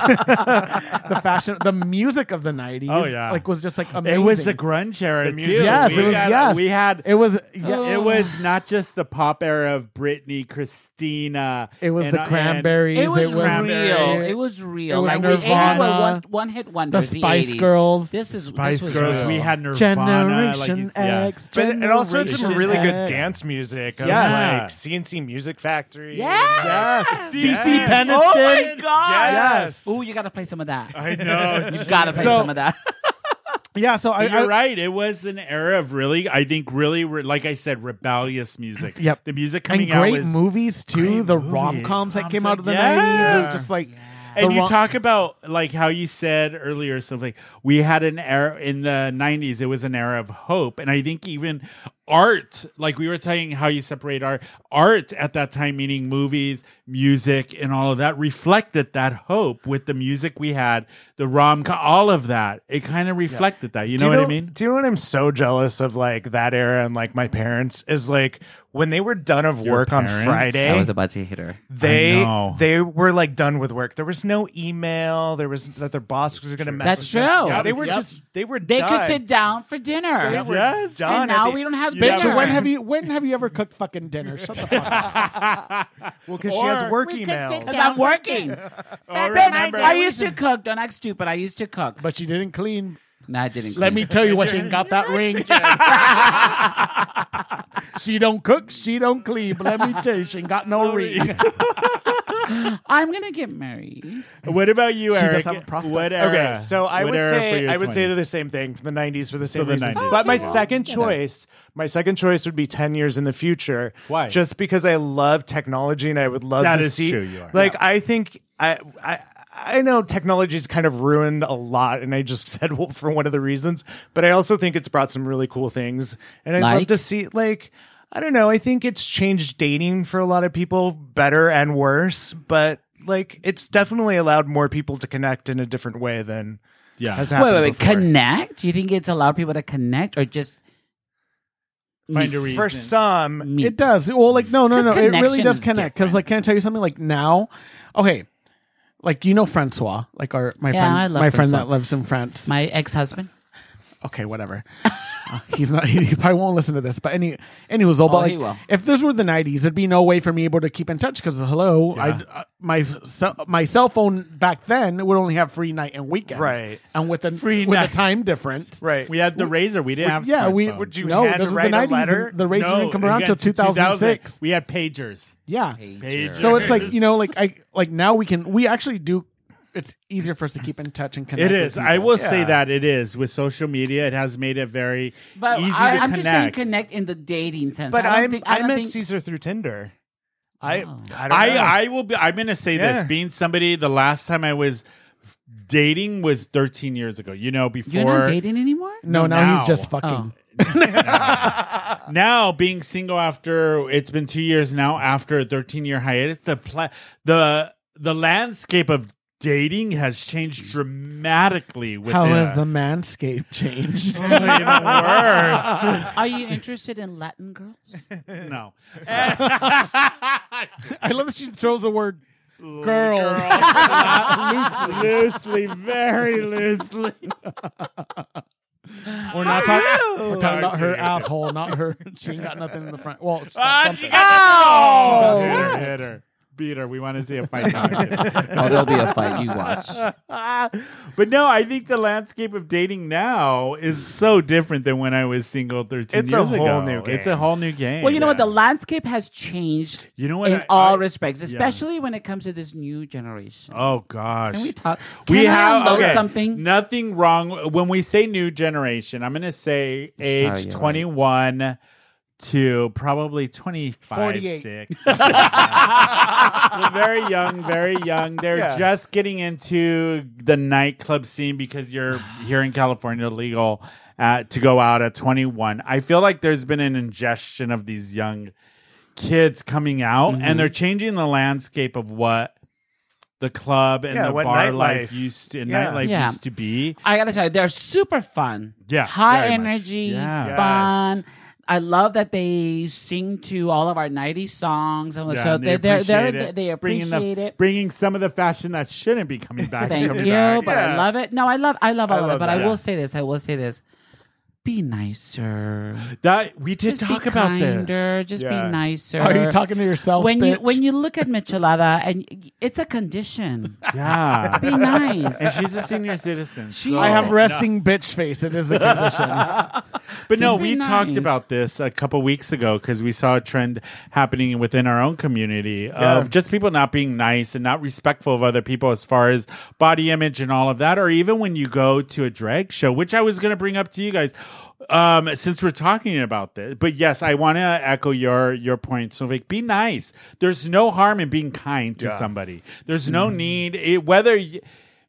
[SPEAKER 2] the fashion, the music of the nineties.
[SPEAKER 1] Oh, yeah.
[SPEAKER 2] like was just like
[SPEAKER 1] It
[SPEAKER 2] amazing.
[SPEAKER 1] was the grunge era too.
[SPEAKER 4] music
[SPEAKER 2] yes,
[SPEAKER 1] we
[SPEAKER 2] it was
[SPEAKER 1] had,
[SPEAKER 2] yes.
[SPEAKER 1] We had
[SPEAKER 3] [gasps]
[SPEAKER 2] it was yeah,
[SPEAKER 1] It was not just the pop era of Britney, Christina.
[SPEAKER 2] It was
[SPEAKER 1] and- uh,
[SPEAKER 2] the
[SPEAKER 1] and-
[SPEAKER 2] cranberries.
[SPEAKER 3] It was,
[SPEAKER 1] Cranberries.
[SPEAKER 3] real. It was real.
[SPEAKER 2] It was
[SPEAKER 3] like we- 80s were
[SPEAKER 2] Nirvana.
[SPEAKER 3] one, one hit
[SPEAKER 2] the
[SPEAKER 3] wonders.
[SPEAKER 2] Spice
[SPEAKER 3] 80s.
[SPEAKER 2] Girls,
[SPEAKER 3] This is
[SPEAKER 1] Spice
[SPEAKER 3] this was
[SPEAKER 1] Girls.
[SPEAKER 3] real.
[SPEAKER 1] We had Nirvana. like
[SPEAKER 2] Generation
[SPEAKER 1] you- yeah.
[SPEAKER 2] X.
[SPEAKER 4] But, and also, it's some
[SPEAKER 2] Generation
[SPEAKER 4] really good
[SPEAKER 2] X.
[SPEAKER 4] dance music. Of
[SPEAKER 1] Yeah.
[SPEAKER 4] Like CNC Music Factory.
[SPEAKER 3] Yeah.
[SPEAKER 2] Yes,
[SPEAKER 1] Yes.
[SPEAKER 2] CC Peniston.
[SPEAKER 1] Oh
[SPEAKER 3] God.
[SPEAKER 4] Yes.
[SPEAKER 3] Ooh, [laughs] you gotta play some of that.
[SPEAKER 1] I know.
[SPEAKER 3] You gotta play
[SPEAKER 2] So-
[SPEAKER 3] some of that.
[SPEAKER 2] yeah, so I,
[SPEAKER 1] But Oh, you're
[SPEAKER 2] I-
[SPEAKER 1] right. It was an era of really, I think, really, re- like I said, rebellious music.
[SPEAKER 2] Yep.
[SPEAKER 1] The music
[SPEAKER 2] and
[SPEAKER 1] coming out
[SPEAKER 2] great
[SPEAKER 1] was.
[SPEAKER 2] movies too.
[SPEAKER 1] Great
[SPEAKER 2] The
[SPEAKER 1] movie.
[SPEAKER 2] rom coms that came
[SPEAKER 1] Rom-coms,
[SPEAKER 2] out of the
[SPEAKER 1] yeah.
[SPEAKER 2] nineties. It was just like
[SPEAKER 1] and
[SPEAKER 2] the
[SPEAKER 1] you
[SPEAKER 2] rom-
[SPEAKER 1] talk about like how you said earlier something. We had an era in the '90s. It was an era of hope, and I think even art, like we were saying, how you separate art, art at that time, meaning movies, music, and all of that, reflected that hope with the music we had, the rom com, all of that. It kind of reflected that. You know what I mean?
[SPEAKER 4] Do you know what I'm so jealous of like that era and like my parents is like when they were done of work on
[SPEAKER 1] parents?
[SPEAKER 4] Friday.
[SPEAKER 3] I was about to hit her.
[SPEAKER 1] I
[SPEAKER 4] they
[SPEAKER 1] know.
[SPEAKER 4] they were like done with work. There was no email. There was that their boss was going to mess.
[SPEAKER 3] That's
[SPEAKER 4] with them.
[SPEAKER 3] true.
[SPEAKER 4] Yeah, they were
[SPEAKER 3] Yep.
[SPEAKER 4] just they were.
[SPEAKER 3] [laughs] They
[SPEAKER 4] done.
[SPEAKER 3] could sit down for dinner.
[SPEAKER 4] They were
[SPEAKER 1] Yes.
[SPEAKER 4] done.
[SPEAKER 3] and now
[SPEAKER 4] at the-
[SPEAKER 3] we don't have
[SPEAKER 1] Yeah, but
[SPEAKER 3] dinner.
[SPEAKER 2] Bitch, when have you when have you ever cooked fucking dinner? Shut the fuck up.
[SPEAKER 4] well because she has
[SPEAKER 1] Or-
[SPEAKER 4] work
[SPEAKER 6] We could sit
[SPEAKER 4] emails.
[SPEAKER 3] Because I'm working.
[SPEAKER 1] Oh,
[SPEAKER 3] Bitch,
[SPEAKER 1] remember-
[SPEAKER 3] I used to cook. Don't act stupid. I used to cook.
[SPEAKER 2] But she didn't clean.
[SPEAKER 3] No, I didn't.
[SPEAKER 2] Let
[SPEAKER 3] clean.
[SPEAKER 2] me tell you why she ain't got that ring. [laughs] she don't cook, she don't clean. But let me tell you, she ain't got no ring.
[SPEAKER 3] I'm gonna get married.
[SPEAKER 1] [laughs] What about you,
[SPEAKER 2] does
[SPEAKER 1] Eric?
[SPEAKER 2] have a prospect.
[SPEAKER 1] What era?
[SPEAKER 4] Okay, so I
[SPEAKER 1] What
[SPEAKER 4] would
[SPEAKER 1] era for
[SPEAKER 4] say
[SPEAKER 1] your
[SPEAKER 4] I would say
[SPEAKER 1] 20s?
[SPEAKER 4] they're the same thing from the '90s for the same
[SPEAKER 1] the Oh,
[SPEAKER 4] reason.
[SPEAKER 1] 90s.
[SPEAKER 4] But my
[SPEAKER 1] Okay.
[SPEAKER 4] second choice, my second choice would be 10 years in the future.
[SPEAKER 1] Why?
[SPEAKER 4] Just because I love technology and I would love
[SPEAKER 1] That
[SPEAKER 4] to
[SPEAKER 1] is
[SPEAKER 4] see.
[SPEAKER 1] true, you are.
[SPEAKER 4] Like I think I I. I know technology's kind of ruined a lot, and I just [laughs] said well, for one of the reasons, but I also think it's brought some really cool things. And I'd love
[SPEAKER 3] Like?
[SPEAKER 4] to see, like, I don't know, I think it's changed dating for a lot of people, better and worse, but like, it's definitely allowed more people to connect in a different way than
[SPEAKER 1] Yeah.
[SPEAKER 4] has
[SPEAKER 3] Wait,
[SPEAKER 4] happened.
[SPEAKER 3] wait, wait.
[SPEAKER 4] before.
[SPEAKER 3] Connect? Do you think it's allowed people to connect or just
[SPEAKER 1] Find a reason.
[SPEAKER 4] for some.
[SPEAKER 3] meet?
[SPEAKER 2] It does. Well, like no, no, no.
[SPEAKER 3] 'Cause
[SPEAKER 2] It really
[SPEAKER 3] connection
[SPEAKER 2] does
[SPEAKER 3] is
[SPEAKER 2] connect. Because like, can I tell you something? Like now, okay, like you know Francois, like our my
[SPEAKER 3] Yeah,
[SPEAKER 2] friend,
[SPEAKER 3] I love
[SPEAKER 2] my friend
[SPEAKER 3] Francois.
[SPEAKER 2] that lives in France.
[SPEAKER 3] My ex-husband.
[SPEAKER 2] okay, whatever. Uh, he's not. He, probably won't listen to this. But any, anyways, oh, but
[SPEAKER 3] Oh, he
[SPEAKER 2] like,
[SPEAKER 3] will.
[SPEAKER 2] if this were the '90s, there'd be no way for me able to keep in touch because hello, I uh, my ce- my cell phone back then would only have free night and weekends,
[SPEAKER 4] Right.
[SPEAKER 2] And with a
[SPEAKER 1] Free
[SPEAKER 2] with
[SPEAKER 1] night.
[SPEAKER 2] a time difference,
[SPEAKER 4] Right.
[SPEAKER 1] We had the razor. We didn't have.
[SPEAKER 2] Yeah, we
[SPEAKER 1] smartphones.
[SPEAKER 4] Would you
[SPEAKER 2] no.
[SPEAKER 4] hand
[SPEAKER 2] This is the
[SPEAKER 4] write a
[SPEAKER 2] '90s.
[SPEAKER 4] letter?
[SPEAKER 2] The, the race didn't come around
[SPEAKER 1] again,
[SPEAKER 2] until
[SPEAKER 1] to
[SPEAKER 2] 2006.
[SPEAKER 1] We had pagers.
[SPEAKER 2] Yeah.
[SPEAKER 1] Pagers.
[SPEAKER 2] So it's like you know, like I like now we can we actually do. It's easier for us to keep in touch and connect.
[SPEAKER 1] It
[SPEAKER 2] with
[SPEAKER 1] is.
[SPEAKER 2] people.
[SPEAKER 1] I will say
[SPEAKER 4] Yeah.
[SPEAKER 1] that it is with social media. It has made it very
[SPEAKER 3] But
[SPEAKER 1] easy to
[SPEAKER 3] I, I'm
[SPEAKER 1] connect.
[SPEAKER 3] just saying connect in the dating sense.
[SPEAKER 4] But
[SPEAKER 3] I don't
[SPEAKER 4] I'm,
[SPEAKER 3] think, I
[SPEAKER 4] I,
[SPEAKER 3] don't
[SPEAKER 4] met
[SPEAKER 3] think, Oh.
[SPEAKER 4] Caesar through Tinder. I, I don't know.
[SPEAKER 1] I I will be. I'm going to say
[SPEAKER 4] Yeah.
[SPEAKER 1] this. Being somebody, the last time I was dating was 13 years ago. You know, before
[SPEAKER 3] you're not dating anymore.
[SPEAKER 2] No, now,
[SPEAKER 1] now.
[SPEAKER 2] he's just fucking.
[SPEAKER 1] now being single after it's been two years now after a 13 year hiatus the pla- the the landscape of dating has changed dramatically with
[SPEAKER 2] How
[SPEAKER 1] the,
[SPEAKER 2] has the manscape
[SPEAKER 1] [laughs]
[SPEAKER 2] changed?
[SPEAKER 1] even
[SPEAKER 3] Are you interested in Latin girls?
[SPEAKER 1] worse [laughs] no
[SPEAKER 2] [laughs] I love that she throws the word girl.
[SPEAKER 1] loosely [laughs] very loosely
[SPEAKER 2] We're not talking. We're talking about her asshole, not her. [laughs] She ain't got nothing in the front. Well, she's got
[SPEAKER 1] ah,
[SPEAKER 2] something.
[SPEAKER 1] she got the-
[SPEAKER 2] She's
[SPEAKER 1] hit
[SPEAKER 2] got
[SPEAKER 1] her, hit her. beat her we want to see a fight now.
[SPEAKER 3] Oh, there'll be a fight. You watch.
[SPEAKER 1] [laughs] but no i think the landscape of dating now is so different than when i was single 13
[SPEAKER 4] It's a
[SPEAKER 1] years ago
[SPEAKER 4] whole new
[SPEAKER 1] it's a
[SPEAKER 4] game.
[SPEAKER 1] whole new game
[SPEAKER 3] [laughs] Well, you know what? The landscape has changed
[SPEAKER 1] You know what?
[SPEAKER 3] in
[SPEAKER 1] I-
[SPEAKER 3] all
[SPEAKER 1] I-
[SPEAKER 3] respects,
[SPEAKER 1] yeah.
[SPEAKER 3] especially when it comes to this new generation.
[SPEAKER 1] Oh gosh.
[SPEAKER 3] Can we talk?
[SPEAKER 1] We
[SPEAKER 3] can I
[SPEAKER 1] have
[SPEAKER 3] unload
[SPEAKER 1] okay,
[SPEAKER 3] something.
[SPEAKER 1] Nothing wrong when we say new generation. I'm going to say
[SPEAKER 3] you're
[SPEAKER 1] age
[SPEAKER 3] right.
[SPEAKER 1] 21 to probably 25,
[SPEAKER 2] 48.
[SPEAKER 1] 6. They're very young, very young. They're
[SPEAKER 4] Yeah.
[SPEAKER 1] just getting into the nightclub scene because you're here in California legal uh, to go out at 21. I feel like there's been an ingestion of these young kids coming out
[SPEAKER 4] Mm-hmm.
[SPEAKER 1] and they're changing the landscape of what the club and
[SPEAKER 4] Yeah,
[SPEAKER 1] the
[SPEAKER 4] what
[SPEAKER 1] bar
[SPEAKER 4] nightlife.
[SPEAKER 1] life used to and
[SPEAKER 4] Yeah.
[SPEAKER 1] nightlife
[SPEAKER 3] Yeah.
[SPEAKER 1] used to be.
[SPEAKER 3] I gotta tell you, they're super fun.
[SPEAKER 1] Yes,
[SPEAKER 3] high
[SPEAKER 1] very much.
[SPEAKER 3] energy,
[SPEAKER 1] Yeah. Yes.
[SPEAKER 3] fun. I love that they sing to all of our '90s songs, and
[SPEAKER 1] Yeah,
[SPEAKER 3] so
[SPEAKER 1] and
[SPEAKER 3] they they're, they're,
[SPEAKER 1] appreciate
[SPEAKER 3] they
[SPEAKER 1] it.
[SPEAKER 3] they
[SPEAKER 1] Bringing
[SPEAKER 3] appreciate
[SPEAKER 1] the-
[SPEAKER 3] it.
[SPEAKER 1] Bringing some of the fashion that shouldn't be coming back.
[SPEAKER 3] Thank
[SPEAKER 1] coming
[SPEAKER 3] you,
[SPEAKER 1] back.
[SPEAKER 3] but I love it. No, I love I love all of
[SPEAKER 4] love
[SPEAKER 3] it. But
[SPEAKER 4] that.
[SPEAKER 3] I
[SPEAKER 1] Yeah.
[SPEAKER 3] will say this. I will say this. be nicer.
[SPEAKER 1] That we did
[SPEAKER 3] Just
[SPEAKER 1] talk
[SPEAKER 3] be
[SPEAKER 1] about
[SPEAKER 3] kinder.
[SPEAKER 1] this.
[SPEAKER 3] Just
[SPEAKER 1] Yeah.
[SPEAKER 3] be nicer.
[SPEAKER 2] Are you talking to yourself?
[SPEAKER 3] when you
[SPEAKER 2] bitch?
[SPEAKER 3] when you look at Michelada and y- it's a condition.
[SPEAKER 1] Yeah.
[SPEAKER 3] [laughs]
[SPEAKER 1] [laughs]
[SPEAKER 3] Be nice.
[SPEAKER 1] and she's a senior citizen.
[SPEAKER 3] She-
[SPEAKER 1] so-
[SPEAKER 2] I have resting bitch face. It is a condition.
[SPEAKER 1] But no,
[SPEAKER 3] Just be
[SPEAKER 1] we talked
[SPEAKER 3] nice.
[SPEAKER 1] about this a couple weeks ago because we saw a trend happening within our own community of just people not being nice and not respectful of other people as far as body image and all of that. Or even when you go to a drag show, which I was going to bring up to you guys um since we're talking about this but yes i want to echo your your point so like be nice there's no harm in being kind to somebody there's no need it, whether y-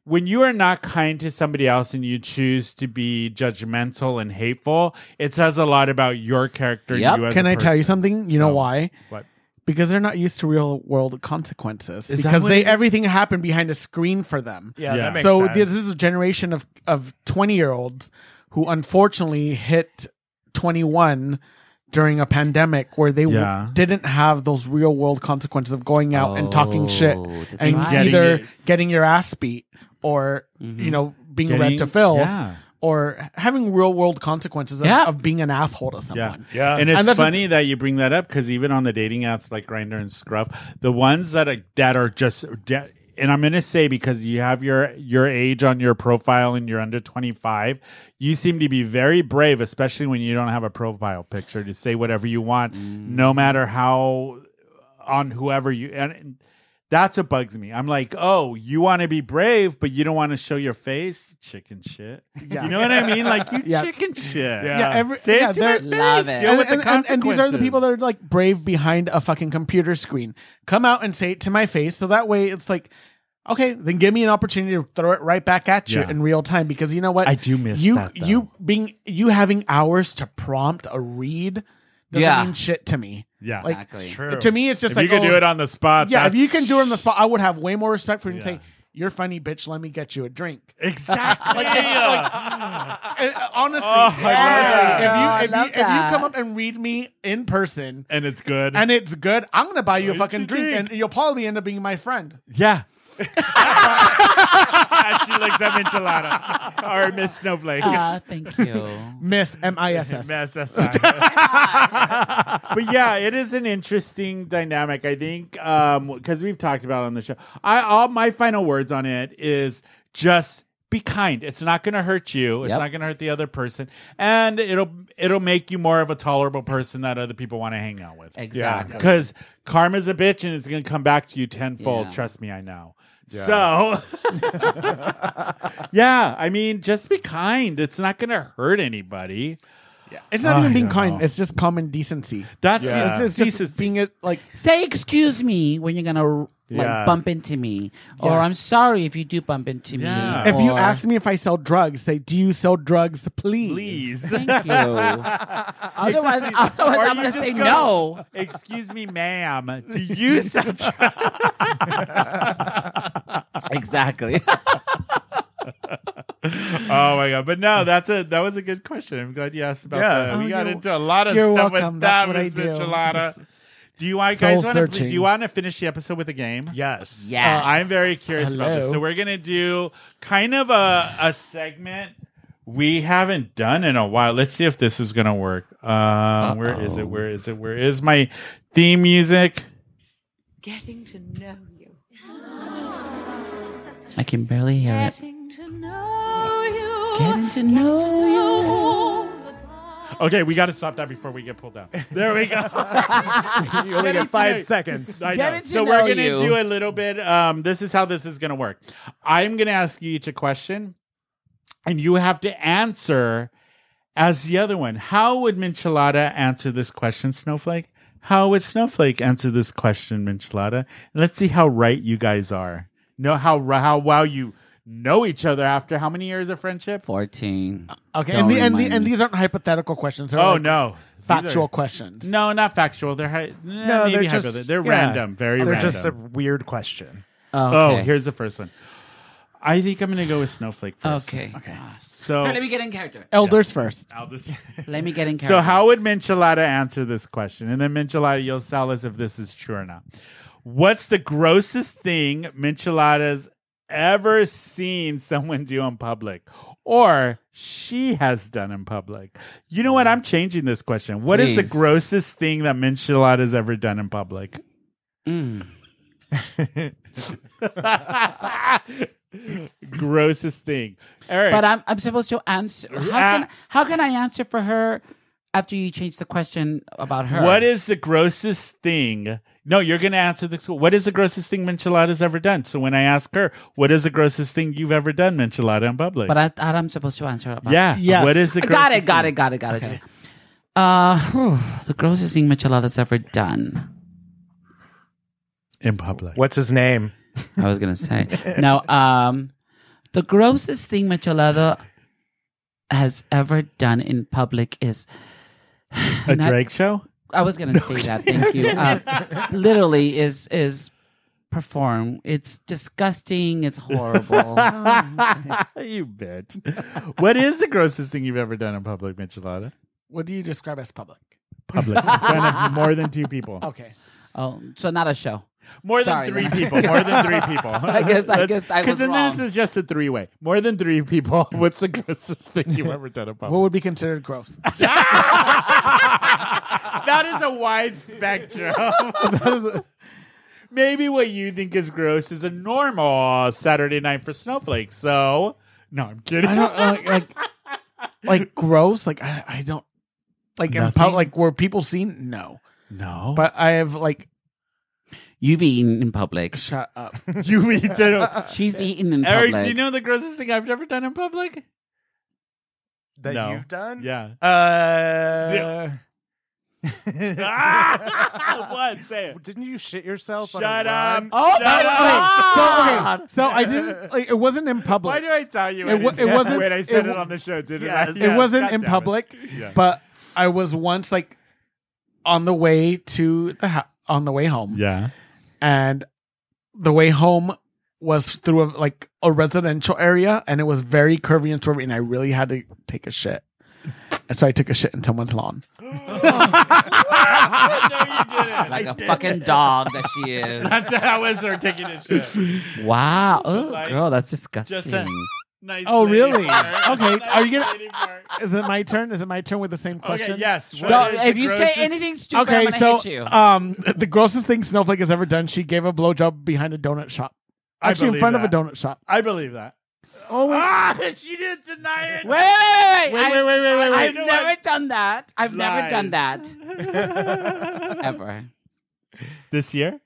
[SPEAKER 1] when you are not kind to somebody else and you choose to be judgmental and hateful, it says a lot about your character. and
[SPEAKER 3] Yep.
[SPEAKER 1] you as
[SPEAKER 2] Can
[SPEAKER 1] I
[SPEAKER 2] I tell you something? You know why?
[SPEAKER 1] What?
[SPEAKER 2] Because they're not used to real world consequences.
[SPEAKER 1] Is that
[SPEAKER 2] because
[SPEAKER 1] what
[SPEAKER 2] they
[SPEAKER 1] it is?
[SPEAKER 2] everything happened behind a screen for them.
[SPEAKER 4] Yeah,
[SPEAKER 1] Yeah.
[SPEAKER 4] that makes
[SPEAKER 2] so
[SPEAKER 4] sense.
[SPEAKER 2] this is a generation of of 20 year olds who unfortunately hit 21 during a pandemic where they w-
[SPEAKER 1] Yeah.
[SPEAKER 2] didn't have those real world consequences of going out and talking shit
[SPEAKER 3] Oh, that's
[SPEAKER 2] and
[SPEAKER 3] right. Mm-hmm.
[SPEAKER 1] Getting
[SPEAKER 2] either
[SPEAKER 1] it-
[SPEAKER 2] getting your ass beat or you know being read to fill
[SPEAKER 1] Yeah.
[SPEAKER 2] or having real world consequences of,
[SPEAKER 3] Yeah.
[SPEAKER 2] of being an asshole to
[SPEAKER 1] Yeah.
[SPEAKER 2] someone.
[SPEAKER 4] Yeah.
[SPEAKER 1] And it's
[SPEAKER 2] And that's a-
[SPEAKER 1] funny that you bring that up because even on the dating apps like Grinder and Scruff, the ones that are, that are just de- and I'm going to say because you have your your age on your profile and you're under 25, you seem to be very brave especially when you don't have a profile picture to say whatever you want no matter how on whoever you and that's what bugs me. I'm like, oh, you want to be brave, but you don't want to show your face, chicken shit.
[SPEAKER 2] Yeah.
[SPEAKER 1] You know what I mean? Like you
[SPEAKER 2] [laughs] Yeah.
[SPEAKER 1] chicken shit.
[SPEAKER 2] Yeah, every-
[SPEAKER 1] Say
[SPEAKER 2] yeah,
[SPEAKER 1] it to my
[SPEAKER 2] they're-
[SPEAKER 1] face.
[SPEAKER 3] Love it.
[SPEAKER 1] Deal
[SPEAKER 2] and,
[SPEAKER 1] with the
[SPEAKER 2] and- and-
[SPEAKER 1] consequences.
[SPEAKER 2] and these are the people that are like brave behind a fucking computer screen. Come out and say it to my face, so that way it's like, okay, then give me an opportunity to throw it right back at you
[SPEAKER 1] Yeah.
[SPEAKER 2] in real time. Because you know what,
[SPEAKER 1] I do miss
[SPEAKER 2] you.
[SPEAKER 1] that, though.
[SPEAKER 2] you being you having hours to prompt a read doesn't
[SPEAKER 3] Yeah.
[SPEAKER 2] mean shit to me.
[SPEAKER 1] yeah.
[SPEAKER 2] like,
[SPEAKER 3] Exactly.
[SPEAKER 1] It's true.
[SPEAKER 2] To me, it's just
[SPEAKER 1] if
[SPEAKER 2] like
[SPEAKER 1] you can
[SPEAKER 2] oh,
[SPEAKER 1] do it on the spot.
[SPEAKER 2] yeah. If
[SPEAKER 1] that's-
[SPEAKER 2] you can do it on the spot, I would have way more respect for you and
[SPEAKER 1] Yeah.
[SPEAKER 2] say, "You're funny, bitch. Let me get you
[SPEAKER 1] [laughs]
[SPEAKER 2] a drink."
[SPEAKER 1] exactly.
[SPEAKER 2] [laughs] Uh, uh, honestly,
[SPEAKER 1] Oh,
[SPEAKER 2] honestly,
[SPEAKER 1] I love
[SPEAKER 2] if
[SPEAKER 1] that.
[SPEAKER 2] you
[SPEAKER 3] Oh, I
[SPEAKER 2] if you
[SPEAKER 3] love
[SPEAKER 2] if you
[SPEAKER 3] that.
[SPEAKER 2] come up and read me in person,
[SPEAKER 1] and it's good.
[SPEAKER 2] and it's good, I'm gonna buy you a
[SPEAKER 1] It's
[SPEAKER 2] fucking
[SPEAKER 1] a
[SPEAKER 2] drink,
[SPEAKER 1] drink.
[SPEAKER 2] and you'll probably end up being my friend. [laughs]
[SPEAKER 1] yeah. [laughs] she likes that enchilada or Miss Snowflake.
[SPEAKER 3] Ah, thank you.
[SPEAKER 2] [laughs] Miss M I S
[SPEAKER 1] [laughs]
[SPEAKER 2] S.
[SPEAKER 1] Mass
[SPEAKER 3] [laughs]
[SPEAKER 1] [laughs]
[SPEAKER 3] Oh
[SPEAKER 1] SI. but yeah, it is an interesting dynamic. I think because we've talked about it on the show. I all my final words on it is just be kind. It's not going to hurt you. It's
[SPEAKER 3] Yep.
[SPEAKER 1] not going to hurt the other person, and it'll it'll make you more of a tolerable person that other people want to hang out with.
[SPEAKER 3] Exactly.
[SPEAKER 1] Because karma's a bitch, and it's going to come back to you tenfold.
[SPEAKER 3] Yeah.
[SPEAKER 1] Trust me, I know. So, [laughs] yeah, I mean, just be kind. It's not going to hurt anybody.
[SPEAKER 2] It's
[SPEAKER 3] Ah,
[SPEAKER 2] not
[SPEAKER 1] I
[SPEAKER 2] even being
[SPEAKER 1] don't
[SPEAKER 2] kind;
[SPEAKER 1] know.
[SPEAKER 2] it's just common decency.
[SPEAKER 1] That's
[SPEAKER 4] Yeah.
[SPEAKER 2] It's, it's just
[SPEAKER 1] decency.
[SPEAKER 2] being it like
[SPEAKER 3] Say excuse me when you're gonna like
[SPEAKER 4] Yeah.
[SPEAKER 3] bump into me, or
[SPEAKER 2] Yes.
[SPEAKER 3] I'm sorry if you do bump into
[SPEAKER 1] Yeah.
[SPEAKER 3] me.
[SPEAKER 2] if you
[SPEAKER 3] or-
[SPEAKER 2] ask me if I sell drugs, say, "Do you sell drugs, please?"
[SPEAKER 1] please. [laughs]
[SPEAKER 3] thank you. otherwise, otherwise
[SPEAKER 1] Or
[SPEAKER 3] I'm
[SPEAKER 1] you
[SPEAKER 3] gonna
[SPEAKER 1] just
[SPEAKER 3] say
[SPEAKER 1] go,
[SPEAKER 3] no.
[SPEAKER 1] Excuse me, ma'am. Do [laughs] you sell drugs?
[SPEAKER 3] Exactly.
[SPEAKER 1] Oh my god! But no, that's a that was a good question. I'm glad you asked about
[SPEAKER 4] Yeah.
[SPEAKER 1] that. We
[SPEAKER 2] Oh,
[SPEAKER 1] got
[SPEAKER 2] you're-
[SPEAKER 1] into a lot of
[SPEAKER 2] you're
[SPEAKER 1] stuff
[SPEAKER 2] welcome.
[SPEAKER 1] with
[SPEAKER 2] That's
[SPEAKER 1] that,
[SPEAKER 2] what I
[SPEAKER 1] Miss
[SPEAKER 2] do.
[SPEAKER 1] Michelada.
[SPEAKER 2] Just
[SPEAKER 1] do you want guys want to do
[SPEAKER 2] soul-searching.
[SPEAKER 1] you want to finish the episode with a game?
[SPEAKER 4] yes.
[SPEAKER 3] yes.
[SPEAKER 1] I'm very curious about this.
[SPEAKER 2] Hello.
[SPEAKER 1] So we're gonna do kind of a a segment we haven't done in a while. Let's see if this is gonna work. Um, where is
[SPEAKER 3] Uh-oh.
[SPEAKER 1] it? Where is it? Where is my theme music?
[SPEAKER 6] Getting to know you.
[SPEAKER 3] I can barely hear it.
[SPEAKER 6] Getting to know you.
[SPEAKER 3] Getting to know you.
[SPEAKER 1] Okay, we got to stop that before we get pulled
[SPEAKER 4] [laughs]
[SPEAKER 1] down. There we go.
[SPEAKER 4] You only
[SPEAKER 1] Getting
[SPEAKER 4] get five
[SPEAKER 1] to know-
[SPEAKER 4] seconds.
[SPEAKER 1] I
[SPEAKER 3] Get
[SPEAKER 1] know.
[SPEAKER 3] it to
[SPEAKER 1] So we're
[SPEAKER 3] know
[SPEAKER 1] gonna
[SPEAKER 3] you.
[SPEAKER 1] do a little bit. Um, this is how this is gonna work. I'm gonna ask you each a question, and you have to answer as the other one. How would Minchelada answer this question, Snowflake? How would Snowflake answer this question, Minchelada? Let's see how right you guys are. Know how how well you know each other after how many years of friendship?
[SPEAKER 3] Fourteen.
[SPEAKER 2] Okay,
[SPEAKER 3] Don't
[SPEAKER 2] and, the, and, the,
[SPEAKER 3] remind
[SPEAKER 2] and
[SPEAKER 3] me.
[SPEAKER 2] these aren't hypothetical questions. They're
[SPEAKER 1] Oh
[SPEAKER 2] like
[SPEAKER 1] no, These are-
[SPEAKER 2] factual questions.
[SPEAKER 1] No, not factual. They're hi-
[SPEAKER 4] No,
[SPEAKER 1] Eh, maybe
[SPEAKER 4] they're
[SPEAKER 1] hypo-
[SPEAKER 4] just
[SPEAKER 1] they're
[SPEAKER 4] yeah.
[SPEAKER 1] random, very
[SPEAKER 4] They're
[SPEAKER 1] random.
[SPEAKER 4] just a weird question.
[SPEAKER 1] Oh,
[SPEAKER 3] Okay.
[SPEAKER 1] here's the first one. I think I'm gonna go with Snowflake first.
[SPEAKER 3] Okay. Gosh.
[SPEAKER 1] So
[SPEAKER 3] All right, let me get in character.
[SPEAKER 2] elders first.
[SPEAKER 1] I'll
[SPEAKER 4] [laughs]
[SPEAKER 1] just
[SPEAKER 3] Let me get in character.
[SPEAKER 1] So how would Michelada answer this question? And then Michelada, you'll tell us if this is true or not. What's the grossest thing Michelada's ever seen someone do in public? or she has done in public. You know what? I'm changing this question. What is
[SPEAKER 3] Mm. Please.
[SPEAKER 1] the grossest thing that Minchelot has ever done in public?
[SPEAKER 3] Mm.
[SPEAKER 1] [laughs]
[SPEAKER 3] [laughs]
[SPEAKER 1] grossest thing. Eric.
[SPEAKER 3] But I'm, I'm supposed to answer. How can, how can I answer for her after you change the question about her?
[SPEAKER 1] What is the grossest thing? No, you're going to answer this. What is the grossest thing Mincheladas ever done? So when I ask her, what is the grossest thing you've ever done, Minchelada, in public?
[SPEAKER 3] But I thought I'm supposed to answer about
[SPEAKER 1] yeah.
[SPEAKER 2] Yes.
[SPEAKER 1] What is the grossest
[SPEAKER 3] Got it, got
[SPEAKER 1] thing?
[SPEAKER 3] it, got it, got it. Uh, the grossest thing Michelada's ever done.
[SPEAKER 1] In public.
[SPEAKER 4] What's his name?
[SPEAKER 3] I was gonna say.
[SPEAKER 1] [laughs]
[SPEAKER 3] no, um, the grossest thing Michelada has ever done in public is
[SPEAKER 1] A
[SPEAKER 3] not-
[SPEAKER 1] Drake
[SPEAKER 3] [laughs]
[SPEAKER 1] show?
[SPEAKER 3] I was gonna say that. Thank
[SPEAKER 1] [laughs]
[SPEAKER 3] you. Uh, literally is is perform. It's disgusting.
[SPEAKER 1] [laughs]
[SPEAKER 3] It's horrible.
[SPEAKER 1] you bitch. what is the grossest thing you've ever done in public, Michelada?
[SPEAKER 2] What do you describe as public?
[SPEAKER 1] Public. In front of more than two people.
[SPEAKER 2] Okay.
[SPEAKER 3] oh, so not a show.
[SPEAKER 1] More
[SPEAKER 3] Sorry,
[SPEAKER 1] than three
[SPEAKER 3] then.
[SPEAKER 1] people. More than three people. I
[SPEAKER 3] guess- [laughs] I guess I was
[SPEAKER 1] Because then this
[SPEAKER 3] wrong.
[SPEAKER 1] is just a three way. More than three people. [laughs] What's the grossest thing you've ever done in public?
[SPEAKER 2] What would be considered growth?
[SPEAKER 1] that is a wide
[SPEAKER 2] [laughs]
[SPEAKER 1] spectrum. Maybe what you think is gross is a normal Saturday night for snowflakes. So, no, I'm kidding.
[SPEAKER 2] I don't uh, like [laughs] like, like gross. Like I, I don't like in
[SPEAKER 1] Nothing?
[SPEAKER 2] pub, like were people seen? No,
[SPEAKER 1] [laughs] no,
[SPEAKER 2] but I have like
[SPEAKER 3] You've eaten in public.
[SPEAKER 2] shut [laughs] up.
[SPEAKER 1] [laughs] you eat
[SPEAKER 2] [laughs]
[SPEAKER 1] it.
[SPEAKER 3] She's eaten in public.
[SPEAKER 1] Eric, do you know the grossest thing I've ever done in public?
[SPEAKER 4] That
[SPEAKER 1] No.
[SPEAKER 4] you've done?
[SPEAKER 1] Yeah.
[SPEAKER 2] [laughs]
[SPEAKER 4] Uh,
[SPEAKER 1] Ah! [laughs] what? Say it.
[SPEAKER 4] Didn't you shit yourself? on a
[SPEAKER 1] Shut up.
[SPEAKER 4] run?
[SPEAKER 1] Oh,
[SPEAKER 2] Wait,
[SPEAKER 1] Shut
[SPEAKER 2] so,
[SPEAKER 1] up.
[SPEAKER 2] okay, so
[SPEAKER 1] [laughs]
[SPEAKER 2] I didn't. Like, it wasn't in public.
[SPEAKER 1] Why do I tell you?
[SPEAKER 2] It wa- it wasn't-
[SPEAKER 1] Wait, I said
[SPEAKER 2] it
[SPEAKER 1] it,
[SPEAKER 2] wa-
[SPEAKER 1] on the show, didn't I?
[SPEAKER 4] Yes.
[SPEAKER 2] it wasn't
[SPEAKER 1] God
[SPEAKER 2] in
[SPEAKER 1] damn it.
[SPEAKER 2] public,
[SPEAKER 1] Yeah.
[SPEAKER 2] but I was once like on the way to the ho on the way home, [laughs]
[SPEAKER 1] Yeah.
[SPEAKER 2] and the way home was through a, like a residential area, and it was very curvy and swervy, and I really had to take a shit, and so I took a shit in someone's lawn.
[SPEAKER 3] like a fucking dog that
[SPEAKER 1] [laughs]
[SPEAKER 3] she is.
[SPEAKER 1] That's how I was her taking a
[SPEAKER 2] [laughs]
[SPEAKER 1] shit.
[SPEAKER 3] Wow. Oh,
[SPEAKER 1] life.
[SPEAKER 3] girl, that's disgusting.
[SPEAKER 1] Just a- Nice.
[SPEAKER 2] Oh,
[SPEAKER 1] lady
[SPEAKER 2] really?
[SPEAKER 1] part.
[SPEAKER 2] Okay,
[SPEAKER 1] Nice
[SPEAKER 2] are you gonna-
[SPEAKER 1] lady part.
[SPEAKER 2] Is it my turn? Is it my turn with the same question?
[SPEAKER 1] Okay. Yes. What
[SPEAKER 3] Don't-
[SPEAKER 1] is
[SPEAKER 3] if
[SPEAKER 1] the
[SPEAKER 3] you say
[SPEAKER 1] grossest-
[SPEAKER 3] anything stupid,
[SPEAKER 2] Okay,
[SPEAKER 3] I'm
[SPEAKER 2] so
[SPEAKER 3] going to hit you.
[SPEAKER 2] um, [laughs] the grossest thing Snowflake has ever done, she gave a blowjob behind a donut shop.
[SPEAKER 1] I
[SPEAKER 2] Actually, in
[SPEAKER 1] believe
[SPEAKER 2] front of a
[SPEAKER 1] that.
[SPEAKER 2] donut shop.
[SPEAKER 1] I believe that.
[SPEAKER 2] Oh, wait.
[SPEAKER 1] Ah, [laughs] she didn't deny it.
[SPEAKER 3] wait, wait, wait, wait,
[SPEAKER 1] wait, wait, wait, wait, wait.
[SPEAKER 3] I've never done that. I've never
[SPEAKER 1] Lies.
[SPEAKER 3] done that
[SPEAKER 1] [laughs]
[SPEAKER 3] ever.
[SPEAKER 1] This year?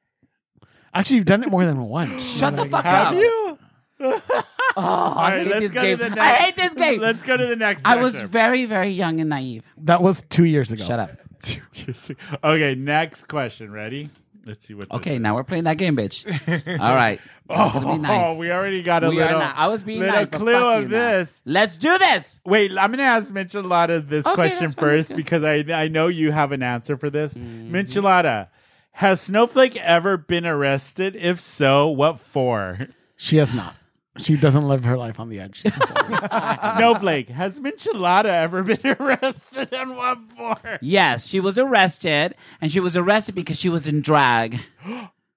[SPEAKER 2] Actually, you've done it more than
[SPEAKER 3] [laughs]
[SPEAKER 2] once.
[SPEAKER 3] Shut the fuck
[SPEAKER 1] Have
[SPEAKER 3] up.
[SPEAKER 1] you?
[SPEAKER 3] Oh,
[SPEAKER 1] All
[SPEAKER 3] I
[SPEAKER 1] right,
[SPEAKER 3] hate
[SPEAKER 1] let's
[SPEAKER 3] this
[SPEAKER 1] go
[SPEAKER 3] game.
[SPEAKER 1] to the next.
[SPEAKER 3] I hate this game.
[SPEAKER 1] Let's go to the next.
[SPEAKER 3] I was
[SPEAKER 1] matchup.
[SPEAKER 3] very, very young and naive.
[SPEAKER 2] That was two years ago.
[SPEAKER 3] Shut up.
[SPEAKER 1] okay, next question. Ready? Let's see what. this
[SPEAKER 3] Okay,
[SPEAKER 1] is.
[SPEAKER 3] now we're playing that game, bitch. All right.
[SPEAKER 1] [laughs] Oh,
[SPEAKER 3] be
[SPEAKER 1] [laughs]
[SPEAKER 3] nice.
[SPEAKER 1] we already got a
[SPEAKER 3] We are
[SPEAKER 1] little.
[SPEAKER 3] not- I was being
[SPEAKER 1] little
[SPEAKER 3] nice, but
[SPEAKER 1] clue
[SPEAKER 3] fuck
[SPEAKER 1] of
[SPEAKER 3] you now.
[SPEAKER 1] this.
[SPEAKER 3] Let's do this.
[SPEAKER 1] Wait, I'm going to ask Michelada this
[SPEAKER 3] Okay,
[SPEAKER 1] question
[SPEAKER 3] that's fine, that's
[SPEAKER 1] first
[SPEAKER 3] good. Mm-hmm.
[SPEAKER 1] because I I know you have an answer for this. Michelada, has Snowflake ever been arrested? If so, what for?
[SPEAKER 2] She has not. She doesn't live her life on
[SPEAKER 3] [laughs]
[SPEAKER 2] the edge. [laughs]
[SPEAKER 1] Snowflake, has Michelada ever been [laughs] arrested and what for?
[SPEAKER 3] Yes, she was arrested, and she was arrested because she was in drag.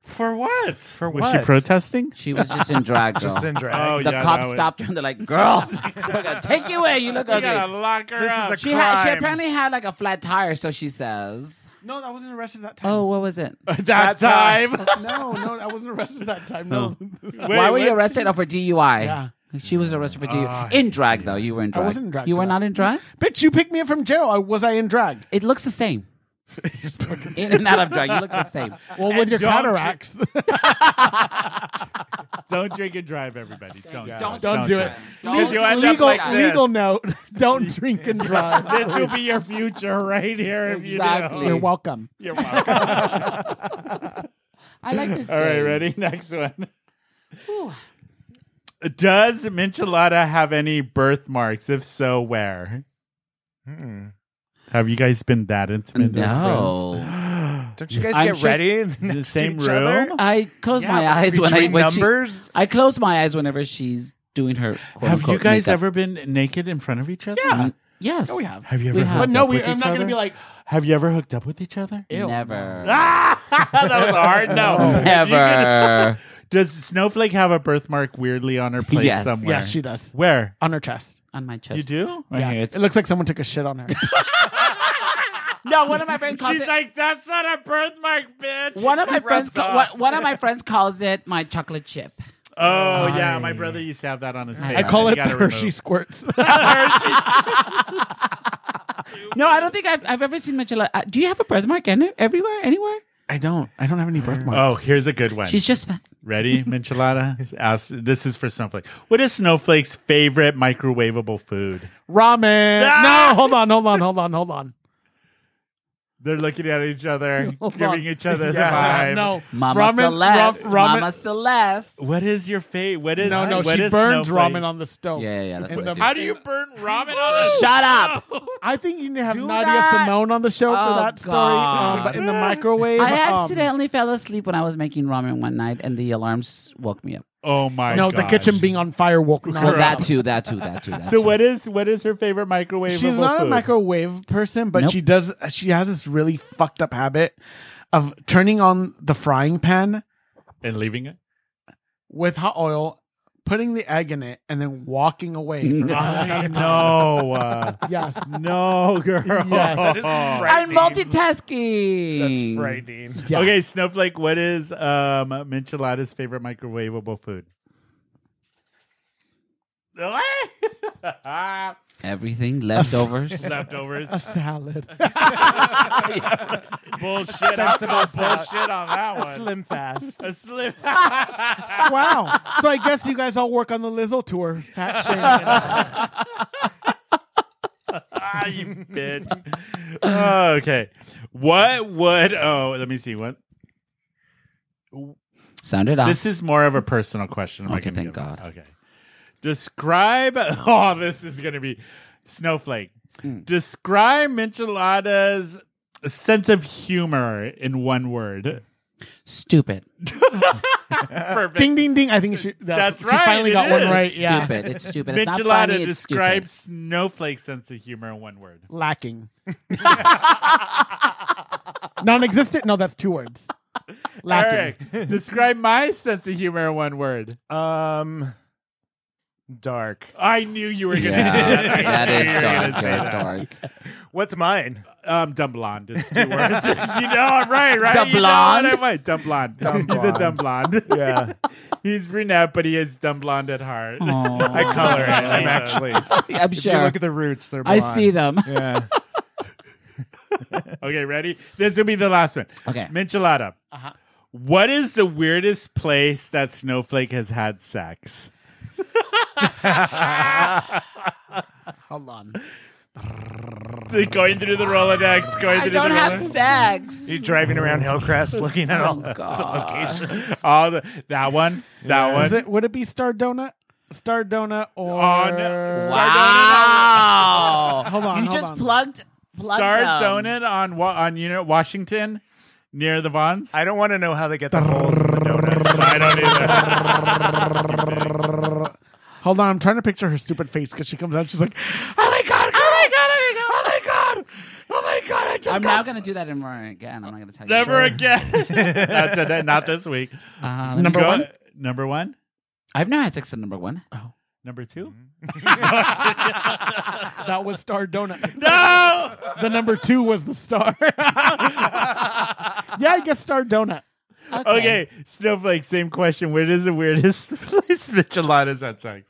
[SPEAKER 1] For what? For
[SPEAKER 4] Was she what?
[SPEAKER 1] protesting?
[SPEAKER 3] She was just in drag, girl.
[SPEAKER 4] Just in drag.
[SPEAKER 1] Oh,
[SPEAKER 3] the
[SPEAKER 1] yeah,
[SPEAKER 3] cops
[SPEAKER 1] that was-
[SPEAKER 3] stopped her and they're like, "Girl, we're gonna take you away. You look
[SPEAKER 1] You
[SPEAKER 3] ugly."
[SPEAKER 1] gotta lock her
[SPEAKER 4] This is
[SPEAKER 1] up.
[SPEAKER 4] a
[SPEAKER 3] She had, she
[SPEAKER 4] crime.
[SPEAKER 3] apparently had like a flat tire, so she says.
[SPEAKER 2] no, that wasn't arrested that time.
[SPEAKER 3] Oh, what was it?
[SPEAKER 1] [laughs] that
[SPEAKER 4] That's a-
[SPEAKER 1] [laughs] time.
[SPEAKER 2] no, no, I wasn't arrested that time. No,
[SPEAKER 3] Why were you
[SPEAKER 1] what?
[SPEAKER 3] arrested? Oh, for DUI.
[SPEAKER 2] Yeah.
[SPEAKER 3] She was arrested for DUI. in drag, though. You were in drag.
[SPEAKER 2] wasn't in drag
[SPEAKER 3] You
[SPEAKER 2] for
[SPEAKER 3] were
[SPEAKER 2] that.
[SPEAKER 3] not in drag?
[SPEAKER 2] bitch, you picked me up from jail. I, was I in drag?
[SPEAKER 3] [laughs] It looks the same. in and out of drag. You look the same.
[SPEAKER 2] [laughs] Well, with your
[SPEAKER 1] don't
[SPEAKER 2] cataracts,
[SPEAKER 1] [laughs] Don't drink and drive, everybody. Don't,
[SPEAKER 3] you.
[SPEAKER 1] drive.
[SPEAKER 3] Don't-
[SPEAKER 2] don't do it.
[SPEAKER 1] drive.
[SPEAKER 3] Don't
[SPEAKER 1] Because
[SPEAKER 3] do
[SPEAKER 1] you end up
[SPEAKER 2] legal,
[SPEAKER 1] like this.
[SPEAKER 2] legal note: [laughs]
[SPEAKER 3] [laughs]
[SPEAKER 2] Don't drink and drive.
[SPEAKER 1] [laughs] This will be your future right here if
[SPEAKER 3] Exactly.
[SPEAKER 1] you
[SPEAKER 2] You're welcome.
[SPEAKER 1] do. You're welcome.
[SPEAKER 3] I like
[SPEAKER 1] [laughs]
[SPEAKER 3] this
[SPEAKER 1] All right,
[SPEAKER 3] game.
[SPEAKER 1] ready? Next one. Does Michelada have any birthmarks? If so, where?
[SPEAKER 2] Hmm.
[SPEAKER 1] Have you guys been that intimate? as
[SPEAKER 3] No.
[SPEAKER 4] Don't you guys
[SPEAKER 3] I'm
[SPEAKER 4] get
[SPEAKER 3] just-
[SPEAKER 4] ready? [laughs] next
[SPEAKER 1] friends? In
[SPEAKER 4] to
[SPEAKER 1] the same
[SPEAKER 4] each other?
[SPEAKER 1] room?
[SPEAKER 3] I close
[SPEAKER 4] Yeah,
[SPEAKER 3] my eyes when I
[SPEAKER 4] between
[SPEAKER 3] when
[SPEAKER 1] [laughs]
[SPEAKER 3] she-
[SPEAKER 4] numbers.
[SPEAKER 3] I close my eyes whenever she's doing her. Quote,
[SPEAKER 1] Have you
[SPEAKER 3] unquote,
[SPEAKER 1] guys
[SPEAKER 3] makeup.
[SPEAKER 1] ever been naked in front of each other?
[SPEAKER 2] Yeah.
[SPEAKER 3] Yes.
[SPEAKER 2] No, we have.
[SPEAKER 1] Have you ever?
[SPEAKER 3] We
[SPEAKER 1] hooked
[SPEAKER 3] have.
[SPEAKER 2] But no,
[SPEAKER 1] up
[SPEAKER 2] we,
[SPEAKER 1] with each
[SPEAKER 2] I'm not going
[SPEAKER 1] other?
[SPEAKER 2] to be like,
[SPEAKER 1] Have you ever hooked up with each other?
[SPEAKER 2] Ew.
[SPEAKER 3] Never.
[SPEAKER 1] Ah! [laughs] that was hard. No, You can-
[SPEAKER 3] Never.
[SPEAKER 1] does Snowflake have a birthmark weirdly on her place
[SPEAKER 3] Yes.
[SPEAKER 1] somewhere?
[SPEAKER 2] Yes, she does.
[SPEAKER 1] Where
[SPEAKER 2] On her chest.
[SPEAKER 3] On my chest.
[SPEAKER 1] you do?
[SPEAKER 2] Yeah. It looks like someone took a
[SPEAKER 1] [laughs]
[SPEAKER 2] shit on her.
[SPEAKER 3] No, one of my friends calls
[SPEAKER 1] She's
[SPEAKER 3] it.
[SPEAKER 1] like, that's not a birthmark, bitch.
[SPEAKER 3] one of my
[SPEAKER 1] Rubs
[SPEAKER 3] friends. Ca-
[SPEAKER 1] off.
[SPEAKER 3] one, one of my friends calls it my chocolate chip.
[SPEAKER 1] Oh yeah, my brother used to have that on his face.
[SPEAKER 2] I call
[SPEAKER 1] You
[SPEAKER 2] it
[SPEAKER 1] gotta
[SPEAKER 2] the
[SPEAKER 1] remove. [laughs]
[SPEAKER 2] Hershey squirts.
[SPEAKER 3] No, I don't think I've, I've ever seen Michelle. Uh, do you have a birthmark any, everywhere, anywhere?
[SPEAKER 2] I don't. I don't have any
[SPEAKER 1] Oh,
[SPEAKER 2] birthmarks.
[SPEAKER 1] here's a good one.
[SPEAKER 3] She's just fat.
[SPEAKER 1] Ready, Michelada? Ask, this is for Snowflake. What is Snowflake's favorite microwavable food?
[SPEAKER 2] Ramen.
[SPEAKER 1] Ah!
[SPEAKER 2] No, hold on, hold on, hold on, hold on.
[SPEAKER 1] [laughs] They're looking at each
[SPEAKER 3] [laughs]
[SPEAKER 1] other,
[SPEAKER 2] Hold
[SPEAKER 1] giving
[SPEAKER 2] on.
[SPEAKER 1] each other
[SPEAKER 2] Yeah,
[SPEAKER 1] the vibe.
[SPEAKER 2] No,
[SPEAKER 3] Mama
[SPEAKER 2] ramen,
[SPEAKER 3] Celeste.
[SPEAKER 2] ra- ramen.
[SPEAKER 3] Mama Celeste.
[SPEAKER 1] What is your favorite? What is
[SPEAKER 2] no, no,
[SPEAKER 1] what
[SPEAKER 2] she
[SPEAKER 1] is
[SPEAKER 2] burns
[SPEAKER 1] Snowflake?
[SPEAKER 2] ramen on the stove.
[SPEAKER 3] Yeah, yeah, yeah, that's
[SPEAKER 2] In
[SPEAKER 3] what I
[SPEAKER 2] the-
[SPEAKER 3] do.
[SPEAKER 1] How do
[SPEAKER 2] [laughs]
[SPEAKER 1] you burn ramen on a
[SPEAKER 3] Shut up.
[SPEAKER 2] I think you need to have
[SPEAKER 3] Do
[SPEAKER 2] Nadia
[SPEAKER 3] not-
[SPEAKER 2] Simone on the show
[SPEAKER 3] Oh,
[SPEAKER 2] for that story.
[SPEAKER 3] God.
[SPEAKER 2] Um, but in the microwave,
[SPEAKER 3] I
[SPEAKER 2] um,
[SPEAKER 3] accidentally fell asleep when I was making ramen one night, and the alarms woke me up.
[SPEAKER 1] Oh my!
[SPEAKER 2] no, the
[SPEAKER 1] gosh.
[SPEAKER 2] kitchen being on fire woke Nadia.
[SPEAKER 3] Well, that
[SPEAKER 2] up.
[SPEAKER 3] too, that too, that too. That
[SPEAKER 1] So
[SPEAKER 3] too.
[SPEAKER 1] what is what is her favorite microwavable?
[SPEAKER 2] She's not
[SPEAKER 1] food?
[SPEAKER 2] a microwave person, but
[SPEAKER 3] Nope.
[SPEAKER 2] she does. She has this really fucked up habit of turning on the frying pan
[SPEAKER 1] and leaving it.
[SPEAKER 2] with hot oil, putting the egg in it, and then walking away.
[SPEAKER 3] Mm.
[SPEAKER 2] From
[SPEAKER 1] I know. uh,
[SPEAKER 2] Yes.
[SPEAKER 1] no, girl.
[SPEAKER 4] [laughs]
[SPEAKER 2] Yes.
[SPEAKER 3] I'm multitasking. [laughs]
[SPEAKER 4] That's frightening.
[SPEAKER 2] Yeah.
[SPEAKER 1] Okay, Snowflake, what is um Michelada's favorite microwavable food?
[SPEAKER 3] Everything
[SPEAKER 1] [laughs]
[SPEAKER 3] leftovers.
[SPEAKER 1] Leftovers.
[SPEAKER 2] Salad. [laughs]
[SPEAKER 1] bullshit. I call bullshit on that one.
[SPEAKER 4] Slim fast.
[SPEAKER 1] A slim.
[SPEAKER 2] wow. So I guess you guys all work on the Lizzo tour.
[SPEAKER 1] [laughs]
[SPEAKER 2] Fat shaming.
[SPEAKER 1] [laughs] ah, you bitch. Oh, okay. What would oh, let me see what
[SPEAKER 3] Sound it off.
[SPEAKER 1] This is more of a personal question. if I
[SPEAKER 3] Okay,
[SPEAKER 1] can
[SPEAKER 3] thank
[SPEAKER 1] give it.
[SPEAKER 3] God.
[SPEAKER 1] Okay. Describe. [laughs] Oh, this is going to be snowflake.
[SPEAKER 3] Hmm.
[SPEAKER 1] Describe Michelada's sense of humor in one word.
[SPEAKER 3] Stupid. Uh,
[SPEAKER 1] Perfect.
[SPEAKER 2] ding ding ding. I think she. That's,
[SPEAKER 1] That's
[SPEAKER 2] She
[SPEAKER 1] right,
[SPEAKER 2] finally
[SPEAKER 1] it
[SPEAKER 2] got
[SPEAKER 1] is.
[SPEAKER 2] one right. Yeah.
[SPEAKER 3] Stupid. It's stupid. It's not funny.
[SPEAKER 1] Michelada
[SPEAKER 3] It's
[SPEAKER 1] describes Snowflake's sense of humor in one word. [laughs]
[SPEAKER 2] Lacking. Non-existent. No, that's two words. Lacking.
[SPEAKER 1] Eric, describe my sense of humor in one word.
[SPEAKER 4] [laughs] Um, dark.
[SPEAKER 1] I knew you were
[SPEAKER 3] stupid.
[SPEAKER 1] [laughs] going to say that.
[SPEAKER 3] Yeah,
[SPEAKER 1] I
[SPEAKER 3] that
[SPEAKER 1] knew you were gonna
[SPEAKER 3] is
[SPEAKER 1] say
[SPEAKER 3] dark. Very
[SPEAKER 1] that.
[SPEAKER 3] dark.
[SPEAKER 4] What's mine?
[SPEAKER 1] Um, dumb blonde. It's two words. [laughs] you know I'm right, right?
[SPEAKER 3] Dumb
[SPEAKER 1] You know what
[SPEAKER 3] blonde?
[SPEAKER 1] I meant. Dumb blonde.
[SPEAKER 4] Dumb
[SPEAKER 1] He's a dumb blonde.
[SPEAKER 4] Yeah,
[SPEAKER 1] He's brunette, but he is dumb blonde at heart.
[SPEAKER 3] [laughs]
[SPEAKER 4] I color it. I'm
[SPEAKER 1] Yeah.
[SPEAKER 4] actually.
[SPEAKER 3] I'm
[SPEAKER 4] If you
[SPEAKER 3] sure.
[SPEAKER 4] look at the roots, they're.
[SPEAKER 3] I
[SPEAKER 4] Blonde.
[SPEAKER 3] see them. [laughs]
[SPEAKER 4] Yeah.
[SPEAKER 1] [laughs] Okay, ready? This will be the last one.
[SPEAKER 3] Okay.
[SPEAKER 1] Michelada.
[SPEAKER 2] Uh-huh.
[SPEAKER 1] What is the weirdest place that Snowflake has had sex?
[SPEAKER 2] [laughs] Hold on.
[SPEAKER 1] The- Going through the Rolodex, going
[SPEAKER 3] I
[SPEAKER 1] through
[SPEAKER 3] don't
[SPEAKER 1] the
[SPEAKER 3] have
[SPEAKER 1] Rolodex.
[SPEAKER 3] sex.
[SPEAKER 4] You driving around Hillcrest, looking at all
[SPEAKER 3] [laughs]
[SPEAKER 4] [laughs]
[SPEAKER 3] Oh, God.
[SPEAKER 1] All the, that one, that
[SPEAKER 2] Is
[SPEAKER 1] one.
[SPEAKER 2] it? Would it be Star Donut? Star Donut or?
[SPEAKER 1] Oh, no. Star
[SPEAKER 3] Wow.
[SPEAKER 2] Hold on,
[SPEAKER 3] You [laughs]
[SPEAKER 2] hold
[SPEAKER 3] just
[SPEAKER 2] on.
[SPEAKER 3] plugged. plugged
[SPEAKER 1] Star
[SPEAKER 3] them.
[SPEAKER 1] Donut on Wa- on you know, Washington near the Vons.
[SPEAKER 4] I don't want to know how they get the holes in the donuts. I don't either.
[SPEAKER 2] Hold on, I'm trying to picture her stupid face because she comes out. She's like, [laughs] "Oh my god! Oh my god! Oh my god! Oh my god! Oh my god! I just
[SPEAKER 3] I'm
[SPEAKER 2] got
[SPEAKER 3] now gonna do that in Roaring again. I'm not gonna tell you.
[SPEAKER 1] Never again. That's it. [laughs] Not this week.
[SPEAKER 3] Uh, let me
[SPEAKER 2] Number
[SPEAKER 3] see.
[SPEAKER 1] Go-
[SPEAKER 2] one?
[SPEAKER 1] Number one.
[SPEAKER 3] I've never had sex at number one.
[SPEAKER 1] Number two.
[SPEAKER 2] that was Star [laughs] Donut.
[SPEAKER 1] No.
[SPEAKER 2] The number two was the star. [laughs] yeah, I guess Star Donut.
[SPEAKER 1] Okay, Snowflake, same question. What is the weirdest [laughs] place Micheladas had sex?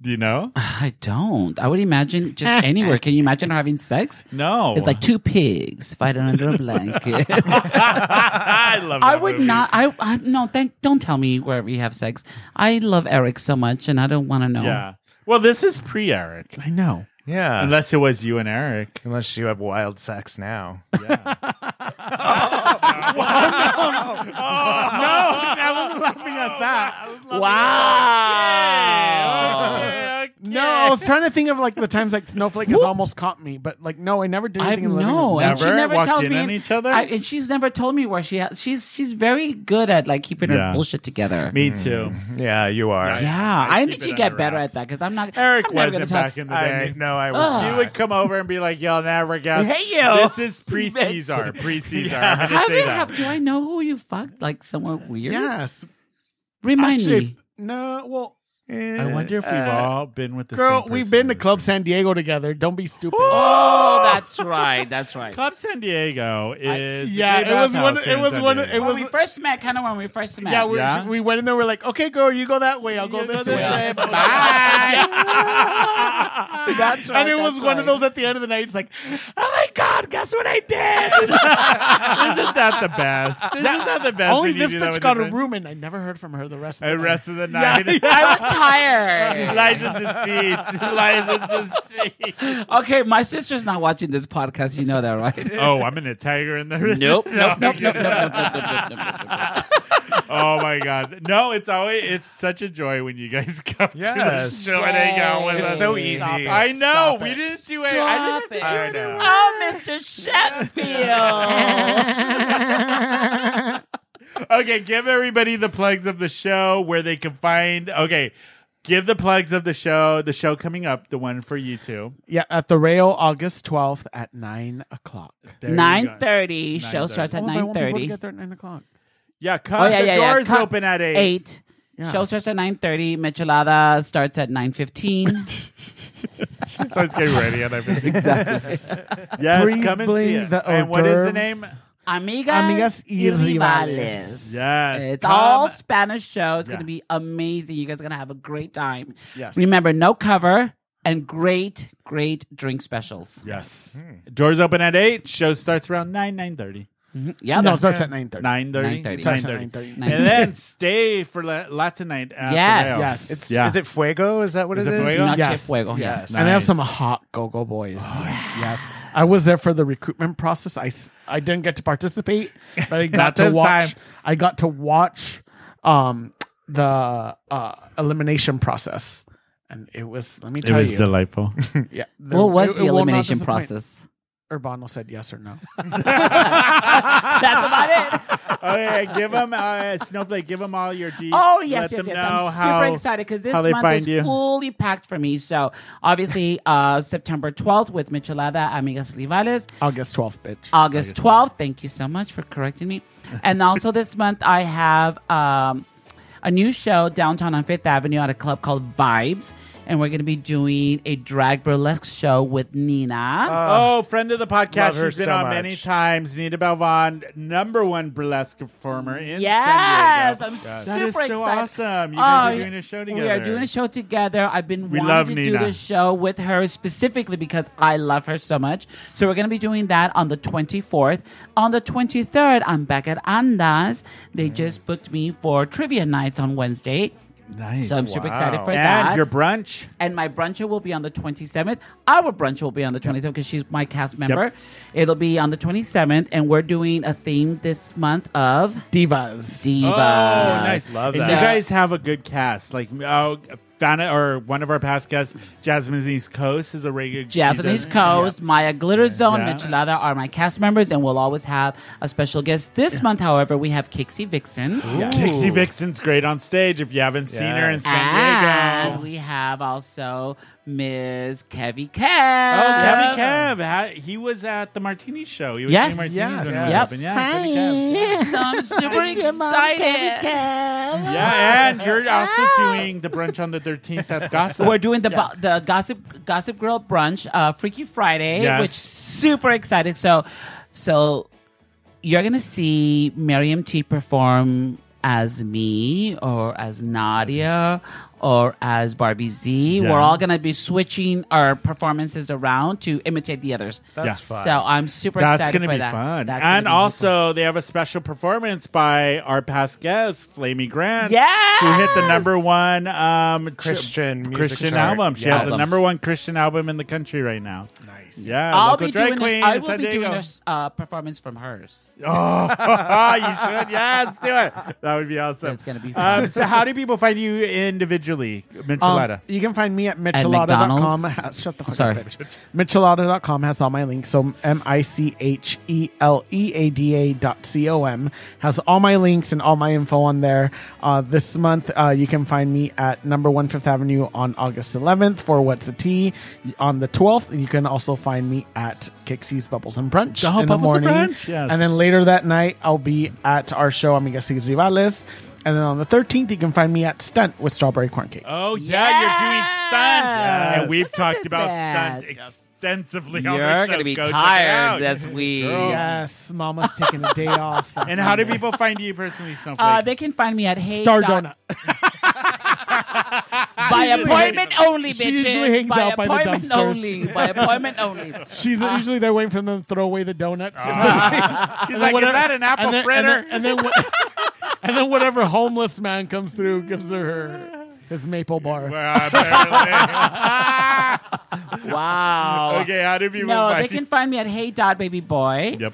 [SPEAKER 1] Do you know?
[SPEAKER 3] I don't. I would imagine just anywhere. Can you imagine her having sex?
[SPEAKER 2] [laughs]
[SPEAKER 1] No.
[SPEAKER 3] It's like two pigs fighting under a blanket.
[SPEAKER 1] I love that
[SPEAKER 3] I would
[SPEAKER 1] movie.
[SPEAKER 3] not. I, I no. Thank. Don't tell me where we have sex. I love Eric so much, and I don't want to know.
[SPEAKER 1] Yeah. Well, this is pre Eric.
[SPEAKER 2] I know.
[SPEAKER 4] Yeah.
[SPEAKER 1] Unless
[SPEAKER 4] Unless,
[SPEAKER 1] it was you and Eric.
[SPEAKER 2] [laughs]
[SPEAKER 4] you have wild sex now.
[SPEAKER 2] I wasn't laughing at that.
[SPEAKER 1] [laughs]
[SPEAKER 3] Wow.
[SPEAKER 1] Okay, okay.
[SPEAKER 2] No, I was trying to think of like the times like Snowflake has almost caught me, but like no, I never did
[SPEAKER 3] I
[SPEAKER 2] anything in the living
[SPEAKER 3] know,
[SPEAKER 2] room.
[SPEAKER 3] and she
[SPEAKER 1] Never
[SPEAKER 3] never
[SPEAKER 1] walked
[SPEAKER 3] tells
[SPEAKER 1] in
[SPEAKER 3] me.
[SPEAKER 1] on each other?
[SPEAKER 3] I, and she's never told me where she. Ha- she's she's very good at like keeping
[SPEAKER 1] Yeah.
[SPEAKER 3] her bullshit together.
[SPEAKER 1] Me too.
[SPEAKER 4] Yeah, you are.
[SPEAKER 3] yeah,
[SPEAKER 1] I
[SPEAKER 3] I,
[SPEAKER 1] keep
[SPEAKER 3] need
[SPEAKER 1] it
[SPEAKER 3] to
[SPEAKER 1] under
[SPEAKER 3] get better
[SPEAKER 1] wraps.
[SPEAKER 3] at that because I'm not.
[SPEAKER 1] Eric
[SPEAKER 3] I'm never
[SPEAKER 1] wasn't
[SPEAKER 3] gonna
[SPEAKER 1] back
[SPEAKER 3] talk-
[SPEAKER 1] in the
[SPEAKER 4] I
[SPEAKER 1] day.
[SPEAKER 4] know I was.
[SPEAKER 3] Ugh.
[SPEAKER 1] You would come over and be like, "Y'all never guess."
[SPEAKER 3] Hey, yo.
[SPEAKER 1] This is
[SPEAKER 2] [laughs]
[SPEAKER 1] pre Caesar. Pre Caesar. I'm gonna
[SPEAKER 3] How
[SPEAKER 1] say
[SPEAKER 3] the
[SPEAKER 1] that.
[SPEAKER 3] heck do I know who you fucked? Like someone weird?
[SPEAKER 2] Yes.
[SPEAKER 3] Remind me.
[SPEAKER 2] Actually, no. Well, eh,
[SPEAKER 1] I wonder if we've all been with the
[SPEAKER 2] girl,
[SPEAKER 1] same
[SPEAKER 2] we've
[SPEAKER 1] person
[SPEAKER 2] been to
[SPEAKER 1] in this
[SPEAKER 2] Club
[SPEAKER 1] room.
[SPEAKER 2] San Diego together. Don't be [gasps] stupid.
[SPEAKER 3] Oh, that's right. That's right.
[SPEAKER 1] Club San Diego is
[SPEAKER 2] yeah,
[SPEAKER 1] the
[SPEAKER 2] it was
[SPEAKER 1] bathhouse
[SPEAKER 2] one- it
[SPEAKER 1] here in
[SPEAKER 2] was
[SPEAKER 1] San
[SPEAKER 2] one-
[SPEAKER 1] Diego.
[SPEAKER 2] it
[SPEAKER 3] when
[SPEAKER 2] was-
[SPEAKER 3] we first met, kind of when we first met.
[SPEAKER 2] yeah, we
[SPEAKER 1] Yeah.
[SPEAKER 2] she- we went in there. We're like, okay, girl, you go that way. I'll go
[SPEAKER 1] You go
[SPEAKER 2] this
[SPEAKER 1] this way.
[SPEAKER 2] way. [laughs]
[SPEAKER 3] Bye. that's right.
[SPEAKER 2] and it was
[SPEAKER 3] that's
[SPEAKER 2] one of
[SPEAKER 3] right.
[SPEAKER 2] those at the end of the night. It's like, oh my god, guess what I
[SPEAKER 1] [laughs]
[SPEAKER 2] did?
[SPEAKER 1] Isn't that the best? Isn't that the best?
[SPEAKER 2] Only
[SPEAKER 1] when you
[SPEAKER 2] this
[SPEAKER 1] do that
[SPEAKER 2] bitch
[SPEAKER 1] with
[SPEAKER 2] got
[SPEAKER 1] your
[SPEAKER 2] a
[SPEAKER 1] friend?
[SPEAKER 2] room, and I never heard from her the rest. of
[SPEAKER 1] The
[SPEAKER 2] the
[SPEAKER 1] rest
[SPEAKER 2] [laughs]
[SPEAKER 1] of the night.
[SPEAKER 3] [laughs] I was
[SPEAKER 1] [laughs]
[SPEAKER 3] tired.
[SPEAKER 1] Lies in deceit. Lies in deceit.
[SPEAKER 3] Okay, my sister's not watching this podcast. You know that, right?
[SPEAKER 1] Oh, I'm in a tiger in the room.
[SPEAKER 3] Nope, [laughs] nope, nope, nope, nope, nope, nope, nope, nope, nope, nope, nope.
[SPEAKER 1] Oh my god. No, it's always it's such a joy when you guys [laughs] come
[SPEAKER 4] Yes.
[SPEAKER 1] to the show and hang out with
[SPEAKER 4] It's
[SPEAKER 1] us.
[SPEAKER 4] so easy.
[SPEAKER 2] Stop it.
[SPEAKER 1] I know.
[SPEAKER 2] Stop
[SPEAKER 1] We
[SPEAKER 2] it.
[SPEAKER 1] didn't do it. I didn't
[SPEAKER 3] Stop
[SPEAKER 1] have to
[SPEAKER 3] it.
[SPEAKER 1] do it.
[SPEAKER 3] Oh, Mr. Sheffield.
[SPEAKER 1] Okay, give everybody the plugs of the show where they can find. Okay, give the plugs of the show. The show coming up, the one for you two.
[SPEAKER 2] yeah, at the rail, August twelfth at nine o'clock.
[SPEAKER 1] There you go.
[SPEAKER 3] Nine thirty. Show
[SPEAKER 1] 9:30.
[SPEAKER 3] starts at
[SPEAKER 2] Oh, but I
[SPEAKER 3] nine
[SPEAKER 2] want people to
[SPEAKER 3] thirty.
[SPEAKER 2] get there at nine o'clock.
[SPEAKER 1] Yeah, cause
[SPEAKER 3] Oh yeah,
[SPEAKER 1] the
[SPEAKER 3] yeah, yeah.
[SPEAKER 1] doors
[SPEAKER 3] Cut-
[SPEAKER 1] open at eight.
[SPEAKER 3] Eight.
[SPEAKER 2] Yeah.
[SPEAKER 3] Show starts at nine thirty. Michelada starts at nine [laughs] fifteen.
[SPEAKER 1] [laughs] So it's getting ready and everything.
[SPEAKER 3] exactly.
[SPEAKER 1] [laughs] Yes,
[SPEAKER 2] Please
[SPEAKER 1] come and
[SPEAKER 2] bring
[SPEAKER 1] see it.
[SPEAKER 2] the
[SPEAKER 1] and what is the
[SPEAKER 2] hors d'oeuvres.
[SPEAKER 1] name?
[SPEAKER 3] Amigas,
[SPEAKER 2] Amigas y
[SPEAKER 3] y
[SPEAKER 2] rivales.
[SPEAKER 3] rivales.
[SPEAKER 1] Yes,
[SPEAKER 3] It's
[SPEAKER 1] come-
[SPEAKER 3] all Spanish show. It's
[SPEAKER 1] Yeah.
[SPEAKER 3] going to be amazing. You guys are going to have a great time.
[SPEAKER 1] Yes.
[SPEAKER 3] Remember, no cover and great, great drink specials.
[SPEAKER 1] Yes. Doors open at eight. Show starts around nine nine thirty.
[SPEAKER 3] Yeah.
[SPEAKER 2] no, it starts at nine thirty.
[SPEAKER 1] Nine thirty.
[SPEAKER 3] 9:30.
[SPEAKER 2] Starts at 9:30.
[SPEAKER 1] And then stay for la- Latin night. At the
[SPEAKER 3] Yes.
[SPEAKER 1] Rail.
[SPEAKER 2] Yes.
[SPEAKER 4] It's
[SPEAKER 1] Yeah.
[SPEAKER 4] is it Fuego? Is that what
[SPEAKER 1] Is
[SPEAKER 4] it
[SPEAKER 1] it
[SPEAKER 4] is?
[SPEAKER 1] Fuego?
[SPEAKER 3] Noche
[SPEAKER 2] Yes.
[SPEAKER 3] Fuego. Yeah.
[SPEAKER 4] Yes.
[SPEAKER 2] And they have
[SPEAKER 1] Nice. Oh,
[SPEAKER 2] some hot go-go boys. Yes. I was there for the recruitment process. I, s- I didn't get to participate,
[SPEAKER 1] [laughs]
[SPEAKER 2] but I got to
[SPEAKER 1] this
[SPEAKER 2] watch.
[SPEAKER 1] time.
[SPEAKER 2] I got to watch um, the uh, elimination process, and it was. Let me
[SPEAKER 1] It
[SPEAKER 2] tell
[SPEAKER 1] was
[SPEAKER 2] you.
[SPEAKER 1] delightful.
[SPEAKER 2] yeah. there-
[SPEAKER 3] What was
[SPEAKER 2] it-
[SPEAKER 3] the
[SPEAKER 2] it will not
[SPEAKER 3] elimination
[SPEAKER 2] disappoint.
[SPEAKER 3] process? [laughs]
[SPEAKER 2] Urbano said yes or no.
[SPEAKER 3] That's about [laughs]
[SPEAKER 1] [laughs]
[SPEAKER 3] it.
[SPEAKER 1] okay, give them uh, Snowflake. Give them all your deets.
[SPEAKER 3] Oh
[SPEAKER 1] Let
[SPEAKER 3] yes, yes,
[SPEAKER 1] them
[SPEAKER 3] yes!
[SPEAKER 1] know
[SPEAKER 3] I'm
[SPEAKER 1] how-
[SPEAKER 3] super excited because this
[SPEAKER 1] how they
[SPEAKER 3] month
[SPEAKER 1] find
[SPEAKER 3] is
[SPEAKER 1] you.
[SPEAKER 3] fully packed for me. So obviously, uh, September 12th with Michelada Amigas Rivales.
[SPEAKER 2] August twelfth, bitch.
[SPEAKER 3] August 12th. Thank you so much for correcting me. And also this month, I have um, a new show downtown on Fifth Avenue at a club called Vibes. And we're going to be doing a drag burlesque show with Nina.
[SPEAKER 1] Oh, friend of the podcast.
[SPEAKER 4] Love her
[SPEAKER 1] She's been
[SPEAKER 4] so
[SPEAKER 1] on
[SPEAKER 4] much.
[SPEAKER 1] many times. Nita Belvon, number one burlesque performer in
[SPEAKER 3] yes,
[SPEAKER 1] San
[SPEAKER 3] I'm
[SPEAKER 1] Diego.
[SPEAKER 3] super
[SPEAKER 1] That is so
[SPEAKER 3] excited.
[SPEAKER 1] awesome. You guys
[SPEAKER 3] Oh,
[SPEAKER 1] are doing a show together.
[SPEAKER 3] We are doing a show together. I've been
[SPEAKER 1] We
[SPEAKER 3] wanting
[SPEAKER 1] love
[SPEAKER 3] to
[SPEAKER 1] Nina.
[SPEAKER 3] do this show with her specifically because I love her so much. So we're going to be doing that on the 24th. On the 23rd, I'm back at Andas. They just booked me for trivia nights on Wednesday.
[SPEAKER 1] Nice.
[SPEAKER 3] So I'm super excited for
[SPEAKER 1] and
[SPEAKER 3] that.
[SPEAKER 1] your brunch.
[SPEAKER 3] and my bruncher will be on the 27th. Our bruncher will be on the 27th because she's my cast member. It'll be on the 27th, and we're doing a theme this month of
[SPEAKER 2] Divas.
[SPEAKER 3] divas.
[SPEAKER 1] Oh, nice.
[SPEAKER 4] Love
[SPEAKER 1] and
[SPEAKER 4] that.
[SPEAKER 1] You guys have a good cast. Like, oh, Fana, or one of our past guests, Jasmine's East Coast is a regular. she
[SPEAKER 3] Jazz on
[SPEAKER 1] does-
[SPEAKER 3] East Coast, Maya Glitter Zone,
[SPEAKER 1] Yeah.
[SPEAKER 3] Michelada are my cast members, and we'll always have a special guest. This month, however, we have Kixie Vixen.
[SPEAKER 1] Yeah. Kixie Vixen's great on stage. If you haven't seen her in
[SPEAKER 4] Yes.
[SPEAKER 1] San Diego,
[SPEAKER 3] And we have also Ms. Kevy Kev.
[SPEAKER 1] Oh, Kevin Kev. ha- He was at the Martini show. He was
[SPEAKER 3] Yes.
[SPEAKER 1] doing martinis
[SPEAKER 2] Yes.
[SPEAKER 1] when it was
[SPEAKER 3] Yep.
[SPEAKER 1] open. Yeah, Kevin Kev.
[SPEAKER 3] So I'm super excited.
[SPEAKER 1] yeah, and you're also doing the brunch on the 13th at Gossip.
[SPEAKER 3] We're doing the bo- the gossip Gossip Girl brunch, uh, Freaky Friday,
[SPEAKER 1] Yes.
[SPEAKER 3] which super excited. So, so you're gonna see Miriam T perform as me or as Nadia or as Barbie Z.
[SPEAKER 1] Yeah.
[SPEAKER 3] We're all gonna be switching our performances around to imitate the others.
[SPEAKER 4] That's
[SPEAKER 1] Yeah.
[SPEAKER 4] fun.
[SPEAKER 3] So I'm super
[SPEAKER 1] That's
[SPEAKER 3] excited
[SPEAKER 1] going to
[SPEAKER 3] for
[SPEAKER 1] be
[SPEAKER 3] that.
[SPEAKER 1] fun.
[SPEAKER 3] That's gonna
[SPEAKER 1] and
[SPEAKER 3] be really
[SPEAKER 1] also, they have a special performance by our past guest, Flamey Grant.
[SPEAKER 3] Yes!
[SPEAKER 1] Who hit the number one um, ch-
[SPEAKER 4] Christian music
[SPEAKER 1] Christian
[SPEAKER 4] chart.
[SPEAKER 1] album. She has the
[SPEAKER 3] Album.
[SPEAKER 1] number one Christian album in the country right now. Nice. Yeah.
[SPEAKER 3] I'll
[SPEAKER 1] local
[SPEAKER 3] be
[SPEAKER 1] drag
[SPEAKER 3] doing
[SPEAKER 1] queen
[SPEAKER 3] this, I
[SPEAKER 1] in
[SPEAKER 3] will
[SPEAKER 1] San
[SPEAKER 3] be
[SPEAKER 1] [laughs]
[SPEAKER 3] doing
[SPEAKER 1] Diego.
[SPEAKER 3] this uh, performance from hers.
[SPEAKER 1] Oh, you should. Yes, do it. That That
[SPEAKER 3] [laughs]
[SPEAKER 1] would be awesome.
[SPEAKER 3] That's gonna be fun.
[SPEAKER 1] Um, so, how do people find you individually, Michelada?
[SPEAKER 2] Um, you can find me at michelada.com.
[SPEAKER 3] McDonald's?
[SPEAKER 2] Shut the fuck
[SPEAKER 3] Sorry.
[SPEAKER 2] up, bitch. Michelada.com has all my links. So M I C H E L E A D A dot C O M has all my links and all my info on there. Uh, this month, uh, you can find me at number one Fifth Avenue on August 11th for What's a Tea on the 12th. You can also find me at Kixie's Bubbles and Brunch
[SPEAKER 1] Oh,
[SPEAKER 2] in the
[SPEAKER 1] Bubbles and
[SPEAKER 2] morning.
[SPEAKER 1] Brunch, yes.
[SPEAKER 2] And then later that night, I'll be at our show, Amigas y Rivales. And then on the 13th, you can find me at Stunt with Strawberry Corn Cake.
[SPEAKER 1] Oh yeah, you're doing stunts,
[SPEAKER 3] Yes.
[SPEAKER 1] and we've talked
[SPEAKER 3] at
[SPEAKER 1] about
[SPEAKER 3] that.
[SPEAKER 1] stunt extensively. on the
[SPEAKER 3] You're
[SPEAKER 1] show.
[SPEAKER 3] gonna be
[SPEAKER 1] Go check it out.
[SPEAKER 3] tired uh, this week.
[SPEAKER 1] Girl.
[SPEAKER 2] Yes, Mama's taking a day off.
[SPEAKER 1] [laughs] And how do people find you personally, Snowflake?
[SPEAKER 3] Uh, they can find me at Hey
[SPEAKER 2] Star
[SPEAKER 3] dot- [laughs]
[SPEAKER 2] Donut?
[SPEAKER 3] by appointment only, bitches.
[SPEAKER 2] she usually hangs
[SPEAKER 3] by
[SPEAKER 2] out by the
[SPEAKER 3] appointment
[SPEAKER 2] dumpsters.
[SPEAKER 3] only. by appointment
[SPEAKER 2] [laughs]
[SPEAKER 3] only.
[SPEAKER 2] She's usually there waiting for them to throw away the donuts.
[SPEAKER 1] She's like, is that an apple
[SPEAKER 2] and then,
[SPEAKER 1] fritter?
[SPEAKER 2] And then, and then wha- [laughs] and then whatever homeless man comes through gives her, her his maple bar.
[SPEAKER 1] Well, apparently. [laughs]
[SPEAKER 3] Wow.
[SPEAKER 1] okay, how do people
[SPEAKER 3] No,
[SPEAKER 1] find
[SPEAKER 3] they can find me at Hey Dot Baby Boy
[SPEAKER 1] you? Yep.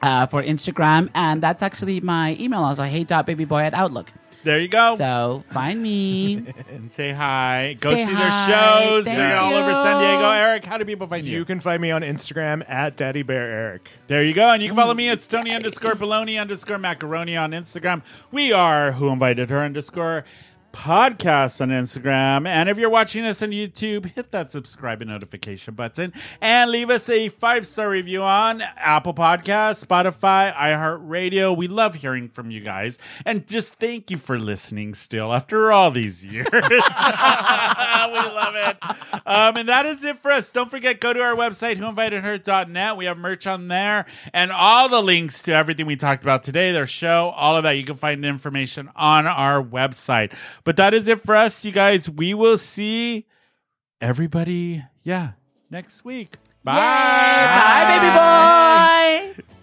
[SPEAKER 3] uh, for Instagram, and that's actually my email also. Hey Dot Baby Boy at Outlook.
[SPEAKER 2] Oh.
[SPEAKER 1] There you go.
[SPEAKER 3] So find
[SPEAKER 2] [laughs]
[SPEAKER 3] me.
[SPEAKER 1] and say hi. Go
[SPEAKER 3] Say
[SPEAKER 1] see
[SPEAKER 3] hi.
[SPEAKER 1] their shows.
[SPEAKER 3] Thank
[SPEAKER 1] They're all over
[SPEAKER 3] you.
[SPEAKER 1] San Diego. Eric, how do people find you?
[SPEAKER 4] You can find me on Instagram at Daddy Bear Eric.
[SPEAKER 1] There you go. And you can follow me. It's Tony underscore baloney underscore macaroni on Instagram. We are who invited her underscore podcast on Instagram. And if you're watching us on YouTube, hit that subscribe and notification button and leave us a five star review on Apple Podcasts, Spotify, iHeartRadio. We love hearing from you guys. And just thank you for listening still after all these [laughs] years. [laughs] we love it. Um, and that is it for us. Don't forget, go to our website, whoinvitedher.net. We have merch on there and all the links to everything we talked about today, their show, all of that. You can find information on our website. But that is it for us, you guys. We will see everybody, yeah, next week. Bye.
[SPEAKER 3] Bye, baby boy.